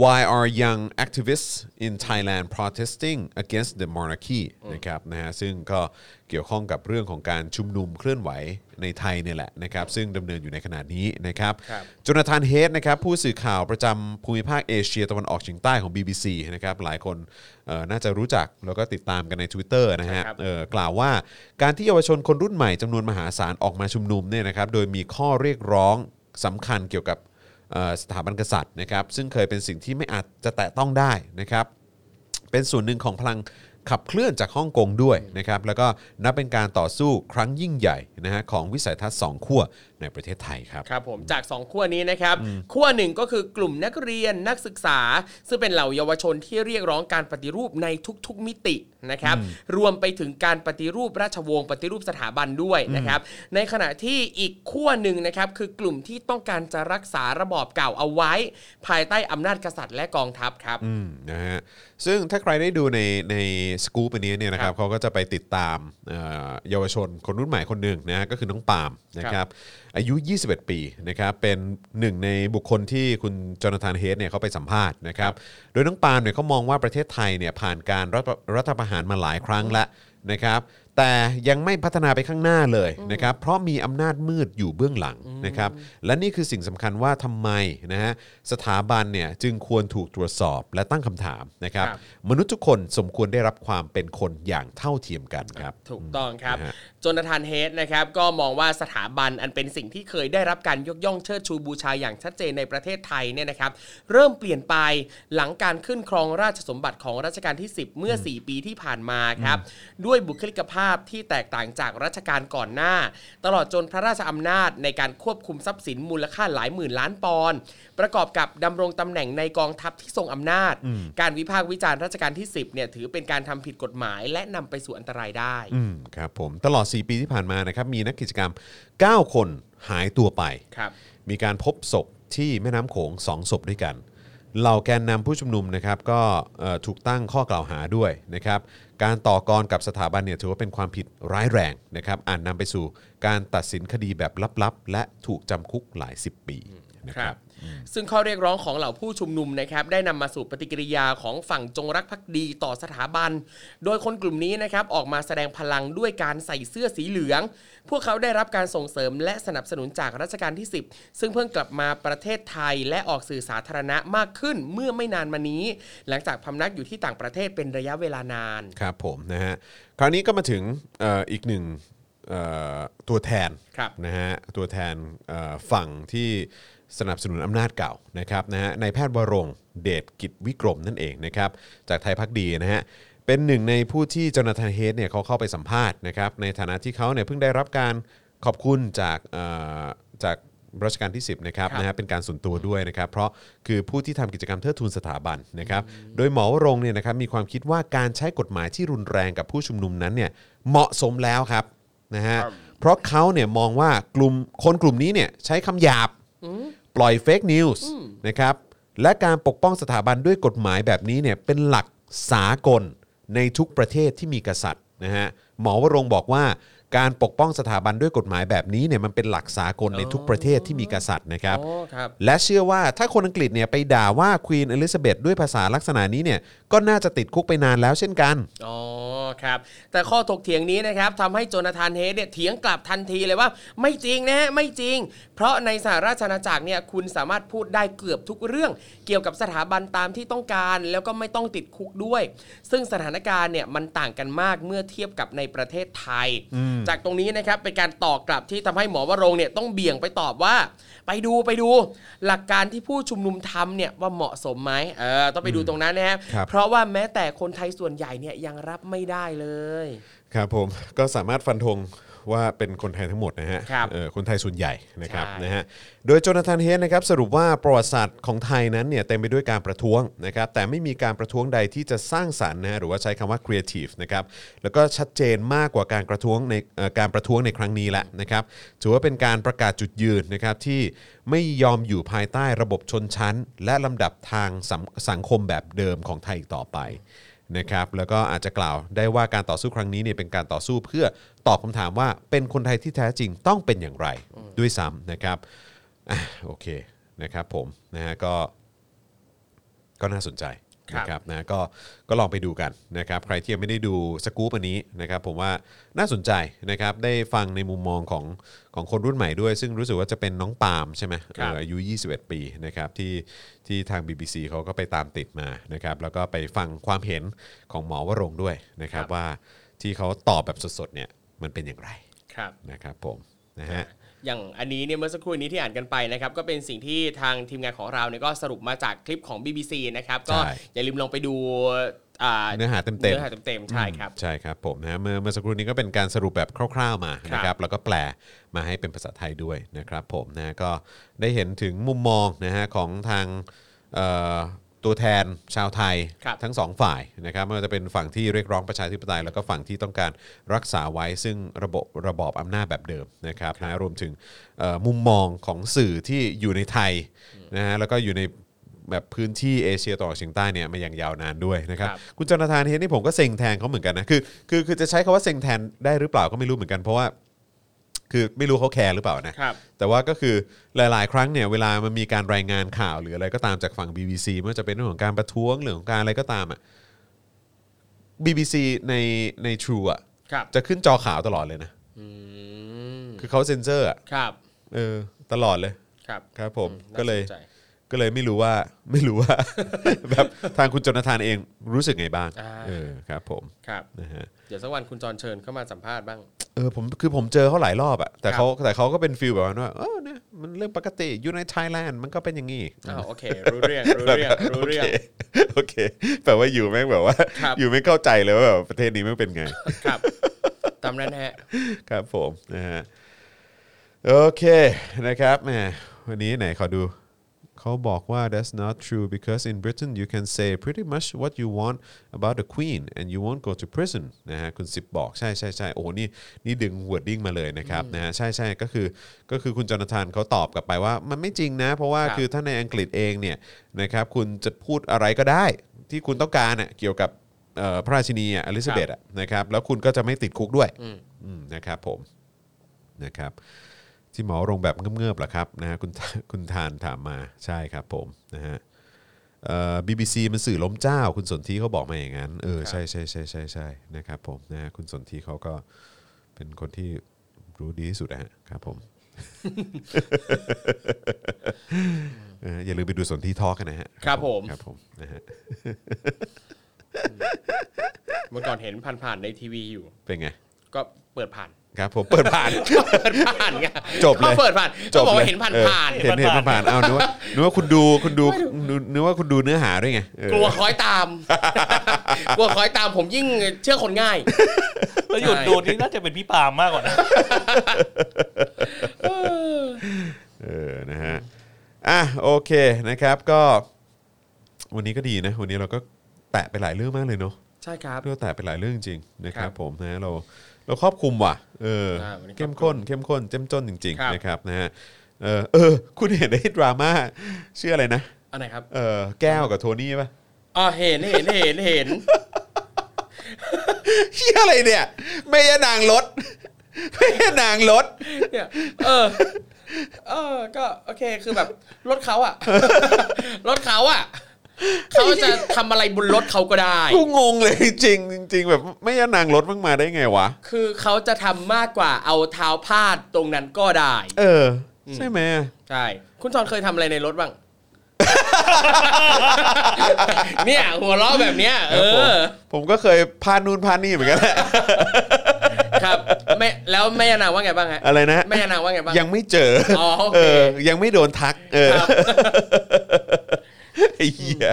Why are young activists in Thailand protesting against the monarchy นะครับนะฮะซึ่งก็เกี่ยวข้องกับเรื่องของการชุมนุมเคลื่อนไหวในไทยเนี่ยแหละนะครับซึ่งดำเนินอยู่ในขณะนี้นะครับ ครับ จนธานเฮดนะครับผู้สื่อข่าวประจำภูมิภาคเอเชียตะวันออกเฉียงใต้ของ BBC นะครับหลายคนเอ่อน่าจะรู้จักแล้วก็ติดตามกันใน Twitter นะฮะ ครับ เอ่อกล่าวว่าการที่เยาวชนคนรุ่นใหม่จำนวนมหาศาลออกมาชุมนุมเนี่ยนะครับโดยมีข้อเรียกร้องสำคัญเกี่ยวกับ เอ่อสถาบันกษัตริย์นะครับซึ่งเคยเป็นสิ่งที่ไม่อาจจะแตะต้องได้นะครับ เป็นส่วนหนึ่งของพลังขับเคลื่อนจากฮ่องกงด้วยนะครับแล้วก็นับเป็นการต่อสู้ครั้งยิ่งใหญ่นะฮะของวิสัยทัศน์สองขั้วในประเทศไทยครับ ครับผมจาก 2 ขั้วนี้นะครับ ขั้วหนึ่งก็คือกลุ่มนักเรียนนักศึกษา ซึ่งเป็นเหล่าเยาวชนที่เรียกร้องการปฏิรูปในทุกๆมิตินะครับ รวมไปถึงการปฏิรูปราชวงศ์ปฏิรูปสถาบันด้วยนะครับ ในขณะที่อีกขั้วหนึ่งนะครับ คือกลุ่มที่ต้องการจะรักษาระบอบเก่าเอาไว้ ภายใต้อำนาจกษัตริย์และกองทัพครับ อืมนะฮะซึ่งถ้าใครได้ดูในในสกู๊ปอันนี้เนี่ยนะครับเขาก็จะไปติดตามเอ่อเยาวชนคนรุ่นใหม่คนหนึ่งนะฮะก็คือน้องปาล์มนะครับอายุ 21 ปีนะครับเป็นหนึ่งในบุคคลที่คุณจอนาธานเฮดเนี่ยเขาไปสัมภาษณ์นะครับโดยน้องปาล์มเนี่ยเขามองว่าประเทศไทยเนี่ยผ่านการรัฐรัฐประหารมาหลายครั้งแล้วนะครับแต่ยังไม่พัฒนาไปข้างหน้าเลยนะครับเพราะมีอำนาจมืดอยู่เบื้องหลังนะครับและนี่คือสิ่งสำคัญว่าทำไมนะฮะสถาบันเนี่ยจึงควรถูกตรวจสอบและตั้งคำถามนะครับ ครับ มนุษย์ทุกคนสมควรได้รับความเป็นคนอย่างเท่าเทียมกันครับ ถูกต้องครับ นะฮะ จนทานเฮดนะครับก็มองว่าสถาบันอันเป็นสิ่งที่เคยได้รับการยกย่องเชิดชูบูชาอย่างชัดเจนในประเทศไทยเนี่ยนะครับเริ่มเปลี่ยนไปหลังการขึ้นครองราชสมบัติของรัชกาลที่ 10 เมื่อ 4 ปีที่ผ่านมาครับด้วยบุคลิกภาพที่แตกต่างจากรัชกาลก่อนหน้า ตลอดจนพระราชอำนาจในการควบคุมทรัพย์สินมูลค่าหลายหมื่นล้านปอนด์ประกอบกับดำรงตำแหน่งในกองทัพที่ทรงอำนาจ การวิพากษ์วิจารณ์รัชกาลที่ 10เนี่ยถือเป็นการทำผิดกฎหมาย และนำไปสู่อันตรายได้ อืมครับผมตลอด 4 ปีที่ผ่านมานะครับมีนักกิจกรรม 9 คนหายตัวไป ครับ มีการพบศพที่แม่น้ำโขงสองศพด้วยกัน เหล่าแกนนำผู้ชุมนุมนะครับก็เอ่อถูกตั้งข้อกล่าวหาด้วยนะครับการต่อกรกับสถาบันเนี่ยถือว่าเป็นความผิดร้ายแรงนะครับอาจนำไปสู่การตัดสินคดีแบบลับๆ และถูกจำคุกหลาย 10 ปีนะ ค ค รั รั บบ ซึ่งข้อเรียกร้องของเหล่าผู้ชุมนุมนะครับได้นำมาสู่ปฏิกิริยาของฝั่งจงรักภักดีต่อสถาบัน โดยคนกลุ่มนี้นะครับออกมาแสดงพลังด้วยการใส่เสื้อสีเหลือง พวกเขาได้รับการส่งเสริมและสนับสนุนจากรัชกาลที่ 10 ซึ่งเพิ่งกลับมาประเทศไทยและออกสื่อสาธารณะมากขึ้นเมื่อไม่นานมานี้ หลังจากพำนักอยู่ที่ต่างประเทศเป็นระยะเวลานาน ครับผมนะฮะคราวนี้ก็มาถึงเอ่ออีกหนึ่งเอ่อตัวแทน ครับ นะฮะตัวแทนเอ่อฝั่งที่สนับสนุนอำนาจเก่านะครับนะฮะในายแพทย์วรงค์เดชกิจวิกรมนั่นเองนะครับจากไทยพักดีนะฮะเป็นหนึ่งในผู้ที่จอนาธานเฮดเนี่ยเขาเข้าไปสัมภาษณ์นะครับในฐานะที่เขาเนี่ยเพิ่งได้รับการขอบคุณจากเอ่อจากรัชกาลที่ 10นะครับ ครับ นะฮะ เป็นการส่วนตัวด้วยนะครับ เพราะคือผู้ที่ทำกิจกรรมเทิดทูนสถาบันนะครับ โดยหมอวรงค์เนี่ยนะครับมีความคิดว่าการใช้กฎหมายที่รุนแรงกับผู้ชุมนุมนั้นเนี่ยเหมาะสมแล้วครับนะฮะเพราะเขาเนี่ยมองว่ากลุ่มคนกลุ่มนี้เนี่ยใช้คำหยาบ ปล่อยเฟกนิวส์นะครับและการปกป้องสถาบันด้วยกฎหมายแบบนี้เนี่ยเป็นหลักสากลในทุกประเทศที่มีกษัตริย์นะฮะหมอวรงค์บอกว่า การปกป้องสถาบันด้วยกฎหมายแบบนี้เนี่ยมันเป็นหลักสากลในทุกประเทศที่มีกษัตริย์นะครับ อ๋อครับ และเชื่อว่าถ้าคนอังกฤษเนี่ยไปด่าว่าควีนอลิซาเบธด้วยภาษาลักษณะนี้เนี่ยก็น่าจะติดคุกไปนานแล้วเช่นกัน อ๋อครับ แต่ข้อถกเถียงนี้นะครับทำให้โจนาธานเฮดเนี่ยเถียงกลับทันทีเลยว่า ไม่จริงนะไม่จริง เพราะในสหราชอาณาจักรเนี่ยคุณสามารถพูดได้เกือบทุกเรื่อง เกี่ยวกับสถาบันตามที่ต้องการ แล้วก็ไม่ต้องติดคุกด้วย ซึ่งสถานการณ์เนี่ยมันต่างกันมากเมื่อเทียบกับในประเทศไทย จากตรงนี้นะครับเป็นการตอบกลับที่ทำให้หมอวรงค์เนี่ยต้องเบี่ยงไปตอบว่า ไปดูไปดู หลักการที่ผู้ชุมนุมทำเนี่ยว่าเหมาะสมไหมเออต้องไปดูตรงนั้นนะครับ ครับ เพราะว่าแม้แต่คนไทยส่วนใหญ่เนี่ยยังรับไม่ได้เลย ครับผมก็สามารถฟันธงว่าเป็นคนไทยทั้งหมดนะฮะ ครับ เออคนไทยส่วนใหญ่นะครับ ใช่ นะฮะโดยโจนาธานเฮดนะครับสรุปว่าประวัติศาสตร์ของไทยนั้นเนี่ยเต็มไปด้วยการประท้วงนะครับแต่ไม่มีการประท้วงใดที่จะสร้างสรรค์นะฮะหรือว่าใช้คำว่า creative นะครับแล้วก็ชัดเจนมากกว่าการประท้วงในเอ่อการประท้วงในครั้งนี้แหละนะครับถือว่าเป็นการประกาศจุดยืนนะครับที่ไม่ยอมอยู่ภายใต้ระบบชนชั้น และลำดับทางสังสังคมแบบเดิมของไทยอีกต่อไป นะครับแล้วก็อาจจะกล่าวได้ว่าการต่อสู้ครั้งนี้เนี่ยเป็นการต่อสู้เพื่อตอบคำถามว่าเป็นคนไทยที่แท้จริงต้องเป็นอย่างไรด้วยซ้ำนะครับอ่ะโอเคนะครับผมนะฮะก็ก็น่าสนใจ ครับ นะครับนะก็ก็ลองไปดูกันนะครับใครที่ยังไม่ได้ดูสกู๊ปอันนี้นะครับผมว่าน่าสนใจนะครับได้ฟังในมุมมองของของคนรุ่นใหม่ด้วย ซึ่งรู้สึกว่าจะเป็นน้องปาล์มใช่ไหม ครับ เอ่ออายุ 21 ปีนะครับที่ที่ทาง BBC เขาก็ไปตามติดมานะครับแล้วก็ไปฟังความเห็นของหมอวรงค์ด้วยนะครับว่าที่เขาตอบแบบสดๆเนี่ยมันเป็นอย่างไร ครับ นะครับผมนะฮะ อย่างอันนี้เนี่ยเมื่อสักครู่นี้ที่อ่านกันไปนะครับก็เป็นสิ่งที่ทางทีมงานของเราเนี่ยก็สรุปมาจากคลิปของ BBC นะครับก็ ใช่ อย่าลืมลองไปดูอ่า เนื้อหาเต็มๆ เนื้อหาเต็มๆใช่ครับ ใช่ครับผมนะฮะเมื่อเมื่อสักครู่นี้ก็เป็นการสรุปแบบคร่าวๆมา ครับ นะครับแล้วก็แปลมาให้เป็นภาษาไทยด้วยนะครับผมนะฮะก็ได้เห็นถึงมุมมองนะฮะของทางเอ่อตัวแทนชาวไทย ครับ ทั้งสองฝ่ายนะครับไม่ว่าจะเป็นฝั่งที่เรียกร้องประชาธิปไตย แล้วก็ฝั่งที่ต้องการรักษาไว้ซึ่งระบบระบอบอำนาจแบบเดิมนะครับนะฮะรวมถึงเอ่อมุมมองของสื่อที่อยู่ในไทยนะฮะแล้วก็อยู่ในแบบพื้นที่เอเชียตะวันออกเฉียงใต้เนี่ยมาอย่างยาวนานด้วยนะครับ ครับ คุณจนทานเฮดนี่ผมก็เซ็งแทนเขาเหมือนกันนะคือคือคือจะใช้คำว่าเซ็งแทนได้หรือเปล่าก็ไม่รู้เหมือนกันเพราะว่า คือไม่รู้เขาแคร์หรือเปล่านะ ครับ แต่ว่าก็คือหลาย ๆ ครั้งเนี่ยเวลามันมีการรายงานข่าวหรืออะไรก็ตามจากฝั่ง BBC ไม่ว่าจะเป็นเรื่องของการประท้วงเรื่องของการอะไรก็ตามอ่ะ BBC ในใน True อ่ะ ครับ จะขึ้นจอข่าวตลอดเลยนะ อืม คือเขาเซ็นเซอร์อ่ะ ครับ เออตลอดเลย ครับ ครับผม น่า ก็เลย สนใจ ก็เลยไม่รู้ว่าไม่รู้ว่า *laughs* แบบทางคุณจนทานเองรู้สึกไงบ้าง อ่า เออครับ ผม ครับ นะฮะ เดี๋ยวสักวันคุณจรเชิญเข้ามาสัมภาษณ์บ้าง เออผมคือผมเจอเขาหลายรอบอะแต่ ครับ เขาแต่เขาก็เป็นฟิลแบบว่าเออเนี่ยมันเรื่องปกติอยู่ในไทยแลนด์มันก็เป็นอย่างนี้ อ้าวโอเค รู้เรื่องรู้เรื่อง *laughs* รู้เรื่อง โอคโอเคแปลว่าอยู่แม่งแบบว่า ครับ อยู่ไม่เข้าใจเลยว่าแบบประเทศนี้ไม่เป็นไง *laughs* ครับตามนั้นฮะ ครับผมนะฮะโอเคนะครับแหมวันนี้ไหนขอดูเขาบอกว่า that's not true because in Britain you can say pretty much what you want about the Queen and you won't go to prison นะฮะคุณสิบบอกใช่ใช่ใช่โอ้โหนี่นี่ดึง wording มาเลยนะครับนะฮะใช่ใช่ก็คือก็คือคุณจอนาธานเขาตอบกลับไปว่า มันไม่จริงนะ เพราะว่า ครับ คือถ้าในอังกฤษเองเนี่ยนะครับคุณจะพูดอะไรก็ได้ ที่คุณต้องการเน่ะเกี่ยวกับเอ่อพระราชินีอลิซาเบธอะนะครับแล้วคุณก็จะไม่ติดคุกด้วย อืมนะครับผมนะครับที่หมอรงแบบเงือบๆเหรอครับนะฮะคุณ *laughs* คุณทานถามมาใช่ครับผมนะฮะเอ่อ BBC มันสื่อล้มเจ้า คุณสนธิเขาบอกมาอย่างนั้นเออใช่ใช่ใช่ใช่ใช่นะครับผมนะฮะคุณสนธิเขาก็เป็นคนที่รู้ดีที่สุดนะฮะครับ *laughs* ผมเอออย่าลืมไปดูสนธิทอล์กนะฮะ ครับผม ครับผมนะฮะ เมื่อก่อนเห็นผ่านๆในทีวีอยู่ เป็นไง ก็เปิดผ่าน ครับผมเปิดผ่าน เปิดผ่านไง จบเลย ขาเปิดผ่าน จ ก็ บ บอก เลย ว่าเห็นผ่านผ่าน เออเห็นเห็นผ่านผ่านเอานึกว่านึกว่าคุณดูคุณดูนึกว่าคุณดูเนื้อหาด้วยไงเออก ลัวคอยตาม *laughs* กลัวคอยตามผมยิ่งเชื่อคนง่าย แล้วหยุด ใช่ ดูนี่น่าจะเป็นพี่ปาล์มมากกว่านะ เออนะฮะอ่ะโอเคนะครับก็ วันนี้ก็ดีนะ วันนี้เราก็แตะไปหลายเรื่องมากเลยเนาะ ใช่ครับ เรื่องแตะไปหลายเรื่องจริงๆนะค ครั รับบ ผมนะเราเราครอบคลุมว่ะเออ อ่าวันนี้ เข้มข้นเข้มข้นเจ้มจนจริง ครับ ๆนะครับนะฮะเออเออ คุณเห็นได้ดราม่าชื่ออะไรนะ อันไหนครับ เออแก้วกับโทนี่ป่ะ *laughs* อ๋อเห็นเห็นเห็นเห็น เฮียอะไรเนี่ยไม่ยานางรถ *laughs* นางรถ เนี่ยเออ เออ ก็โอเคคือแบบรถเขา *laughs* อะ รถเขาอะเขาจะทำอะไรบนรถเขาก็ได้ กูงงเลยจริงจริง ๆ แบบไม่ยานางรถมันมาได้ไงวะ คือเขาจะทำมากกว่าเอาเท้าพาดตรงนั้นก็ได้ เออ ใช่ไหม ใช่ คุณจอนเคยทำอะไรในรถ *laughs* บ้าง เนี่ย หัวเราะแบบเนี้ยเอ ครับผม อ ผมก็เคยพาดนู่นพาดนี่เหมือนกันแหละ *laughs* ครับแม่แล้วแม่ยานางว่าไงบ้างฮะ อะไรนะ แม่ยานางว่าไงบ้าง ยังไม่เจอ อโอเค เออ ยังไม่โดนทัก เออ ครับ *laughs* ไอ้เหี้ย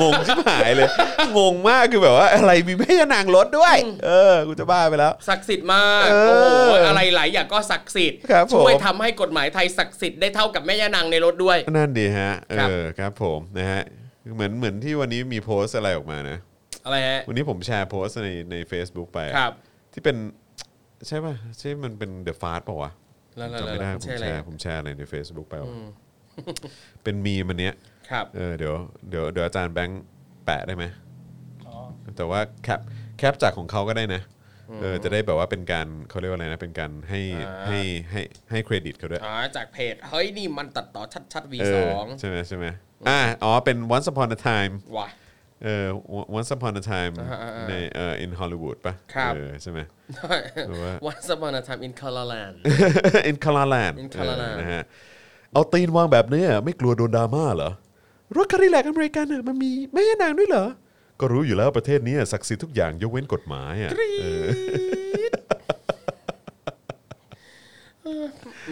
งงชิบหายเลย *laughs* งงมากคือแบบว่าอะไรมีแม่ยานางรถด้วย เออ กูจะบ้าไปแล้ว ศักดิ์สิทธิ์มาก เออ โอ้โหอะไรหลายอย่างก็ศักดิ์สิทธิ์ ครับผม ช่วยทำให้กฎหมายไทยศักดิ์สิทธิ์ได้เท่ากับแม่ย่านางในรถด้วย นั่นดีฮะ เอ ครับ อ ครับผมนะฮะ เหมือนเหมือนที่วันนี้มีโพสต์อะไรออกมานะ อะไรฮะ วันนี้ผมแชร์โพสต์ในใน Facebook ไป ครับ ที่เป็นใช่ป่ะใช่มันเป็นเดอะฟาสป่าวะ แล้วแล้ว จำไม่ได้ผม ใช่อะ แช ไร ร์ผมแชร์ในใน Facebook ไปว่ะ *laughs* เป็นมีมันเนี้ย ครับ เออเดี๋ยวเดี๋ยวเดี๋ยวอาจารย์แบงค์แปะได้ไหม อ๋อ แต่ว่าแคปแคปจากของเขาก็ได้นะเออจะได้แบบว่าเป็นการเขาเรียกว่าอะไรนะเป็นการให้ให้ให้ให้เครดิตเขาด้วย อ๋อจากเพจเฮ้ยนี่มันตัดต่อชัดๆ เอ V2 อใช่ไหมใช่ไหมอ่าอ๋อเป็น once upon a time ว่ะ เออ once upon a time อ่าๆๆ ในเอ่อ in Hollywood ป่ะ ครับ เออใช่ไหม หรือว่า *laughs* Once upon a time in Colorland *laughs* in c o l o r a n d In Colorado นะฮะเอาตีนวางแบบนี้อะไม่กลัวโดนดราม่าเหรอ รถคาริแลกอเมริกันอะมันมีแม่ย่านางด้วยเหรอ ก็รู้อยู่แล้วประเทศนี้ศักดิ์สิทธิ์ทุกอย่างยกเว้นกฎหมายอ่ะเออ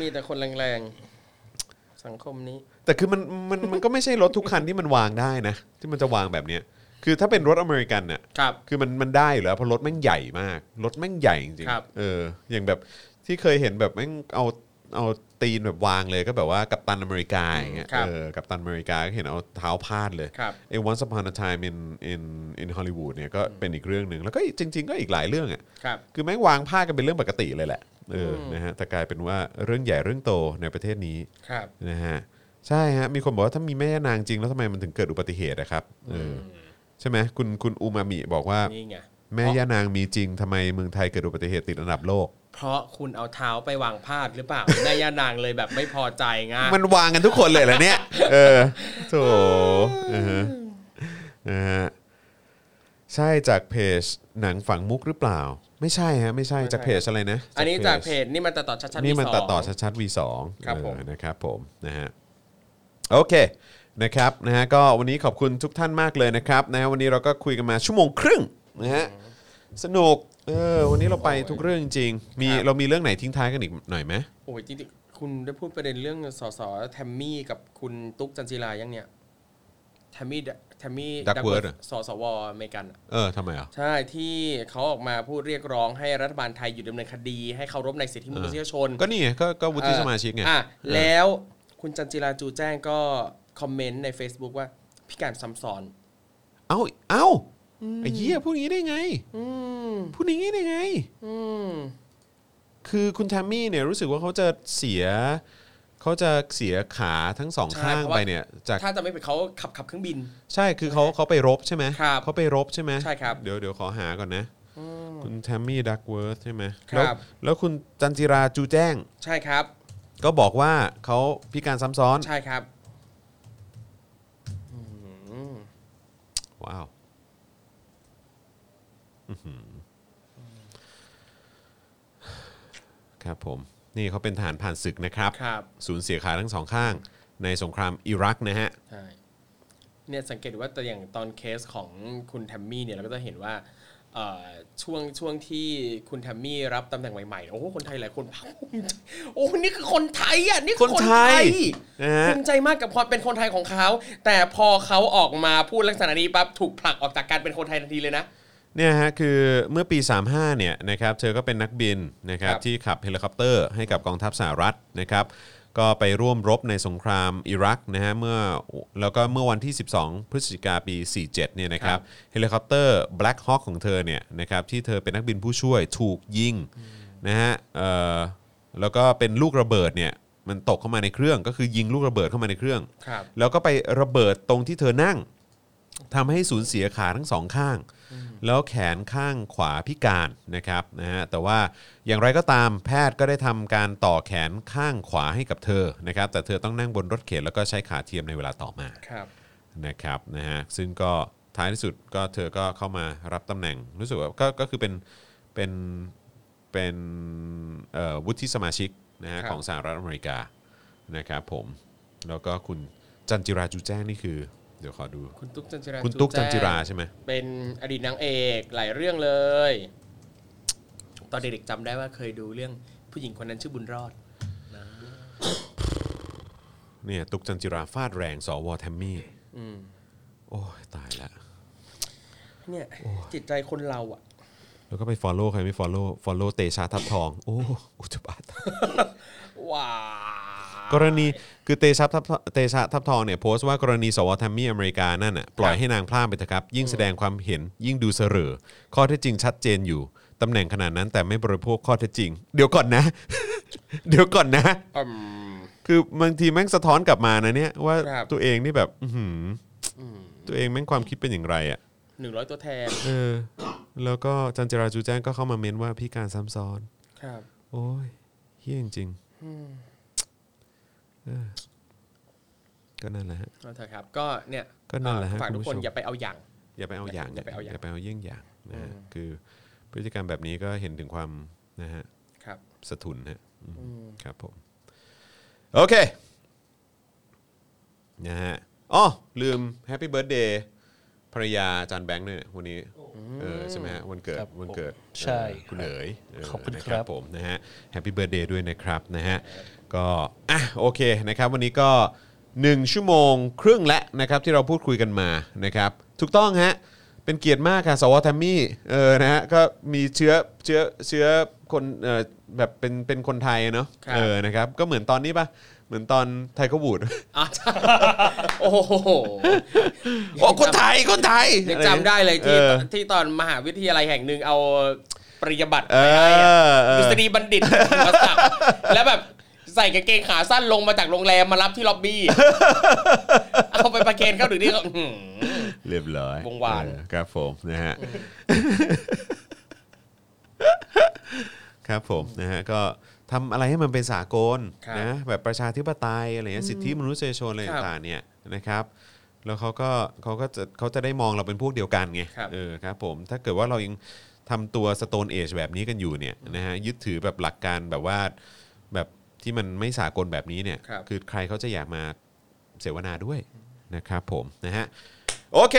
มีแต่คนแรงๆ สังคมนี้ แต่คือมันมันมันก็ไม่ใช่รถทุกคันที่มันวางได้นะ ที่มันจะวางแบบเนี้ยคือถ้าเป็นรถอเมริกันเนี่ย ครับ คือมันมันได้อยู่แล้วเพราะรถแม่งใหญ่มากรถแม่งใหญ่จริงๆ ครับ เอออย่างแบบที่เคยเห็นแบบแม่งเอาเอาตีนแบบวางเลยก็แบบว่ากัปตันอเมริกาอย่างเงี้ย ครับ เออกัปตันอเมริกาก็เห็นเอาเท้าพาดเลย ครับ ไอ้ Once Upon a Time in in in Hollywood เนี่ยก็เป็นอีกเรื่องหนึ่งแล้วก็จริง ๆ ก็อีกหลายเรื่องอ่ะ ครับ คือแม่งวางพาดกันเป็นเรื่องปกติเลยแหละเอออนะฮะแต่กลายเป็นว่าเรื่องใหญ่เรื่องโตในประเทศนี้ ครับ นะฮะใช่ฮะมีคนบอกว่าถ้ามีแม่ย่านางจริงแล้วทำไมมันถึงเกิดอุบัติเหตุนะครับเออใช่ไหมคุณคุณอูมามิบอกว่า นี่ไง แม่ย่านางมีจริงทำไมเมืองไทยเกิดอุบัติเหตุติดอันดับโลก เพราะคุณเอาเท้าไปวางพาดหรือเปล่า แม่ย่านางเลยแบบไม่พอใจไง มันวางกันทุกคนเลยเหรอเนี่ย *laughs* เออโถเออนะฮะใช่จากเพจหนังฝังมุกหรือเปล่า ไม่ใช่ฮะไม่ใช่จากเพจอะไรนะ อันนี้จากเพจนี่มันตัดต่อชัดๆ นี่มัน V2 ตัดต่อชัดๆ V2 ครับผม เออนะครับผมนะฮะ โอเคนะครับนะฮะก็วันนี้ขอบคุณทุกท่านมากเลยนะครับนะฮะวันนี้เราก็คุยกันมาชั่วโมงครึ่งนะฮะสนุกเออวันนี้เราไปทุกเรื่องจริงๆมี ครับ เรามีเรื่องไหนทิ้งท้ายกันอีกหน่อยไหม โอ้ยจริงๆคุณได้พูดประเด็นเรื่องสสแทมมี่กับคุณตุ๊กจันจีรายังเนี่ยแทมมี่แทมมี่สสวอเมริกันอะ เออทำไมอ่ะ ใช่ที่เขาออกมาพูดเรียกร้องให้รัฐบาลไทยหยุดดำเนินคดี ให้เคารพในสิทธิมนุษยชน ก็นี่ไงก็ก็วุฒิสมาชิกไง อ่ะแล้วคุณจันจิราจูแจ้งก็คอมเมนต์ใน Facebook ว่าพิการซ้ำซ้อน เอ้าเอ้าไอ้เหี้ยพูดอย่างนี้ได้ไง อืม พูดอย่างนี้ได้ไง อืม คือคุณแทมมี่เนี่ยรู้สึกว่าเขาจะเสียเขาจะเสียขาทั้งสอง ใช่ ข้าง เพราะว่า ไปเนี่ยจาก ถ้าจะไม่เป็นเขาขับขับเครื่องบิน ใช่คือเขาเขาไปรบใช่ไหม ครับ เขาไปรบใช่ไหม ใช่ครับ เดี๋ยวเดี๋ยวขอหาก่อนนะ คุณแทมมี่ดักเวิร์ธใช่ไหม คแล้รับวแล้วคุณจันจิราจูแจ้ง ใช่ครับ ก็บอกว่าเขาพิการซ้ำซ้อน ใช่ครับ ว้าวอื้อหือครับผม นี่เขาเป็นฐานผ่านศึกนะครับ ครับ สูญเสียขาทั้งสองข้าง ในสงครามอิรักนะฮะ ใช่เนี่ยสังเกตดูว่าแต่อย่างตอนเคสของคุณแทมมี่เนี่ยเราก็จะเห็นว่าเอ่อช่วงช่วงที่คุณแทมมี่รับตำแหน่งใหม่ๆโอ้โหคนไทยหลายคนภาคภูมิใจโอ้โหนี่คือคนไทยอ่ะนี่คือคนไทคยนไทยนะฮะ ภูมิใจมากกับความเป็นคนไทยของเขา แต่พอเขาออกมาพูดลักษณะนี้ปั๊บถูกผลักออกจากการเป็นคนไทยทันทีเลยนะ เนี่ยฮะคือเมื่อปี 35 เนี่ยนะครับเธอก็เป็นนักบินนะครับ ครับ ที่ขับเฮลิคอปเตอร์ให้กับกองทัพสหรัฐนะครับก็ไปร่วมรบในสงครามอิรักนะฮะเมื่อแล้วก็เมื่อวันที่ 12 พฤศจิกาปี 47 เนี่ยนะครั ครับ บ เฮลิคอปเตอร์ Black Hawk ของเธอเนี่ยนะครับที่เธอเป็นนักบินผู้ช่วยถูกยิงนะฮะเอ่อแล้วก็เป็นลูกระเบิดเนี่ยมันตกเข้ามาในเครื่อง ก็คือยิงลูกระเบิดเข้ามาในเครื่อง ครับ แล้วก็ไประเบิดตรงที่เธอนั่ง ทำให้สูญเสียขาทั้งสองข้าง แล้วแขนข้างขวาพิการนะครับนะฮะแต่ว่าอย่างไรก็ตามแพทย์ก็ได้ทำการต่อแขนข้างขวาให้กับเธอนะครับแต่เธอต้องนั่งบนรถเข็นแล้วก็ใช้ขาเทียมในเวลาต่อมา ครับ นะครับนะฮะซึ่งก็ท้ายที่สุดก็เธอก็เข้ามารับตำแหน่ง รู้สึกว่าก็ก็คือเป็นเป็นเป็นเอ่อวุฒิสมาชิกนะฮะ ครับ ของสหรัฐอเมริกานะครับผมแล้วก็คุณจันจิราจูแจ้งนี่คือ เดี๋ยวขอดู คุณตุ๊กจันจิรา คุณตุ๊ก แ จันจิราใช่ไหม เป็นอดีตนางเอกหลายเรื่องเลย ตอนเด็กๆจำได้ว่าเคยดูเรื่องผู้หญิงคนนั้นชื่อบุญรอด เนี่ยตุ๊กจันจิราฟาดแรงสวแทมมี่ อืม โอ้ยตายละ เนี่ยจิตใจคนเราอ่ะ แล้วก็ไป Follow ใครไม่ Follow Follow เตชะทับทอง โอ้อุจจาบาต ว้าก รณีคือเตชะทับเตชะทับทองเนี่ยโพสต์ว่ากรณีสวทมมี่อเมริกานั่นน่ะปล่อยให้นางพลาดไปเถอะครับ ยิ่งแสดงความเห็นยิ่งดูเสร่อข้อเท็จจริงชัดเจนอยู่ ตำแหน่งขนาดนั้นแต่ไม่บริโภคข้อเท็จจริง เดี๋ยวก่อนนะ *laughs* เดี๋ยวก่อนนะ อืม คือบางทีแม่งสะท้อนกลับมานะเนี่ยว่า ครับ ตัวเองนี่แบบอื้อหือตัวเองแม่งความคิดเป็นอย่างไรอ่ะ หนึ่งร้อยตัวแทน เออ แล้วก็จันจิราจูแจ้งก็เข้ามาเม้นว่าพิการซ้ำซ้อน ครับ โอ้ยเฮี้ยจริงๆเออก็นั่นแหละฮะ เอาเถอะครับ ก็เนี่ย ก็นั่นแหละฮะ ฝากทุคุกณผู้ คน ชม อย่าไปเอาอย่าง อย่าไปเอาอย่าง อย่าไปเอาอย่าง ย่าไปเอาเยี่ยงอย่างนะฮะคือพฤติกรรมแบบนี้ก็เห็นถึงความนะฮะ ครับ สะทุนฮะอืมครับผมโอเคนะฮะอ๋อลืมแฮปปี้เบิร์ดเดย์ภรรยาอาจานแบงค์ด้วยเนี่ยวันนี้เออใช่ไหมฮะวันเกิด ครับผม วันเกิด ใช่ เออคุณเอ๋ยเ ขอบคุณ นะครับ ผมนะฮะแฮปปี้เบิร์ดเดย์ด้วยนะครับนะฮะก็อ่ะโอเคนะครับวันนี้ก็ 1 ชั่วโมงครึ่งและนะครับที่เราพูดคุยกันมานะครับถูกต้องฮะเป็นเกียรติมากค่ะสวทมมี่เออนะฮะก็มีเชื้อเชื้อเชื้อคนเออแบบเป็นเป็นคนไทยเนาะ ครับ เออนะครับก็เหมือนตอนนี้ปะเหมือนตอนไทยก็บูด *laughs* อ่ะ *laughs* โอ้โห โอ้คนไทยคนไทย ยังจำได้เลยที่ ออ ที่ตอนมหาวิทยาลัยแห่งหนึ่งเอาปริญญาบัตร เอ ไปให้อะ อเออ ดุษฎีบัณฑิตมาสักแล้วแบบใส่กางเกงขาสั้นลงมาจากโรงแรมมารับที่ล็อบบี้ เอาไปประเคนเข้าถึงที่ก็อื้อหือ เรียบร้อยว งวาน เออครับผมนะฮะครับผมนะฮะก็ทำอะไรให้มันเป็นสากล ครับ นะแบบประชาธิปไตยอะไรเงี้ยสิทธิมนุษยชนอะไร ครับ ต่างๆเนี่ยนะครับ แล้วเขาก็เขาก็จะเขาจะได้มองเราเป็นพวกเดียวกันไง ครับ เออครับผมถ้าเกิดว่าเรายังทำตัวสโตนเอจแบบนี้กันอยู่เนี่ยนะฮะยึดถือแบบหลักการแบบว่าแบบที่มันไม่สากลแบบนี้เนี่ย ครับ อใครเขาจะอยากมา เสวนาด้วยนะครับผมนะฮะโอเค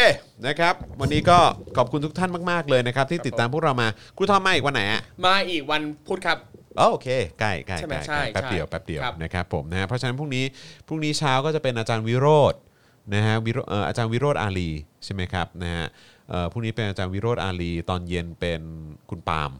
นะครับ วันนี้ก็ขอบคุณทุกท่านมาก ๆ เลยนะครับ ที่ติดตามพวกเรามาครูทอมมาอีกวันไหนอ่ะ มาอีกวันพุธครับ โอเคใกล้ใกล้ ใช่ไหม ใกล้ ใช่ ใกล้แป๊บ ใช่ เดียวแป๊บเดียว ครับ นะครับผมนะฮะเพราะฉะนั้นพรุ่งนี้พรุ่งนี้เช้าก็จะเป็นอาจารย์วิโรธนะฮะวิโรเอ่ออาจารย์วิโรธอาลีใช่ไหมครับนะฮะเอ่อพรุ่งนี้เป็นอาจารย์วิโรธอาลี ตอนเย็นเป็นคุณปาล์ม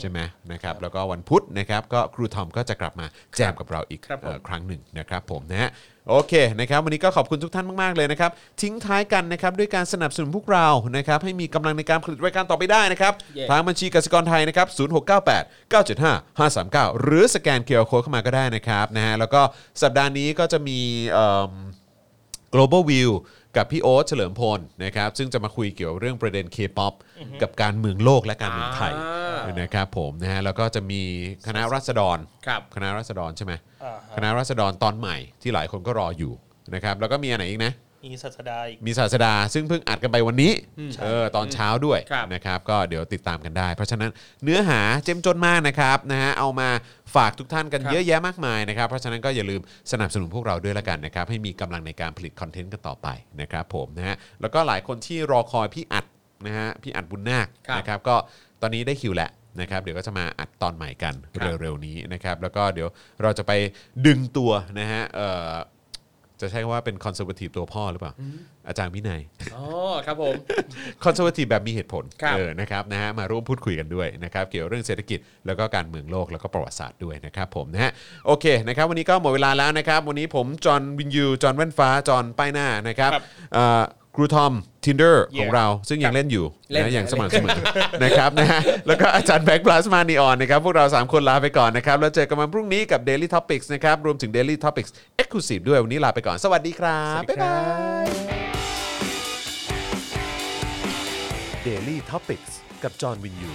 ใช่ไหมนะครับแล้วก็วันพุธนะครับก็ครูทอมก็จะกลับมาแจมกับเราอีก ครับผม เอ่อครั้งหนึ่งนะครับผมนะฮะโอเคนะครับวันนี้ก็ขอบคุณทุกท่านมาก ๆ เลยนะครับ ทิ้งท้ายกันนะครับด้วยการสนับสนุนพวกเรานะครับให้มีกำลังในการผลิตรายการต่อไปได้นะครับ เย้ ทางบัญชีกสิกรไทยนะครับ 0698 975 539 หรือสแกนเคอร์โคเข้ามาก็ได้นะครับนะฮะแล้วก็สัปดาห์นี้ก็จะมีเอิ่ม global view กับพี่โอ๊ตเฉลิมพลนะครับซึ่งจะมาคุยเกี่ยวเรื่องประเด็น K-POP กับการเมืองโลกและการเมืองไทย อ่า นะครับผมนะฮะแล้วก็จะมีคณะรัษฎร ครับ คณะราษฎรใช่ไหม อ่าฮะ คณะราษฎรตอนใหม่ที่หลายคนก็รออยู่นะครับ แล้วก็มีอันไหนอีกนะ มีศาสดาอีก มีศาสดาซึ่งเพิ่งอัดกันไปวันนี้เออตอนเช้าด้วย ครับ นะครับ ก็เดี๋ยวติดตามกันได้ เพราะฉะนั้นเนื้อหาเจ้มจนมากนะครับนะฮะเอามาฝากทุกท่านกัน ครับ เยอะแยะมากมายนะครับ เพราะฉะนั้นก็อย่าลืมสนับสนุนพวกเราด้วยละกันนะครับ ให้มีกำลังในการผลิตคอนเทนต์กันต่อไปนะครับผมนะฮะแล้วก็หลายคนที่รอคอยพี่อัดนะฮะพี่อัดบุญนาค ครับ นะครับ ก็ตอนนี้ได้คิวแล้วนะครับเดี๋ยวก็จะมาอัดตอนใหม่กันเร็วๆนี้นะครับแล้วก็เดี๋ยวเราจะไปดึงตัวนะฮะเอ่อ จะใช้คำว่าเป็นคอนเซอร์วทีฟตัวพ่อหรือเปล่า อาจารย์วินัย อ๋อครับผม คอนเซอร์วทีฟแบบมีเหตุผล ครับ เออนะครับนะฮะมาร่วมพูดคุยกันด้วยนะครับ เกี่ยวเรื่องเศรษฐกิจแล้วก็การเมืองโลกแล้วก็ประวัติศาสตร์ด้วยนะครับผมนะฮะโอเคนะครับ วันนี้ก็หมดเวลาแล้วนะครับ วันนี้ผม จอห์นวินยู จอห์นแว่นฟ้า จอห์นป้ายหน้านะครับ ครับ เอ่อครูทอม Tinder ของเราซึ่งยังเล่นอยู่ เล่น นะอย่าง เล่น สม่ำเสมอ นะครับนะฮะแล้วก็อาจารย์แบงค์พลาสมานีออนนะครับ พวกเรา 3 คนลาไปก่อนนะครับ แล้วเจอกันวันพรุ่งนี้กับ Daily Topics นะครับรวมถึง Daily Topics Exclusive ด้วยวันนี้ลาไปก่อนสวัสดีครับบ๊ายบาย Daily t o p i c กกับจอห์นวินยู